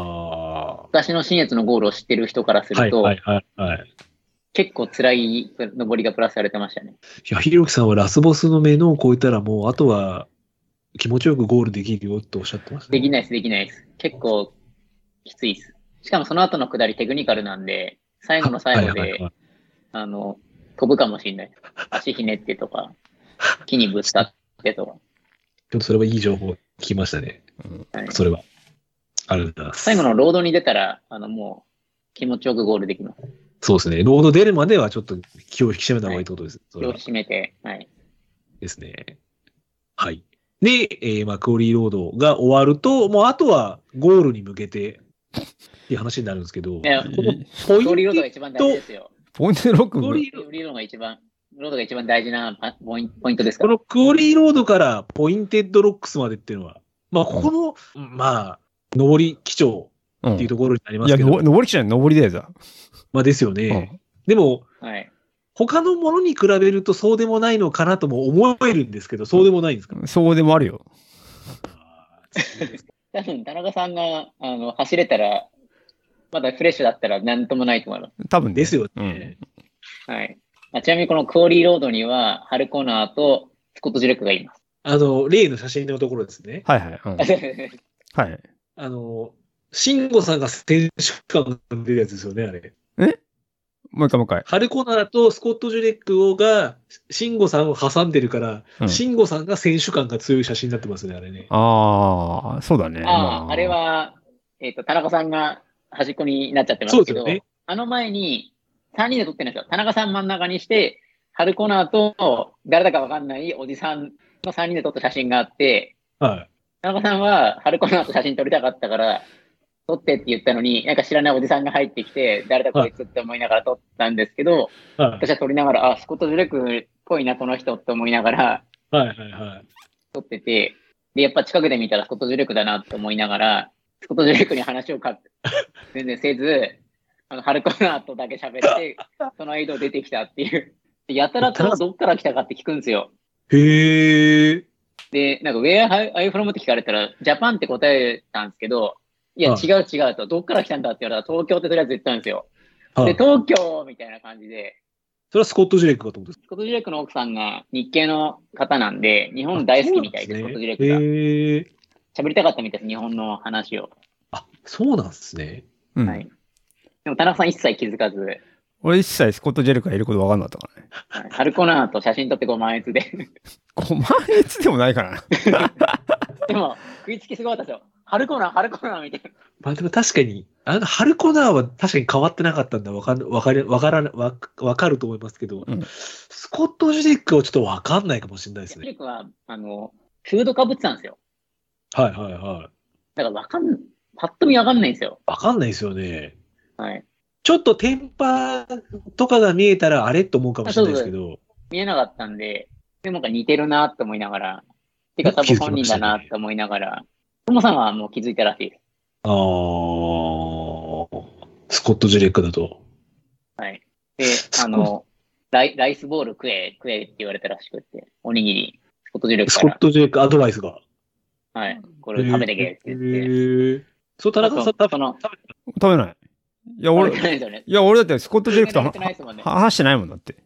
あ昔の新越のゴールを知ってる人からすあ。はるいと、はいはいはい。結構辛い登りがプラスされてましたね。いや、ひろきさんはラスボスの目のを超えたらもう、あとは、気持ちよくゴールできるよっておっしゃってました、できなないい。です、できないです。結構きついです。しかもその後の下りテクニカルなんで、最後の最後はいはいはいで、あの、飛ぶかもしれない。足ひねってと か、木にぶつかってとか。ちょっとそれはいい情報聞きましたね。はいそれは。ありがとうございます。最後のロードに出たら、あの、もう気持ちよくゴールできます。そうですね。ロード出るまではちょっと気を引き締めた方がいいってことです。そ気れをは引き締めて、はい。ですね。はい。で、えーまあ、クオリーロードが終わると、もうあとはゴールに向けて っていう話になるんですけど、いやこのポインローリーロードがト、一番大事ですよ。ポイント6クオ分。リーロローリーロードが一番、ロードが一番大事なパポインポイントですかこら。のクオリーロードからポインテッドロックスまでっていうのは、まあ、ここの、まあ、上り基調うんっていうところになりまいすや、けど、の登り基調じゃない、登りだよ、じゃまあですよあうね。んでも、はい。他のものに比べるとそうでもないのかなとも思えるんですけど、そうでもないんですか、そうでもあるよ。多分、田中さんがあの走れたら、まだフレッシュだったら何ともないと思いま多分ねですようねん。す。はい。あちなみにこのクオリーロードには、ハルコーナーとスコット・ジュレックがい ます。あの、例の写真のところですね。はいはい。うんはい。あの、慎吾さんが選手間が出るやつですよね、あれ。もう一回もう一回。ハルコナーとスコット・ジュレックをが、慎吾さんを挟んでるから、うん慎吾さんが選手感が強い写真になってますね、あれね。ああ、そうだね。あまあ、あれ。は、えっ、と、田中さんが端っこになっちゃってまそすうけですよど、ね。あの前に、 3人で撮ってるんですよ。田中さん真ん中にして、春コーナーと誰だかわかんないおじさんの3人で撮った写真があって、はい。田中さんは春コーナーと写真撮りたかったから、撮ってって言ったのに、なんか知らないおじさんが入ってきて、誰だこいつって思いながら撮ったんですけど、はい。私は撮りながら、あ、スコット・ジュレックっぽいな、この人って思いながらはい。はい。はい。撮ってて、で、やっぱ近くで見たらスコット・ジュレックだなって思いながら、スコット・ジュレックに話をか全然せず、あの、春コーナーとだけ喋って、その間出てきたっていう。でやたらとどっから来たかって聞くんですよ。へえ。で、なんか、Where are you from? って聞かれたら、ジャパンって答えたんですけど、いや、はい違う違うと、どっから来たんだって言われたら、東京ってとりあえず言ったんですよ。はで、い。東京みたいな感じで、それはスコット・ジュレックかと思ってたスコット・ジュレックの奥さんが日系の方なんで、日本大好きみたいです、スコット・ジュレックが。へえ。喋りたかったみたいです、日本の話を。あ、そうなんですね。うん。はいでも、田中さん一切気づかず、俺一切スコット・ジェルカいること分かんなかったからね。はいハルコナーと写真撮って5万円つで。 5万円つでもないからな。でも、食いつきすごかったですよ。ハルコナー、ハルコナーみたいな。まあでも確かに、あの、春コーナーは確かに変わってなかったんだ。わかん、わかり、わからな、わ、わかると思いますけど、うんスコット・ジュレックはちょっとわかんないかもしれないですジュね。レックは、あの、フードかぶってたんですよ。はいはいはい。だから、わかん、パッと見わかんないんですよ。わかんないですよね。はい。ちょっとテンパとかが見えたら、あれと思うかもしれないですけど、見えなかったんで、でもなんか似てるなって思いながら、てか多分本人だなって思いながら、トモさんはもう気づいたらしいです。あー、スコット・ジュレックだと。はい。で、あの、ライライスボール食え、食えって言われたらしくって、おにぎり、スコットジュレックスかコッら、ト・ジュレックアドバイスが。はい、これ食べてけって言へって。ーそう、田中さんあと食そべの、食べない。いや、食俺、べていないですよね。や、俺だってスコット・ジェルクとは食べてないですもんねは話してないもんだって。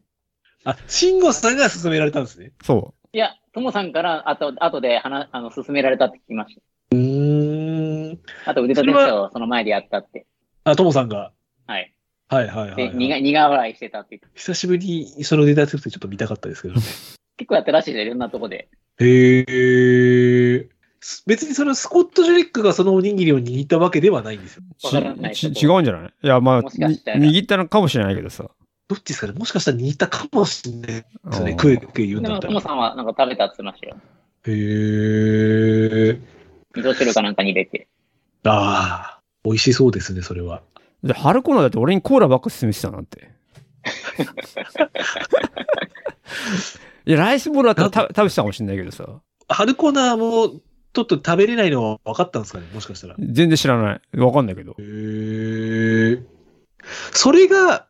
あ、慎吾さんが勧められたんですね。そいや、トモさんから後、後で話、あの、勧められたって聞きましうーん。た。あと腕立て伏せをその前でやったって。あ、ともさんが。はい。はいはいはい、で、はい。苦苦笑いしてたって言って。久しぶりにそのデータセットちょっと見たかったですけ どね。結構やったらしいですよ、いろんなとこで。へえ。別にそのスコット・ジュレックがそのおにぎりを握ったわけではないんですよ。う。ちわからないちけど違うんじゃないいや、まあ、もしかにしたら握ったのかもしれないけどさ。どっちですかねもしかしたら握ったかもしれないでうんすね。クエクエ言うんでだも、っトたら。モへさんはなんか食べたって言ってましたよ。え。味噌汁かなんかに入れて。ああ、美味しそうですね、それは。で、春コーナーだって俺にコーラばっか勧めてたなんて。いや、ライスボールだったらた食べてたかもしれないけどさ。春コーナーもちょっと食べれないのは分かったんですかねもしかしたら。へ全然知らない。わかんないけど。え。それが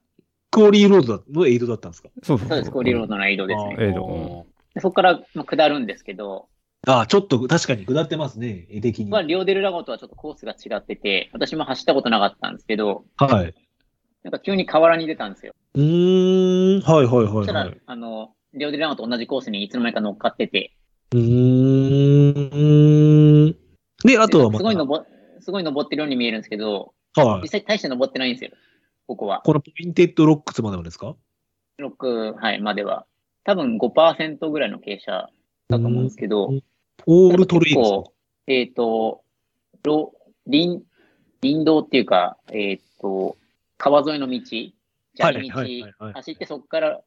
クオリーロードだのエイドだったんですかそうそうそうです、コリロードのエイドですあね。ーエイドでそこからまあ下るんですけど、ああ、ちょっと確かに下ってますね、絵的に。まあ、はい。リオデルラゴとはちょっとコースが違ってて、私も走ったことなかったんですけど、なんか急に河原に出たんですよ。うーん、はいはいそはしい、たはい。らう、あの、リオデルラゴと同じコースにいつの間にか乗っかってて、ーん。で、あとはまたすごい登、すごい登ってるように見えるんですけど、は実い。際大して登ってないんですよ、ここは。このポインテッドロックスまでもですかロック、はい、までは。多分5%ぐらいの傾斜だと思うんですけど、オールトレイン結ですか構えっ、と、ろ林、林道っていうか、えっ、と、川沿いの道、砂利道、はいはいはいはい走ってそこから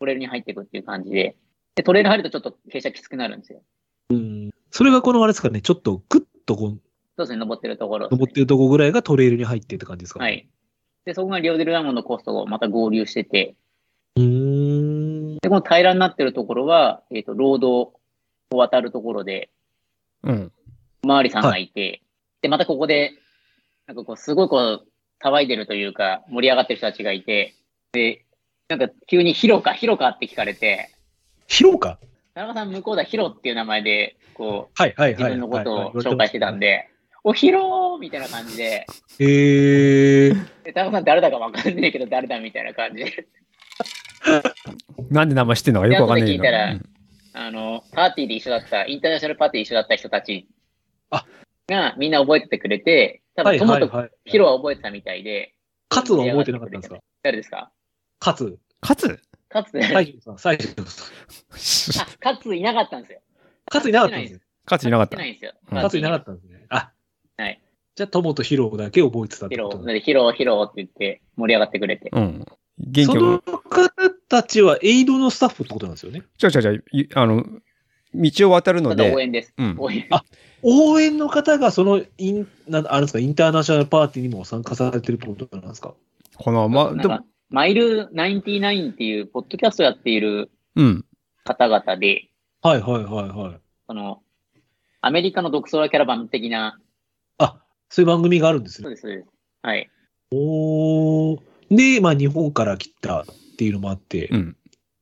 トレイルに入っていくっていう感じで、で、トレイル入るとちょっと傾斜きつくなるんですよ。それがこのあれですかね、ちょっとグッとこう、そうですね、登ってるところ、登ってるとこぐらいがトレイルに入ってって感じですか、ね、は。い。で、そこがリオデルラモンのコースとまた合流してて、うーん。で、この平らになってるところは、えっ、と、ロードを渡るところで、うん。うん。おまわりさんがいて、で、またここで、なんかこう、すごいこう、騒いでるというか、盛り上がってる人たちがいて、で、なんか急にヒロか、ヒロかって聞かれて、広か田中さん向こうだ、ヒロっていう名前で、こ、はいはいうはい。自分のことはいを紹介してたん。で、お、ヒローみたいな感じで、へえー。で田中さん誰だかわかんないけど、誰だみたいな感じで、なんで名前知ってんのかよくわかんないけど。で後で聞いたらうんあの、パーティーで一緒だった、インターナショナルパーティーで一緒だった人たちあが、みんな覚えててくれて、多は分、いトはモいとはい。ヒロは覚えてたみたいで、カツは覚えてなかったんですか誰ですかカツ。 勝かつ、西城さん、西城さん。つあ、カツいなかったんですよ。カツいなかったんですね。勝ついなかっカツいたな。いんですよ。うんカツいなかた。ったんですね。あ。はい。じゃあ、友とヒロだけ覚えてたっヒてロこー、となんでヒロー、ヒローって言って盛り上がってくれて。うん。元そ気のも。方たちはエイドのスタッフってことなんですよね。ちょちょちょ、いあの、道を渡るのただ応で、援です。うん。応援。あ応援の方がそのイン、なんあれですか、インターナショナルパーティーにも参加されてるってことなんですか。この、ま、 なんでもか、マイル99っていう、ポッドキャストやっているうん。方々で、はいはいはいはい。その、アメリカのドクソラキャラバン的な、あ、そういう番組があるんですそうでね。す、そうです。はい。おーで、まあ日本から来たっていうのもあって。うん。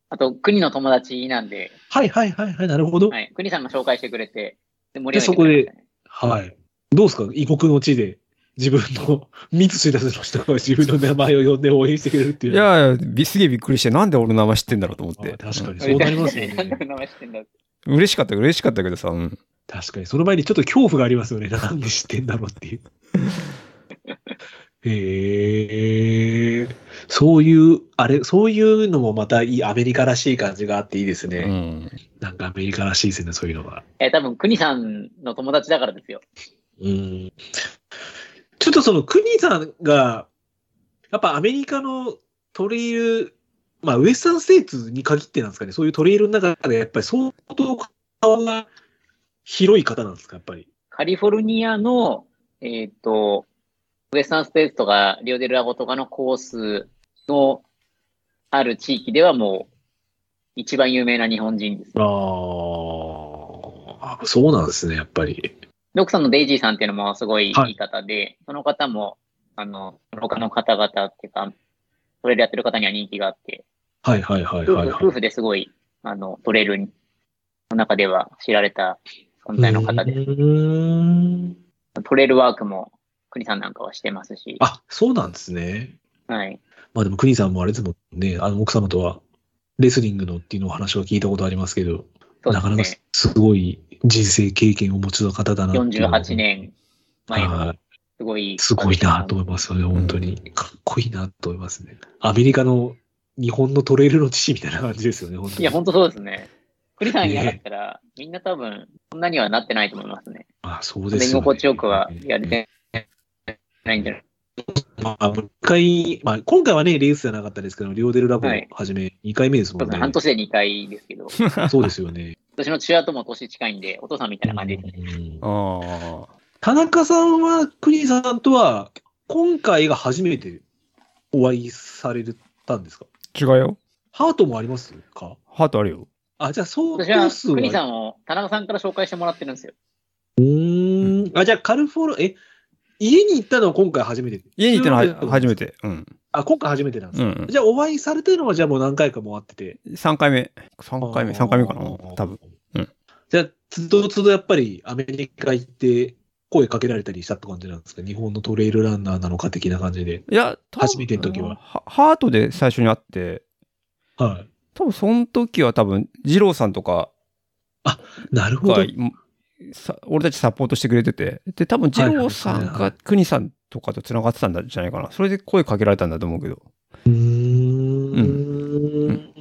あと、国の友達なんで、はいはいはいはい、なるほど。はい。国さんが紹介してくれて、で、盛り上でそげてこくでれましたね。はい。どうですか異国の地で自分の、 三つ出すの人が自分の名前を呼んで応援してくれるってい。いうやいや、びすげえびっくりして、なんで俺の名前知ってんだろうと思っあ、て。確かにうそうなりますよ何の ね。 名前知ってんだん嬉しかった、嬉しかったけどさ、うん。確かに。その前にちょっと恐怖がありますよね。なんで知ってんだろう っていう。へえそういう、あれ、そういうのもまたいい、アメリカらしい感じがあっていいですね。うん。なんかアメリカらしいですね、そういうのが。えー、多分、国さんの友達だからですよ。うん。ちょっとその国さんが、やっぱアメリカのトレイル、まあウエスタンステーツに限ってなんですかね、そういうトレイルの中でやっぱり相当顔が広い方なんですか、やっぱり。カリフォルニアの、えっ、と、ウエスタンステーツとかリオデルラゴとかのコースのある地域ではもう一番有名な日本人です。ああ、そうなんですね、やっぱり。ドクさんのデイジーさんっていうのもすごいはいいい方で、その方も、あの、他の方々っていうか、トレイルやってる方には人気があって、はいはいはい夫はい、婦はい夫。婦ですごい、あの、トレイルの中では知られた存在の方で、うーんトレイルワークも国さんなんかはしてますし、あ、そうなんですね。はい。まあでも国さんもあれですもんね、あの奥様とはレスリングのっていうのお話は聞いたことありますけど。そうでなすかなねか。すすごい人生経験をお持ちの方だなっていうのを48年前はのいすごい。すごいなと思いますよね、本当に。かっこいいなと思いますね。アメリカの日本のトレイルの父みたいな感じですよね、本当に。いや、本当そうですね。栗さんいなかねったら、みんな多分、そんなにはなってないと思いますね。あそうでですよ、ね。心地よくはやれてないんじゃないまあ、もう一回、まあ、今回はね、レースじゃなかったですけど、リオデルラボをはじめ、2回目ですそうでもんすね。ね。半年で2回です けど、そうですよ ね。私の父親とも年近いんで、お父さんみたいな感じですね。 うんああ。田中さんは、国さんとは、今回が初めてお会いされたんですか違うよ。ハートもありますかハートあるよ。あ、じゃあ、そう私は、数は栗さんを田中さんから紹介してもらってるんですよ。うーん。あ、じゃあ、カルフォル、え、家に行ったのは今回初めて家に行ったのそういうことは初めて。うん。あ、今回初めてなんですうか、ん。じゃあ、お会いされてるのは、じゃあもう何回かもあってて。 3回目。3回目、3回目かなあー多分。。うんじゃあ、つどつどやっぱりアメリカ行って、声かけられたりしたって感じなんですか日本のトレイルランナーなのか的な感じで。いや、多分初めての時はハハートで最初に会って、は多分その時は多分、二郎さんとかい。なるほど。がはいさ俺たちサポートしてくれてて、で、多分二郎さんはいはいはか国さんとかと繋がってたんじゃないかな。それで声かけられたんだと思うけど。うーん。う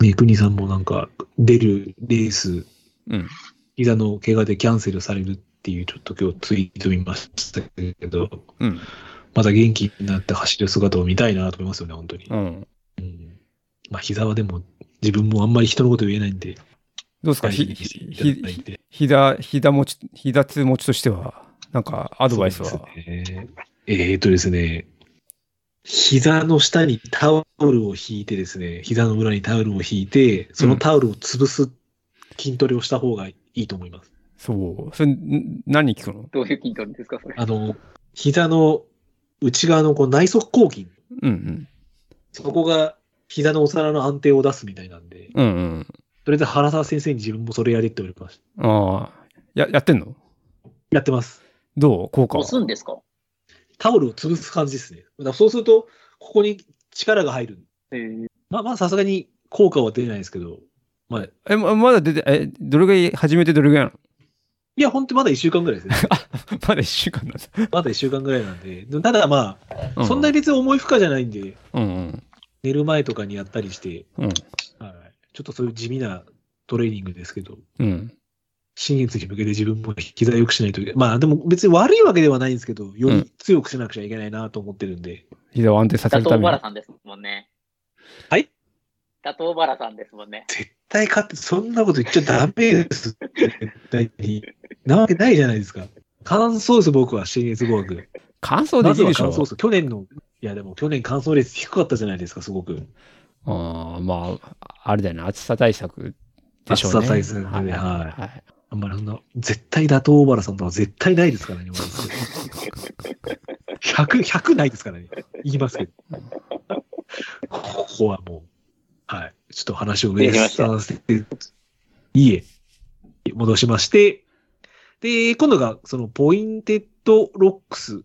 ね、国さんもなんか、出るレース、うん。膝の怪我でキャンセルされるっていう、ちょっと今日ツイート見ましたけど、うん。また元気になって走る姿を見たいなと思いますよね、本当にう。ん。うんまあ、膝はでも、自分もあんまり人のこと言えないんで、どうですか大事ひ、にしてひ、いただいひ、て。ひだ、ひだ持ち、ひだつ持ちとしては、なんかアアドバイスは。えーっとですね、膝の下にタオルを引いてですね、膝の裏にタオルを引いて、そのタオルを潰す筋トレをした方がいいと思います。そう。それ、ん何に聞くのどういう筋トレですか、それ。あの、膝の内側のこう内側抗筋。うんそこが膝のお皿の安定を出すみたいなんで、うん。うんうん。とりあえず原沢先生に自分もそれやれって言われました。ああ。や、やってんのやってます。どう効果は押すんですかタオルを潰す感じですね。だからそうすると、ここに力が入る。まあまあ、さすがに効果は出ないですけど、まあ、いえ、ままだ出て、え、どれぐらい、始めてどれぐらいなのや、本当まだ1週間ぐらい ですね。まだ一週間なんだ。まだ1週間ぐらいなんで、ただまうあ、そんなに別に重い負荷じゃないんで、うんうん。寝る前とかにやったりして、うんはいちょっとそういう地味なトレーニングですけど、うん。新月に向けて自分も膝良くしないといけない。まあでも別に悪いわけではないんですけど、より強くしなくちゃいけないなと思ってるんで。膝を安定させ佐る藤ために原。さんですもんね。はい佐藤原さんですもんね。絶対勝って、そんなこと言っちゃダメです。絶対に。なわけないじゃないですか。感想です、僕は、新月語学。乾燥でまきずるはでし感ょ。想です。去年の、いやでも去年感想率低かったじゃないですか、すごく。あーまあ、あれだよね、暑さ対策でしょうね。暑さ対策ではいはい。あんまりそんな、絶対打倒小原さんとは絶対ないですからね、今の人100、100ないですからね。言いますけど。ここはもう、はい。ちょっと話を上にスタンスで、いいえ、戻しまして、で、今度がそのポインテッドロックス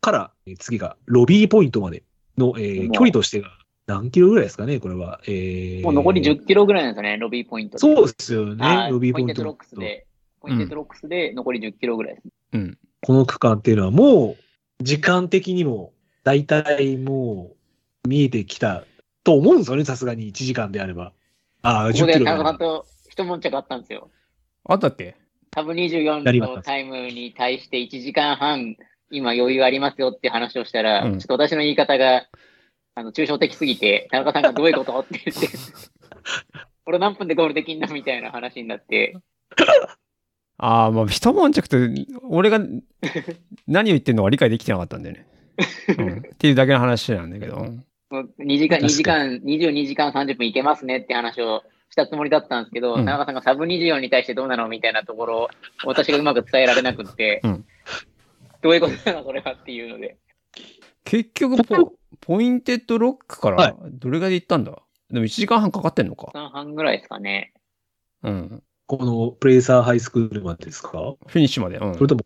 から、えー次がロビーポイントまでの、えーもう距離としてが何キロぐらいですかね、これは。えーもう残り10キロぐらいなんですよね、ロビーポイントで。そうですよねは、いロビーポポイインンテトッドロックスで、ポインテッドロックスで残り10キロぐらいです。うん。この区間っていうのはもう、時間的にも、大体もう、見えてきたと思うんですよね、さすがに1時間であれば。ああ、ここ10でキロ田中さんが。と一悶着あったんですよ。あったっけタブやり24ましたのタイムに対して1時間半、今余裕ありますよって話をしたら、うんちょっと私の言い方が、あの、抽象的すぎて、田中さんがどういうことって言 って、俺何分でゴールできんのみたいな話になって、ああ、まあ、一悶着と、俺が何を言ってるのか理解できてなかったんだよね。うん、っていうだけの話なんだけど。もう2時間、確かに2時間、22時間30分いけますねって話をしたつもりだったんですけど、うん田中さんがサブ24に対してどうなのみたいなところを、私がうまく伝えられなくって、うんどういうことなのそれはっていうので。結局ポ、ポインテッドロックかはいらどれぐらいで行ったんだ、でも1時間半かかってんのか。 3半ぐらいですかね。うん。このプレイサーハイスクールまでですかそフィニッシュまで。うんれ。とも、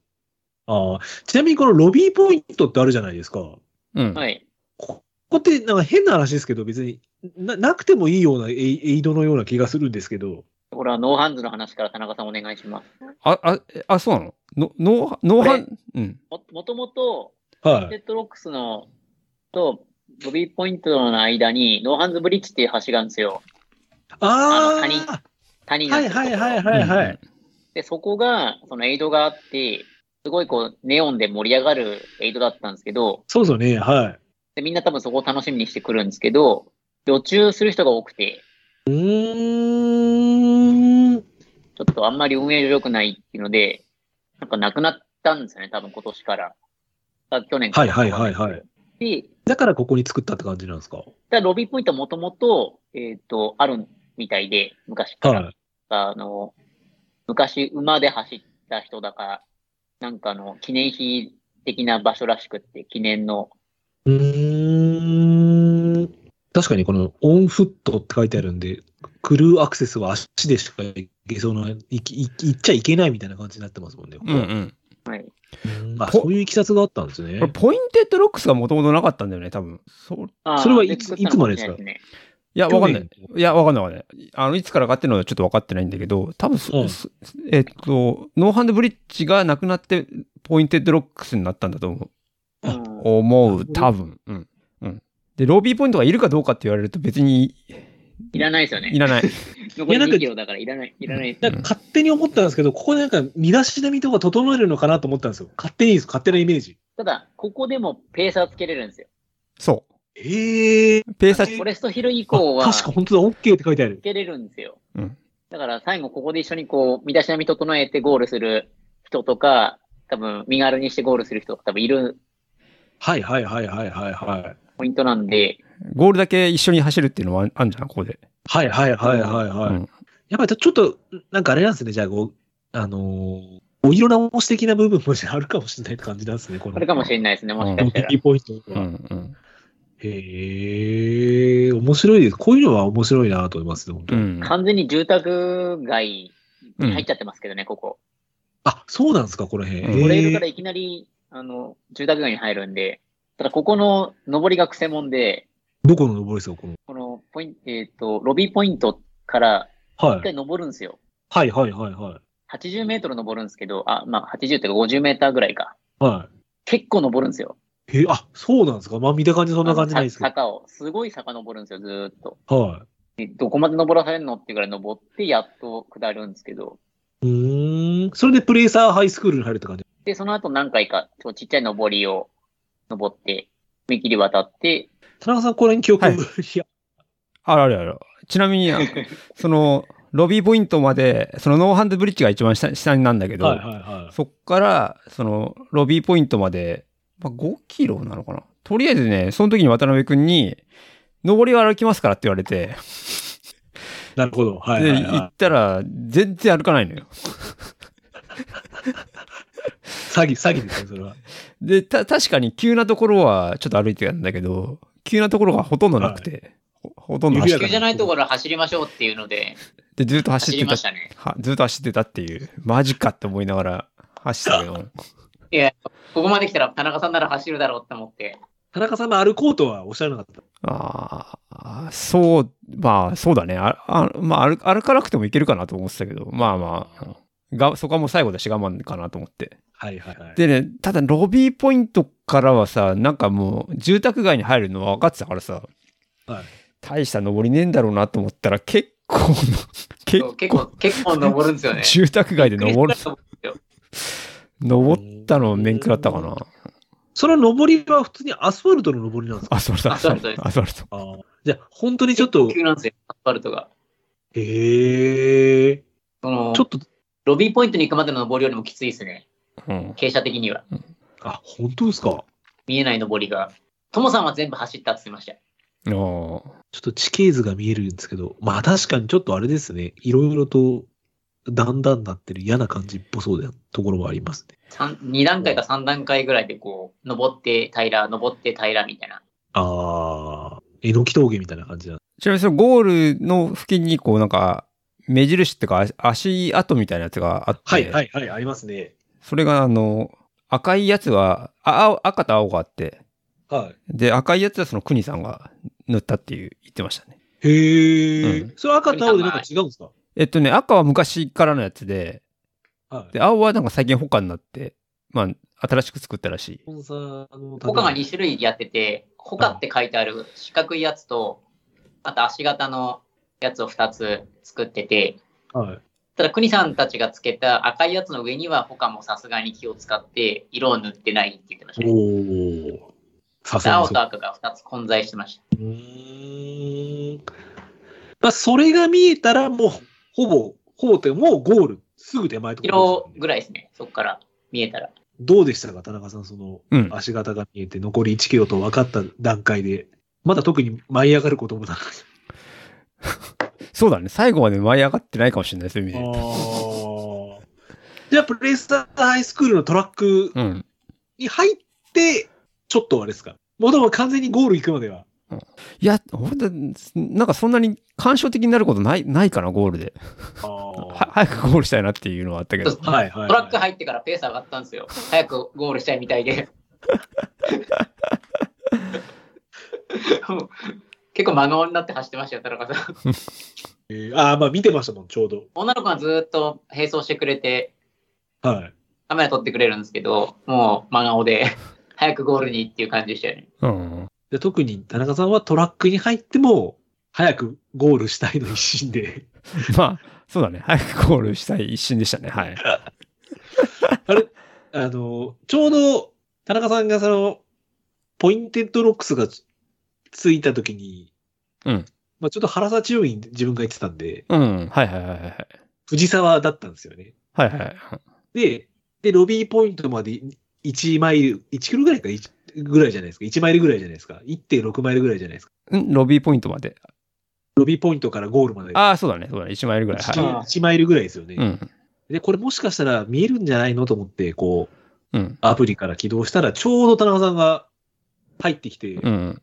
ああ、ちなみにこのロビーポイントってあるじゃないですか。こうん、はい。こってなんか変な話ですけど、別にななくてもいいようなエイエイドのような気がするんですけど、これはノーハンズの話から田中さんお願いします。あ、あ、えあ、そうなのの脳、脳こ波れ、うん。ももともと、はレい。ッドロックスのとロビーポイントの間に、ノーハンズブリッジっていう橋があるんですよ。ああのあ、谷がはいはいはいはいはうんい。で、そこが、そのエイドがあって、すごいこう、ネオンで盛り上がるエイドだったんですけど、そうですよね、はでみんな多分そこを楽しみにしてくるんですけど、予中する人が多くて、い。うーん。ちょっとあんまり運営上良くないっていうので、なんかなくなったんですよね、多分今年から。あ去年かはいら。はいはいはい。で、だからここに作ったって感じなんですかだロビーポイントもともと、えっ、と、あるみたいで、昔から。はい。あの、昔馬で走った人だから、なんかあの、記念碑的な場所らしくって、記念の。うーん。確かにこのオンフットって書いてあるんで、クルーアクセスは足でしか行けそうな、行き行っちゃいけないみたいな感じになってますもんね。ここうんうん。はい。うんあぽそういういきさつがあったんですねこれ。ポインテッドロックスがもともとなかったんだよね、多分。そうあーそれはいつ作ったのもいつまでですかしれないねいや、わかんない去。年いや、わかんないわかんない。あの、いつからかっていうのはちょっとわかってないんだけど、多分そ、うんそえっと、ノーハンドブリッジがなくなって、ポインテッドロックスになったんだと思う。うん思ほう、ど多分。うん。うん。で、ロビーポイントがいるかどうかって言われると別にいらないですよね。い らない。残りいやなんか2キロだからいらない、いらないです。なんか勝手に思ったんですけど、ここでなんか見出し並みとか整えるのかなと思ったんですよ。勝手にいいです。勝手なイメージ。ただ、ここでもペーサーつけれるんですよ。そええう。ペーサー、フォレストヒル以降は確かつ本当だ、OK って書いてある。けれるんですよ。うんだから最後ここで一緒にこう、身だしなみ整えてゴールする人とか、多分身軽にしてゴールする人とか多分いるはいはいはいはいはいはい。ポイントなんで、ゴールだけ一緒に走るっていうのはあんじゃん、ここで。はいはいはいはいはい。うんやっぱりちょっと、なんかあれなんですね、じゃあ、こう、あのーお色直し的な部分もじゃああるかもしれないって感じなんですね、この。あるかもしれれないですね、もしなかしたら。キーポイントうは。んうん。へえ、面白いです。こういうのは面白いなと思いますね、本当うに。ん。完全に住宅街うんに入っちゃってますけどね、ここ。あ、そうなんですか、この辺。うへんートレイルからいきなり、あの、住宅街に入るんで、ただここの上りがくせもんで、どこの登りですか、この。このポイント、えっ、と、ロビーポイントからは一い。回登るんですよ。はいはいはいはい。 80メートル登るんですけど、あ、まあ、80っていうか50メーターぐらいか。は結構登るんですよ。い。へえ、あ、そうなんですか。まあ見た感じそんな感じないですあけのさ坂を。すごい坂登るんですよ、ずーっと。ど。はでどこまで登らされるのってぐらい登って、やっと下るんですけど、い。うーん、それでプレーサーハイスクールに入るって感じ。で、その後何回か、ちょっとちっちゃい登りを登って、踏切渡って、田中さん、これに記憶、はい いやあるあるある。ちな みに、あその、ロビーポイントまで、そのノーハンドブリッジが一番下下になるんだけど、はいはいはい。そっから、その、ロビーポイントまで、まあ、5キロなのかな。とりあえずね、その時に渡辺くんに、登りは歩きますからって言われて、なるほど。はいはいで、行はったら、全然歩かないのよ。い。詐欺、詐欺ですね、それは。で、た、確かに急なところはちょっと歩いてたんだけど、急なところがほとんどなくて、ほほとんど走急指輪ってがじゃないところ走りましょうっていうので、で、ずっと走走ってりたましたね。は、ずっと走ってたっていう、マジかって思いながら走ったけど、いや、ここまで来たら田中さんなら走るだろうって思って。田中さんの歩こうとはおっしゃらなかった。ああ、そう、まあ、そうだね。あ、あまあ歩、歩かなくてもいけるかなと思ってたけど、まあまあ、がそこはもう最後だし我慢かなと思って。はいはいはい。でね、ただロビーポイントからはさ、なんかもう住宅街に入るの分かってたからさ、はい大した登りねえんだろうなと思ったら結構の、結構結構、結構登るんですよね。住宅街 で登る、る。登ったの面食らったかな。その登りは普通にアスファルトの登りなんですかあ、それだ、アスファルトですアスファルト。あーじゃあ、本当にちょっと、急なんですよ、アスファルトが。へえ。そのちょっと、ロビーポイントに行くまでの登りよりもきついですね。うん。傾斜的には。あ、本当ですか見えない登りが。トモさんは全部走ったって言ってましたよ。おちょっと地形図が見えるんですけど、まあ確かにちょっとあれですね、いろいろと、だんだんなってる嫌な感じっぽそうなところはありますね。三二段階か三段階ぐらいでこう、登って平ら、登って平らみたいな。あー、えのき峠みたいな感じだ。ちなみにそのゴールの付近に、こうなんか、目印っていうか、足足跡みたいなやつがあって、いはい、ありますね。それがあの、赤いやつは、あ青赤と青があって、はで、赤いやつはその国さんが塗ったっていう言ってましたね。い。へえ、うんそれ赤と青でなんか違うんですかえっとね、赤は昔からのやつで、はい。で、青はなんか最近保管になって、まあ、新しく作ったらしいス。ポンサーのため他が2種類やってて、ホカって書いてある四角いやつと、あと足型のやつを2つ作ってて、はい。ただ、国さんたちがつけた赤いやつの上には、他もさすがに気を使って、色を塗ってないって言ってましたね。おお。さすでがで青すと赤が2つ混在してました。うーん。まあ、それが見えたら、もう、ほぼ、ほぼって、もうゴール、すぐ手前ってこ色とですよねぐらいですね、そこから見えたら。どうでしたか、田中さん、その、うん。足型が見えて、残り1キロと分かった段階で、まだ特に舞い上がることもなく。そうだね。最後まで舞い上がってないかもしれないですよ、意味で。じゃあ、プレイスターハイスクールのトラックうん。に入って、ちょっとあれですか。もうでも完全にゴール行くまでは。いや、ほんと、なんかそんなに干渉的になることない、ないかな、ゴールで。はは早くゴールしたいなっていうのはあったけどそう。いはい。トラック入ってからペース上がったん ですよ。早くゴールしたいみたいで。もう結構真顔になって走ってましたよ、田中さん。えーああ、まあ見てましたもん、ちょうど。女の子がずーっと並走してくれて、はい。カメラ撮ってくれるんですけど、もう真顔で、早くゴールにっていう感じでしたよね。うん。で特に田中さんはトラックに入っても、早くゴールしたいの一 心で。まあ、そうだね。早くゴールしたい一心でしたね。はい。あの、ちょうど田中さんがその、ポインテッドロックスがつついた時に、うん。まあちょっと原沢中院自分が言ってたんで、うん。はいはいはいはい。藤沢だったんですよね。はいはい。で、で、ロビーポイントまで1マイル、1キロぐらいか、1ぐらいじゃないですか。1マイルぐらいじゃないですか。1.6マイルぐらいじゃないですか。んロビーポイントまで。ロビーポイントからゴールまで。ああ、そうだね。そうだね。1マイルぐらい。 1、ははい1マイルぐらいですよね。い。うん。で、これもしかしたら見えるんじゃないのと思って、こう、うん。アプリから起動したら、ちょうど田中さんが入ってきて、うん。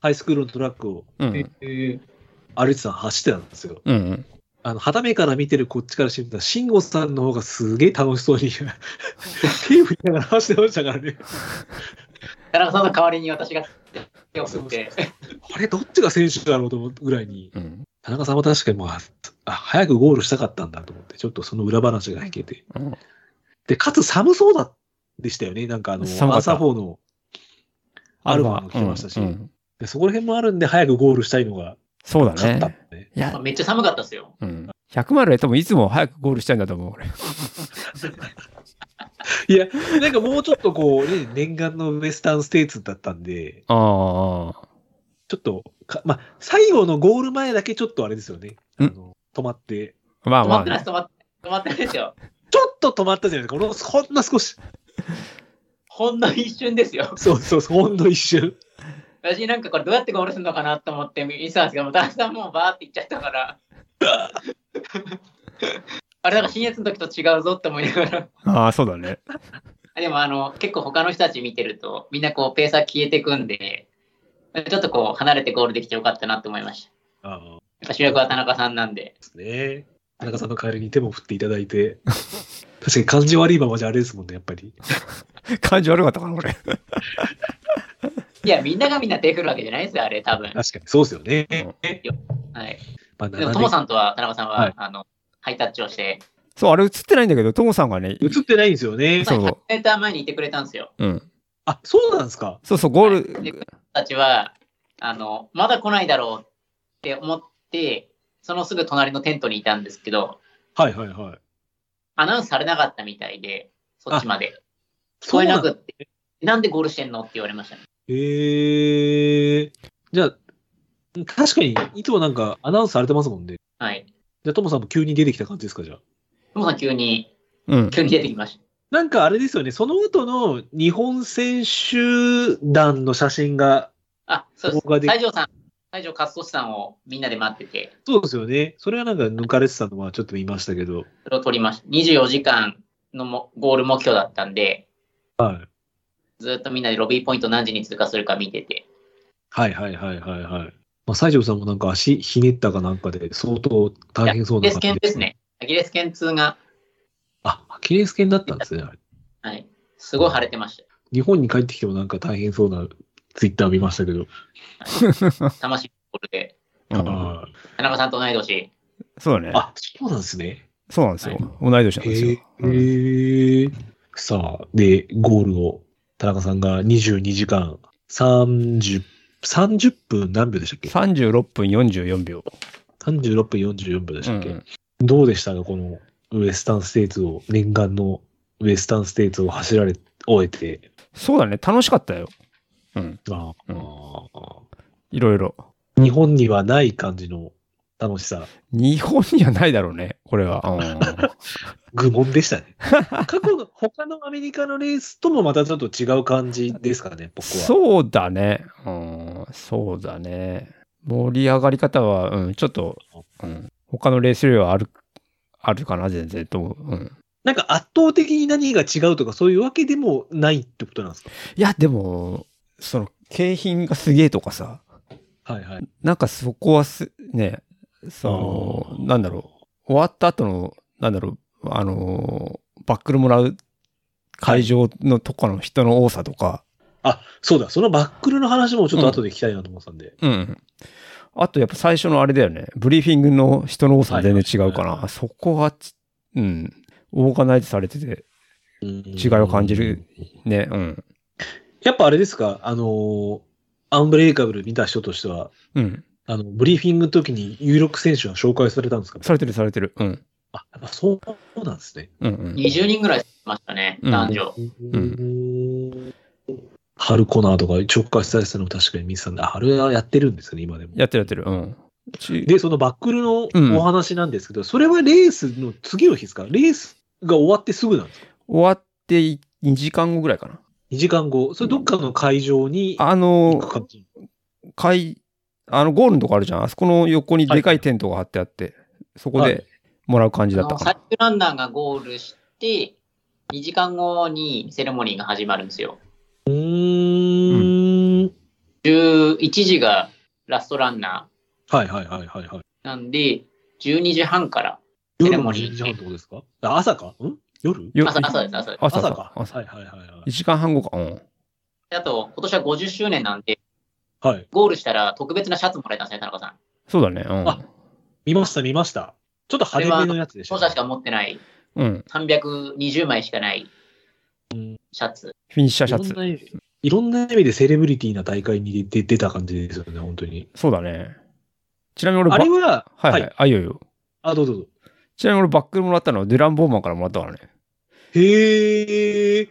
ハイスクールのトラックをうん。歩いてたの走ってたんですよ。うん。あの、肌目から見てるこっちからしてみたら、慎吾さんの方がすげえ楽しそう に、手振りながら走ってましたからね。田中さんの代わりに私が手を振って、あれ、どっちが選手だろうと思うぐらいに、うん。田中さんは確かにもう、あ、あ早くゴールしたかったんだと思って、ちょっとその裏話が聞けて。うんで、かつ寒そうだでしたよね。なんかあの、寒かアったンサー4の、アルファも来てましたしうんうんでそこら辺もあるんで、早くゴールしたいのがそうだ勝ったんね。だね。いや、めっちゃ寒かったですよ。うん。100マイルで多分いつも早くゴールしたいんだと思う、俺。いや、なんかもうちょっとこう、ね、念願のウエスタンステイツだったんで、ああ。ちょっとか、まあ、最後のゴール前だけちょっとあれですよね。あんの止まって、まあ止ままあってね、ないです、止まって止まってないですよ。ちょっと止まったじゃないですか。このほんの少し。ほんの一瞬ですよ。そうそうそう、ほんの一瞬。私なんかこれどうやってゴールするのかなと思って見てたんですけど、もうだんだんもうバーっていっちゃったから。あれなんか新越の時と違うぞって思いながら。ああ、そうだね。 あでもあの結構他の人たち見てるとみんなこうペーサー消えてくんでちょっとこう離れてゴールできてよかったなと思いました。ああ、やっぱ主役は田中さんなんで。ですね。田中さんの代わりに手も振っていただいて。確かに感じ悪いままじゃあれですもんね、やっぱり。感じ悪かったかな、これ。いやみんながみんな手振るわけじゃないですよあれ多分。確かに、そうですよね。はい、まあ、でもトモんさんとは田中さんは、はいあのハイタッチをしてそう、あれ映ってないんだけど、トモさんがね、映ってないんですよね。そうハイター前にいてくれたんですよ。うん。あ、そうなんですか。そうそう、ゴール、はいで僕たちはあのまだ来ないだろうって思ってそのすぐ隣のテントにいたんですけどはいはいはい。アナウンスされなかったみたいでそっちまで。聞そこうえななんだくって、なんでゴールしてんのって言われましたね。へえー。じゃあ、確かに、いつもなんかアナウンスされてますもんね。はい。じゃあ、トモさんも急に出てきた感じですか、じゃあ。トモさん急に、うん。急に出てきましなんかあれですよね、その後の日本選手団の写真が、た。あ、そうで動画す。で西条さん、西条勝利さんをみんなで待ってて、そうですよね。それはなんか抜かれてたのはちょっと見ましたけど。それを取りました。24時間のもゴール目標だったんで、はい。ずっとみんなでロビーポイント何時に通過するか見てて、はいはいはいはいはい。まあ、西条さんもなんか足ひねったかなんかで相当大変そうアキレなス感じ腱です。ね。アキレス腱痛が、あ、アキレス腱だったんですね。あれはい、すごい腫れてまし日本に帰ってきてもなんか大変そうなツイッター見ましたけど。た。魂のゴールで、うんあ田中さんと同い年、そうだねー。あ、そうなんですね。そうなんですよは。同い年なんですへよえ。うんへえ。さあ、で、ゴールを、田中さんが22時間30、30分何秒でしたっけ36分44秒。 ?36 分44秒でしたうっけ、んどうでしたかこのウエスタンステイツを、念願のウエスタンステイツを走られ、終えて。そうだね、楽しかったよ。うん。ああうんいろいろ。日本にはない感じの楽しさ。日本にはないだろうね、これは。うん愚問でした ね。過去の他のアメリカのレースともまたちょっと違う感じですかね、僕は。そうだね。うん、そうだね。盛り上がり方は、うん、ちょっと、うん、他のレースよりはある、あるかな、全然と思う。うん。なんか圧倒的に何が違うとかそういうわけでもないってことなんですかいや、でも、その、景品がすげえとかさ、はいはい。なんかそこはす、ね、その、なんだろう、終わった後の、なんだろう、あのー、バックルもらう会場のとかの人の多さとか、あ、そうだ、そのバックルの話もちょっと後で聞きたいなと思ってたんで。うん。あとやっぱ最初のあれだよね。ブリーフィングの人の多さも全然違うかはいはいはな。いそこはち、うん。オーガナイズされてて、違いを感じる。ね、うん。やっぱあれですか、あのーアンブレイカブル見た人としては、うん。あの、ブリーフィングの時に有力選手が紹介されたんですかされてるされてる。うん。あ、やっぱそうなんですね。うんうん。 20人ぐらいいましたね、うん男女。うんハルコナーとか直下されてたのも確かに見てたんで、ああれはやってるんですよね、今でも。やってるやってる。うん。ちで、そのバックルのうんお話なんですけど、それはレースの次の日ですかレースが終わってすぐなんですか終わって2時間後ぐらいかな。 ?2 時間後、それどっかの会場にあ行くの、感じ。会、あの、ゴールのとこあるじゃん。あそこの横にでかいテントが張ってあって、そこはいでもらう感じあだったのサかなイクルランナーがゴールして、2時間後にセレモニーが始まるんですよ。うーん。 11時がラストランナはいはいはいはいはい。ーなんで、12時半から、セレ夜もモニー12時半ってことですかあ朝かん夜よ朝朝です、朝です。朝朝かか。朝はいはいはいは1時間半後か。うん。であと、今年は50周年なんで、い。はい。ゴールしたら特別なシャツもらえたんですね、田中さん。そうだね。うん。あ見ました見ました。ちょっと派手めのやつでし当た社ね、しか持ってない、うん。 320枚しかないシャツ。フィニッシャーシャいツろん。な意味いろんな意味でセレブリティな大会に出出た感じですよね、本当に。そうだね。ちなみに俺ば、あれは、はいはい、あ、いいよいいよ。あ、どうぞどうぞ。ちなみに俺バックルもらったのはデュラン・ボーマンからもらったからね。へえ。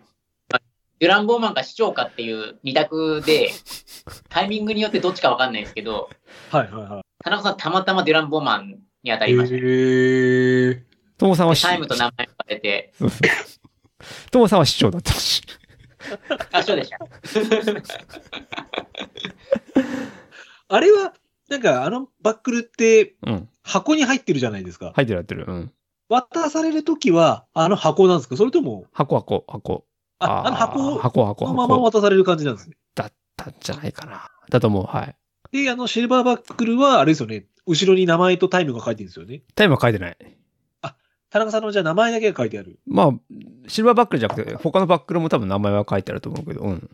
デュラン・ボーマンか市長かっていう二択で、タイミングによってどっちかわかんないですけど、はいはいは田中さんたまたまデュラン・ボーマンに当たい。りましたね。へえ。トモさんは市タイムと名前を当てて、そうそうトモさんは市長だったし。あ、そうでした。あれは、なんかあのバックルってうん。箱に入ってるじゃないですか。入ってるやってる。うん。渡されるときは、あの箱なんですかそれとも、箱箱箱。あ、あのー箱箱箱のまま渡される感じなんですね。だったんじゃないかな。だと思う。はい。で、あの、シルバーバックルは、あれですよね。後ろに名前とタイムが書いてるんですよね。タイムは書いてない。田中さんのじゃあ名前だけが書いてある。まあ、シルバーバックルじゃなくて、他のバックルも多分名前は書いてあると思うけど、うん。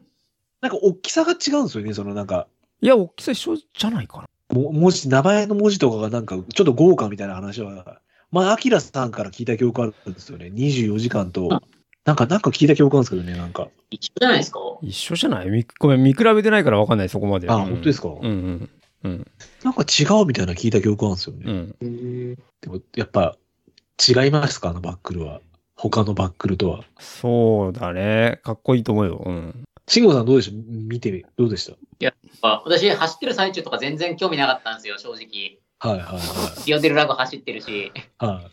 なんか大きさが違うんですよね。そのなんか、いや、大きさ一緒じゃないかな。も文字、名前の文字とかがなんかちょっと豪華みたいな話は、前、アキラさんから聞いた記憶あるんですよね。24時間と、なんか、なんか聞いた記憶あるんですけどね、なんか。一緒じゃないですか一緒じゃないみごめん、見比べてないから分かんない、そこまで。あ、うん本当ですか、うんうん。うん。なんか違うみたいな聞いた記憶あるんですよね。うん。でも、やっぱ、違いますかあのバックルは。他のバックルとは。そうだね。かっこいいと思うよ。うん。慎吾さんどうでした見てみ、どうでしたあ私、走ってる最中とか全然興味なかったんですよ、正直。はいはいはリオデルラゴ走ってるし、い。はい。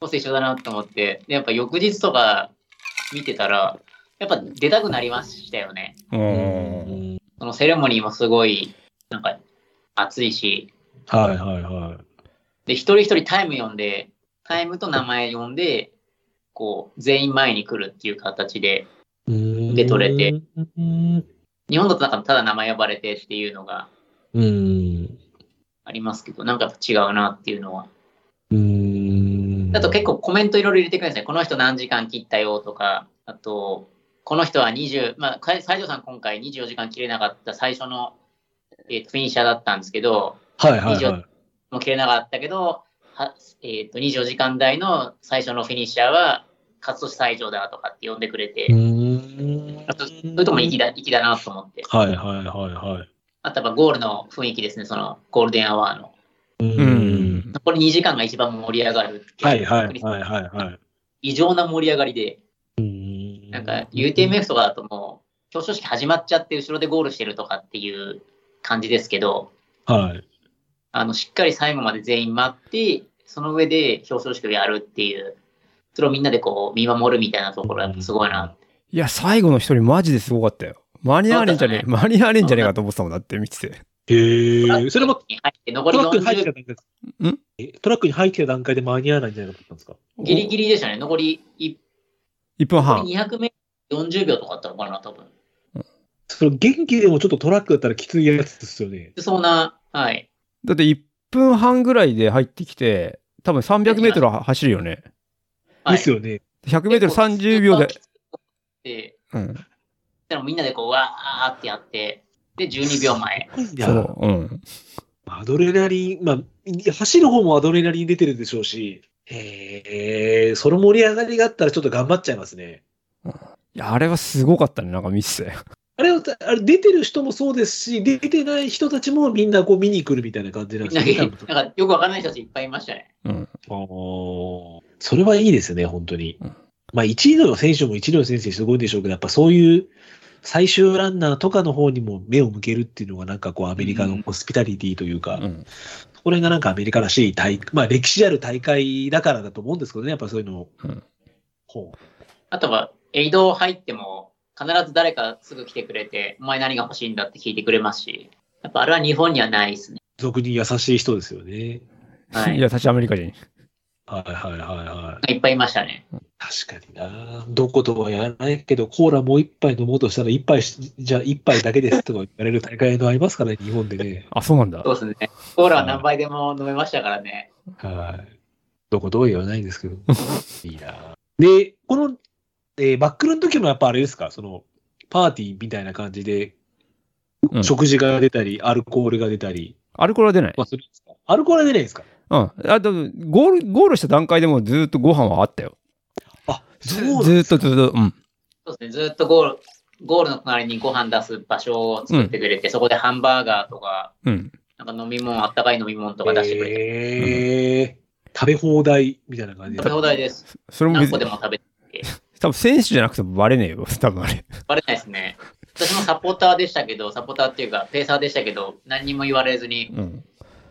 コース一緒だなと思って、でやっぱ翌日とか見てたら、やっぱ出たくなりましたよね。う。うんんそのセレモニーもすごい、なんか、熱いし、はいはいはい。で、一人一人タイム読んで、タイムと名前読んで、こう、全員前に来るっていう形で、でで取れて。うん。日本だとなんかただ名前呼ばれてっていうのがうん。ありますけど、なんかやっぱ違うなっていうのは。うん。あと結構コメントいろいろ入れてくるんですね。この人何時間切ったよとか、あと、この人は20、まあ、か西条さん今回24時間切れなかった最初の、えーとフィニッシャーだったんですけど、はいはい以はい上。もう切れなかったけど、はえー、と24時間台の最初のフィニッシャーは、勝利西条だとかって呼んでくれて、んあと、そういうとこも粋だ粋だなと思って。はいはいはいはい。あとやっぱゴールの雰囲気ですね、そのゴールデンアワーの。う。うんん。残り2時間が一番盛り上がるってうはいはいはいはいは異常な盛り上がりで、い。なんか UTMF とかだともう、表彰式始まっちゃって後ろでゴールしてるとかっていう感じですけど、はい。あの、しっかり最後まで全員待って、その上で表彰式をやるっていう、それをみんなでこう見守るみたいなところがやっぱすごいな。いや、最後の一人マジですごかったよ。間に合わねえんじゃねえ、そう間に合わねえんじゃねえかと思ってたもんだって見てて。へえ。それもに入って残トりラックに入って40た段階ですかえトラックに入ってた段階で間に合わないんじゃないかと思ったんですギリギリでしたね。残り1 1分半。 200メートル40秒とかあったのかな、多分。かそれ元気でもちょっとトラックだったらきついやつですよね。そんな、はい。だって1分半ぐらいで入ってきて、多分300メートル走るよね。はいですよね。 100メートル30秒で。で、うん。でもみんなでこう、わーってやって、で、12秒前。いそや、う。うん。アドレナリン、まあ、走る方もアドレナリン出てるでしょうし、へえ、その盛り上がりがあったらちょっと頑張っちゃいますね。いや、あれはすごかったね、なんか見てて。あれは、あれ出てる人もそうですし、出てない人たちもみんなこう見に来るみたいな感じなんみんでなすね。で、なん多分かよくわからない人たちいっぱいいましたね。うん。あーそれはいいですね、本当にうん。まあ、一位の選手も一位の選手すごいんでしょうけど、やっぱそういう最終ランナーとかの方にも目を向けるっていうのが、なんかこう、アメリカのホスピタリティというか、うん。これがなんかアメリカらしい大、まあ、歴史ある大会だからだと思うんですけどね、やっぱそういうのを。うん、ほうあとは、エイド入っても、必ず誰かすぐ来てくれて、お前何が欲しいんだって聞いてくれますし、やっぱあれは日本にはないですね。俗に優しい人ですよね。はいい。や、立ちアメリカ人。はいはいはいはい。いっぱいいましたね。確かにな。どことはやらないけど、コーラもう一杯飲もうとしたら、一杯し、じゃあ一杯だけですとか言われる大会のありますからね、日本でね。あ、そうなんだそ。うですね。コーラは何杯でも飲めましたからね。はい。どことは言わないんですけど。いいな。で、この、えーバックルの時もやっぱあれですか、その、パーティーみたいな感じで、うん食事が出たり、アルコールが出たり、アルコールは出ない。まあ、それですか。アルコールは出ないですかうん。あと、ゴール、ゴールした段階でもうずーっとご飯はあったよ。あ、そずうなんずーでっすとかずーっと、うん。そうですね。ずっとゴール、ゴールの隣にご飯出す場所を作ってくれて、そこでハンバーガーとか、うん。なんか飲み物、あったかい飲み物とか出してくれて、えー食べ放題みたいな感じ食べ放題です。それも何別個でにも、食べて、多分選手じゃなくてもバレねえよ、多分あれ。バレないですね。私もサポーターでしたけど、サポーターっていうか、ペーサーでしたけど、何にも言われずにうん。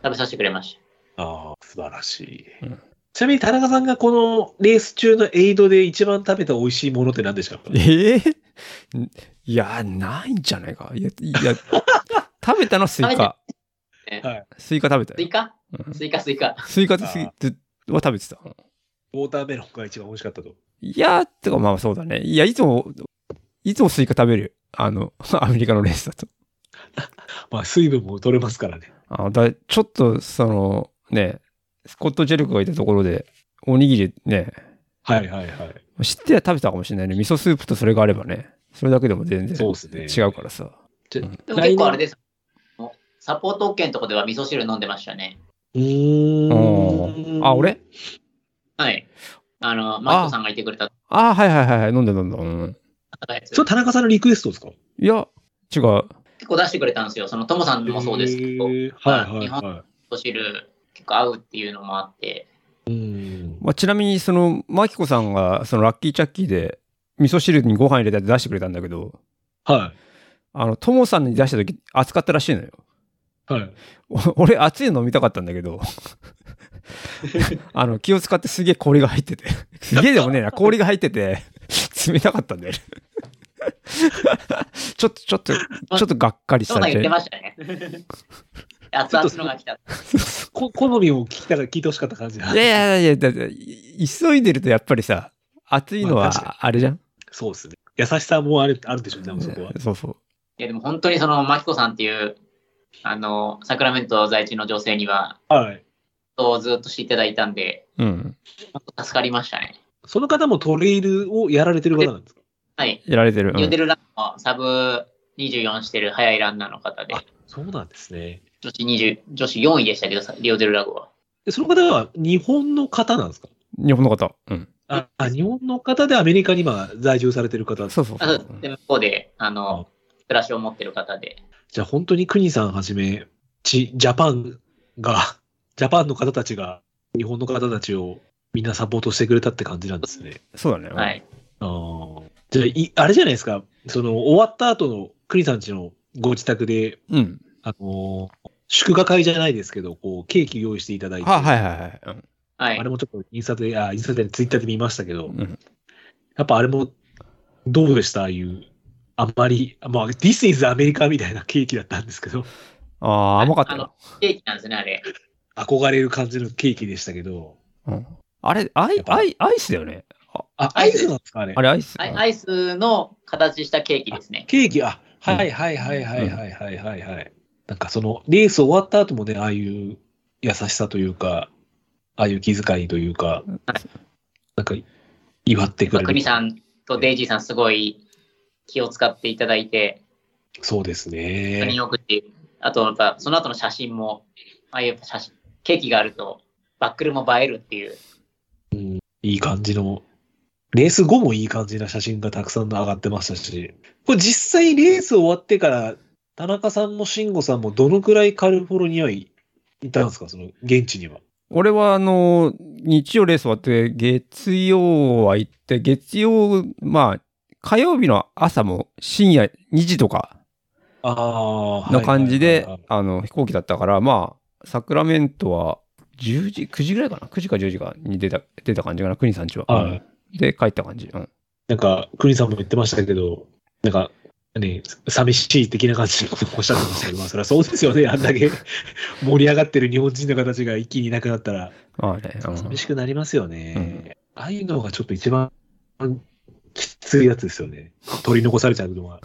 食べさせてくれましああ、素晴らしい。うんちなみに田中さんがこのレース中のエイドで一番食べた美味しいものって何でしたかええいや、ないんじゃないか。いや、いや食べたのスイカ。てはいスイカ食べた。たスイよ。カうんスイカスイカ。スイカとスイあは食べてた。ウォーターメロンが一番美味しかったと。いや、てかまあそうだね。いや、いつも、いつもスイカ食べるよ。あの、 アメリカのレースだと。まあ、水分も取れますからね。あだちょっと、その、ね、スコット・ジェルクがいたところで、おにぎりね、はいはいはい。知っては食べたかもしれないね。味噌スープとそれがあればね。それだけでも全然そうですね。違うからさ。でも結構あれです。もうサポート圏とかでは味噌汁飲んでましたね。うーん。あ、俺はい。あの、マットさんがいてくれたあはいはいはいはい。飲んだ飲んだ。うん、やつそれ田中さんのリクエストですかいや、違う。結構出してくれたんですよ。そのトモさんもそうですけど、味へーはいはいは噌汁結構合うっていうのもあって、い。うん。まあ、ちなみに、その、マキコさんが、その、ラッキーチャッキーで、味噌汁にご飯入れたって出してくれたんだけど、はあの、トモさんに出した時、熱かったらしいのよ。い。はい。お 俺、熱いの飲みたかったんだけど、 あの、気を使ってすげえ氷が入ってて、すげえでもねえな、氷が入ってて、冷たかったんだよね。 ちょっと、ちょっと、ちょっとがっかりしトモたさん言ねってましたね。熱々のが来た。こ好みを聞きたから聞いてほしかった感じだいやいやいや、だってい急いでるとやっぱりさ、暑いのまはあ確かあれじゃん、そうですね。優しさもあるあるでしょうね、そこは。そうそう。いや、でも本当にその、マキコさんっていう、あの、サクラメント在地の女性には、はい。ずっとしていただいたんで、うん。本当助かりましたね。その方もトレイルをやられてる方なんですかはい。やられてる。うんユーデルランのサブ24してる速いランナーの方であ、そうなんですね。女子20女子4位でしたけど、リオデルラゴは。でその方は日本の方なんですか日本の方。うん。ああ日本の方でアメリカに今在住されてる方。そうそうあそそううですで、向こうで、あの、暮らしを持ってる方で。じゃあ本当に国さんはじめ、ちジャパンが、 ジャパンの方たちが、日本の方たちをみんなサポートしてくれたって感じなんですね。そうだね。うんはい。あーじゃあい、あれじゃないですか、その終わった後の国さんちのご自宅で、うん。あのー祝賀会じゃないですけど、こう、ケーキ用意していただいて、あ、はいはいはい。うんはいあれ。もちょっとインスタで、あ、インスタでツイッターで見ましたけど、うんやっぱあれも、どうでしたああいう、あんまり、まあ、This is America みたいなケーキだったんですけど、ああ、甘かったよ。ケーキなんですね、あれ。憧れる感じのケーキでしたけど、うんあれ、アイやっぱアイアイスだよね。あ、アアイイススなんですかあれ。あれ、アイス。アイアイスの形したケーキですね。ケーキ、あ、はいはいはいはいはいはいはいはい。なんかその、レース終わった後もね、ああいう優しさというか、ああいう気遣いというか、なんか祝ってくまあれ国る。さんとデイジーさん、すごい気を使っていただいて、そうです本当にね。よくて、あと、やっぱその後の写真も、ああいう写真、ケーキがあると、バックルも映えるっていう、いい感じの、レース後もいい感じな写真がたくさん上がってましたし、これ実際レース終わってから、田中さんも慎吾さんもどのくらいカリフォルニアにいたんですか、その現地には。俺は、あの、日曜レース終わって、月曜は行って、月曜、まあ、火曜日の朝も深夜2時とかああ。の感はいはじいではいはい、あの、飛行機だったから、まあ、サクラメントは10時、9時ぐらいかな ?9 時か10時かに出た、出た感じかな、国さんちは。はいうんで、帰った感じ。うん。なんか、クリさんも言ってましたけど、なんか、ね、寂しい的な感じのことをおっしゃってましたけど、まあ、そりゃそうですよね。あんだ け盛り上がってる日本人の形が一気にいなくなったら、まあね、うん寂しくなりますよね。ああいうのがちょっと一番きついやつですよね。取り残されちゃうのは。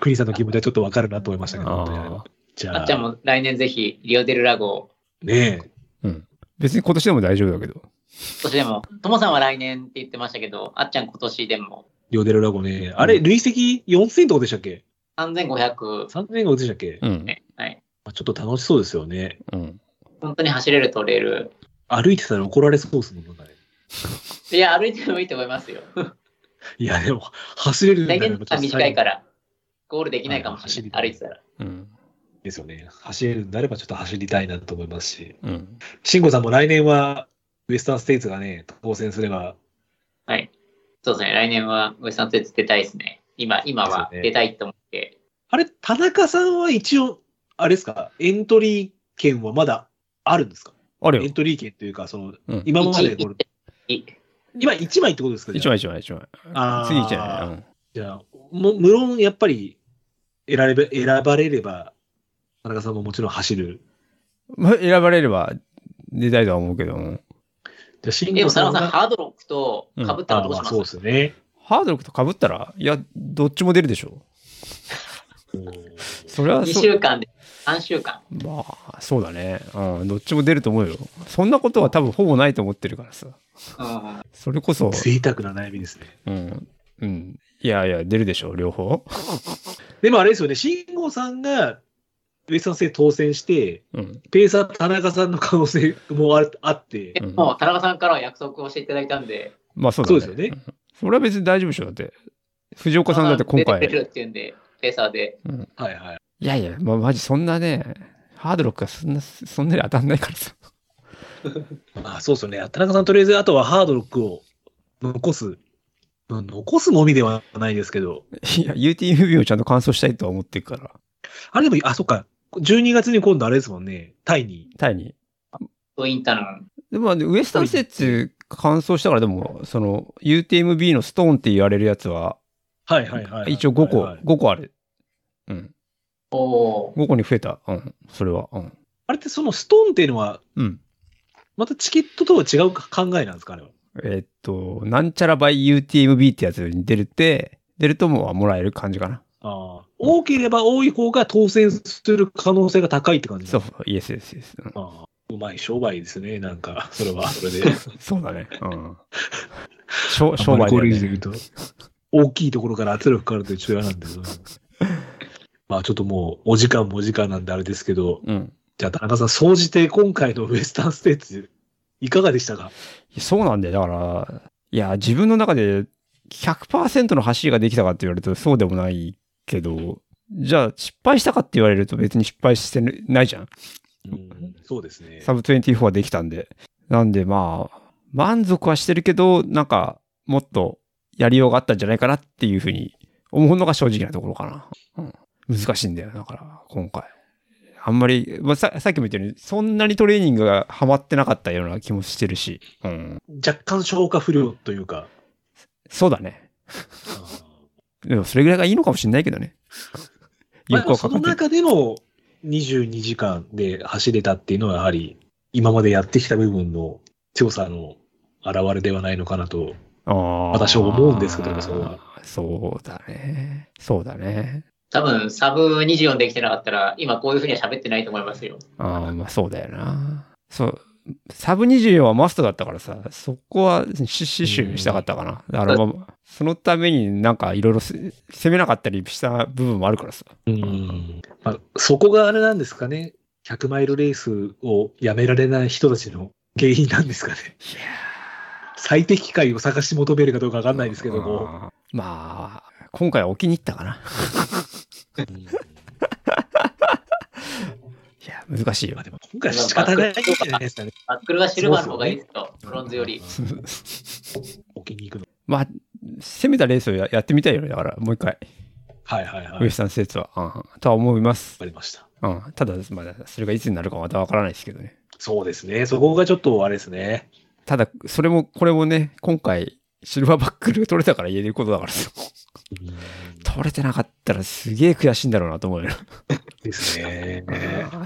クリさんの気持ちはちょっとわかるなと思いましたけど、本当にあれあはじあゃっちゃんあ、も来年ぜひ、リオデルラゴを、ねえ別に今年でも大丈夫だけど。今年でも、ともさんは来年って言ってましたけど、あっちゃん今年でも、リオデルラゴね。あれ、累積4000とかでしたっけ3500、 ?3000とかでしたっけ、うん。ね、はい。まあちょっと楽しそうですよね。うん。本当に走れるとレール。歩いてたら怒られそうですもんね。いや、歩いてもいいと思いますよ。いや、でも、走れるんだ制ら限時間短いら。から、ゴールできないかもしれない、はい歩いてたら。うん。ですよね。走れるんであれば、ちょっと走りたいなと思いますし。うん。慎吾さんも来年は、ウエスタンステイツがね、当選すれば、はい。そうですね、来年はウエスタンツェ出たいですね。今、今はですよね出たいと思って。あれ、田中さんは一応、あれですか、エントリー権はまだあるんですかあるエよン。トリー権というか、その、うん今までこれ、い今1枚ってことですか一枚。枚一枚一枚。あー次一枚。うんじゃあ、も無論やっぱり選ばれ、選ばれれば、田中さんももちろん走る。まあ選ばれれば出たいとは思うけど、うんじゃあ、慎で吾も、佐さ野んさん、が、ハードロックと被ったらどあうしままあす、そうですね。ハードルとかぶったら、いや、どっちも出るでしょ。それは ?2 そう、週間で、3週間。まあ、そうだね。うん、どっちも出ると思うよ。そんなことは多分ほぼないと思ってるからさ。うんそれこそ、贅沢な悩みですね。うん、うん。いやいや、出るでしょ、両方。でもあれですよね、慎吾さんが、ウエスタン製当選して、うん。ペーサー田中さんの可能性もあるあって、でも、田中さんからは約束をしていただいたんで、まあ、そうだね。そうですよねん。それは別に大丈夫でしょ、だって。藤岡さんだって今田中さん出て回。るっていうんで、ペーサーで。うん、はいはい。いやいや、まあ、マジそんなね、ハードロックがそんな、そんなに当たんないからさ。まあそうですよね。田中さんとりあえず、あとはハードロックを残す。まあ残すのみではないですけど。いや、UTMB をちゃんと完走したいとは思ってるから。あれでも、あ、そっか。12月に今度あれですもんね。タイに。タイに。インターン。でも、ウエスタン施設完走したから、でも、その、UTMB のストーンって言われるやつは、はいはいはい。一応5個、はいはい5個ある。うん。おおー。 5個に増えた。うん。それは。うん。あれってそのストーンっていうのは、うん。またチケットとは違う考えなんですかあれは。えーっと、なんちゃら by UTMB ってやつに出るって、出るともうもらえる感じかな。ああ。多ければ多い方が当選する可能性が高いって感じそうそう、イエスイエスイエス。うんああうまい商売ですね。なんか、それは、それで。 そうだね。うん。商商売こだれよ以ね上言うと、大きいところから圧力かかると一応嫌なんだけど。まあちょっともう、お時間もお時間なんであれですけど、うん。じゃあ田中さん、総じて今回のウエスタンステーツ、いかがでしたかそうなんだよ。だから、いや、自分の中で100%の走りができたかって言われるとそうでもないけど、じゃあ失敗したかって言われると別に失敗してないじゃん。そうですね。サブ24はできたんで。なんでまあ、満足はしてるけど、なんか、もっとやりようがあったんじゃないかなっていうふうに思うのが正直なところかな。うん、難しいんだよ。だから、今回。あんまり、まあ、ささっきも言ったように、そんなにトレーニングがハマってなかったような気もしてるし。うん、若干消化不良というか。そうだね。でもそれぐらいがいいのかもしれないけどね。 まよあくわそかんなのいけ中どでの22時間で走れたっていうのは、やはり、今までやってきた部分の強さの表れではないのかなと。私私は思うんですけどそれはそうだね。そうだね。多分、サブ24できてなかったら、今こういうふうには喋ってないと思いますよ。ああ、まあそうだよな。そう。サブ24はマストだったからさ、そこは死守したかったかな。だからまあ、そのためになんかいろいろ攻めなかったりした部分もあるからさ。うんまあ、そこがあれなんですかね。100マイルレースをやめられない人たちの原因なんですかね。最適解を探し求めるかどうかわかんないですけども。あーまあ、今回はお気に入ったかな。うんいや、難しいよまあ。でも今回は仕方ないんじゃないですかね。バックルはシルバーの方がいいですと、ブロンズより。 置きに行くの。 まあ、攻めたレースをややってみたいよね。だから、もう一回、はいはいはい。ウエわスタン施設は、うんとは思います。かりました。うん、ただ、まだ、それがいつになるかまたわからないですけどね。そうですね。そこがちょっとあれですね。ただ、それも、これもね、今回、シルバーバックル取れたから言えることだからさ。取れてなかったらすげえ悔しいんだろうなと思うよ。ですね。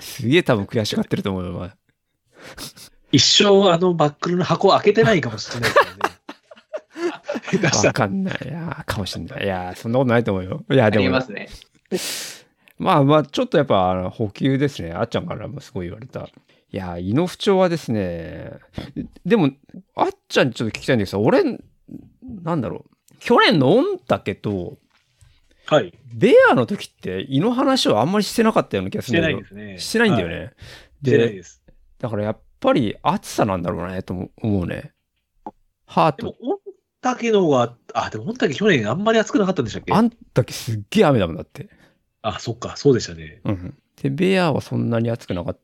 すげえ多分悔しがってると思うよ。お前一生あのバックルの箱を開けてないかもしれないで すよね。下手したわら。かんない。いやーかもしんない。いやーそんなことないと思うよ。いや、あでりも、まますね。あまあ、ちょっとやっぱ、あの補給ですね。あっちゃんからもすごい言われた。いやー、胃の不調はですね、でも、あっちゃんにちょっと聞きたいんだけどさ、俺、なんだろう。去年の御嶽と、はい。ベアの時って胃の話をあんまりしてなかったような気がすしるてんなだけいどで。すね。してないんだよね。はしてないで、です。だからやっぱり暑さなんだろうね、とも思うね。ハーでもト。、御嶽の方が、あ、でも御嶽去年あんまり暑くなかったんでしたっけあんだけすっげえ雨だもんだって。あ、そっか、そうでしたね。うん。で、ベアはそんなに暑くなかっ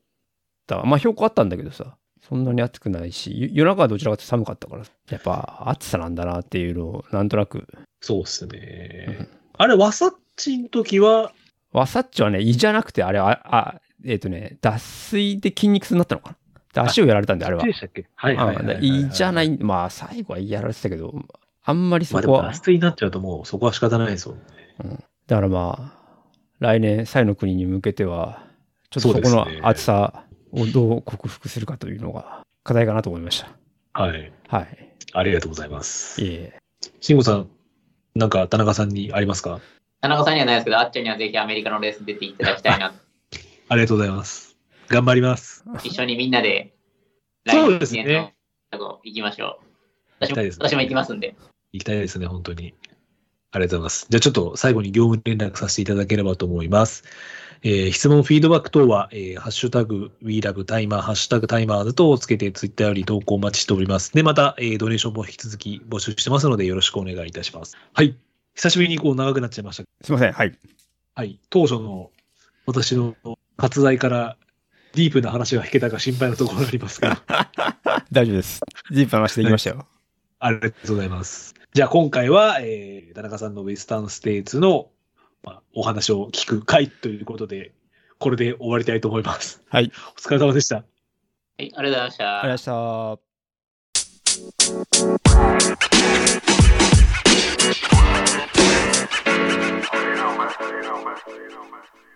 た。まあ、標高あったんだけどさ。そんなに暑くないし、ゆ夜中はどちらかというと寒かったから、やっぱ暑さなんだなっていうのを、なんとなく。そうっすね。あれ、ワサッチの時は、ワサッチはね、胃じゃなくて、あれ、あ、あえっ、とね、脱水で筋肉痛になったのかな。足をやられたんで、あれは。でしたっけはいはいはいはいはい。いいじゃない、まあ、最後はやられてたけど、あんまりまそあでこもは脱。水になっちゃうともうそこは仕方ないですよ。だからまあ、来年、サイの国に向けては、ちょっとそこそうのですね暑さをどう克服するかというのが課題かなと思いました。はい。はい。ありがとうございまいすえ。いえ。慎吾さん、なんか田中さんにありますか田中さんにはないですけど、あっちゃんにはぜひアメリカのレースに出ていただきたいな。 ありがとうございます。頑張ります。一緒にみんなで、そうですね来年の行きましょう。行き私たもいですね私も行きますんで。行きたいですね、本当に。ありがとうございます。じゃあちょっと最後に業務連絡させていただければと思います。えー質問、フィードバック等は、えーハッシュタグ、WeLoveTimer、ハッシュタグ、タイマーズ等をつけて、ツイッターより投稿お待ちしております。で、また、えードネーションも引き続き募集してますので、よろしくお願いいたします。はい。久しぶりにこう長くなっちゃいましたすいません。はい。はい、当初の私の割愛からディープな話が引けたか心配なところがありますが、大丈夫です。ジープの話できましたよ。ありがとうございます。じゃあ今回は、えー田中さんのウェスタンステイツの、まあ、お話を聞く回ということで、これで終わりたいと思います。はい。お疲れ様でした。はい、ありがとうございました。ありがとうございました。 You know, man. You know, man. You know, man.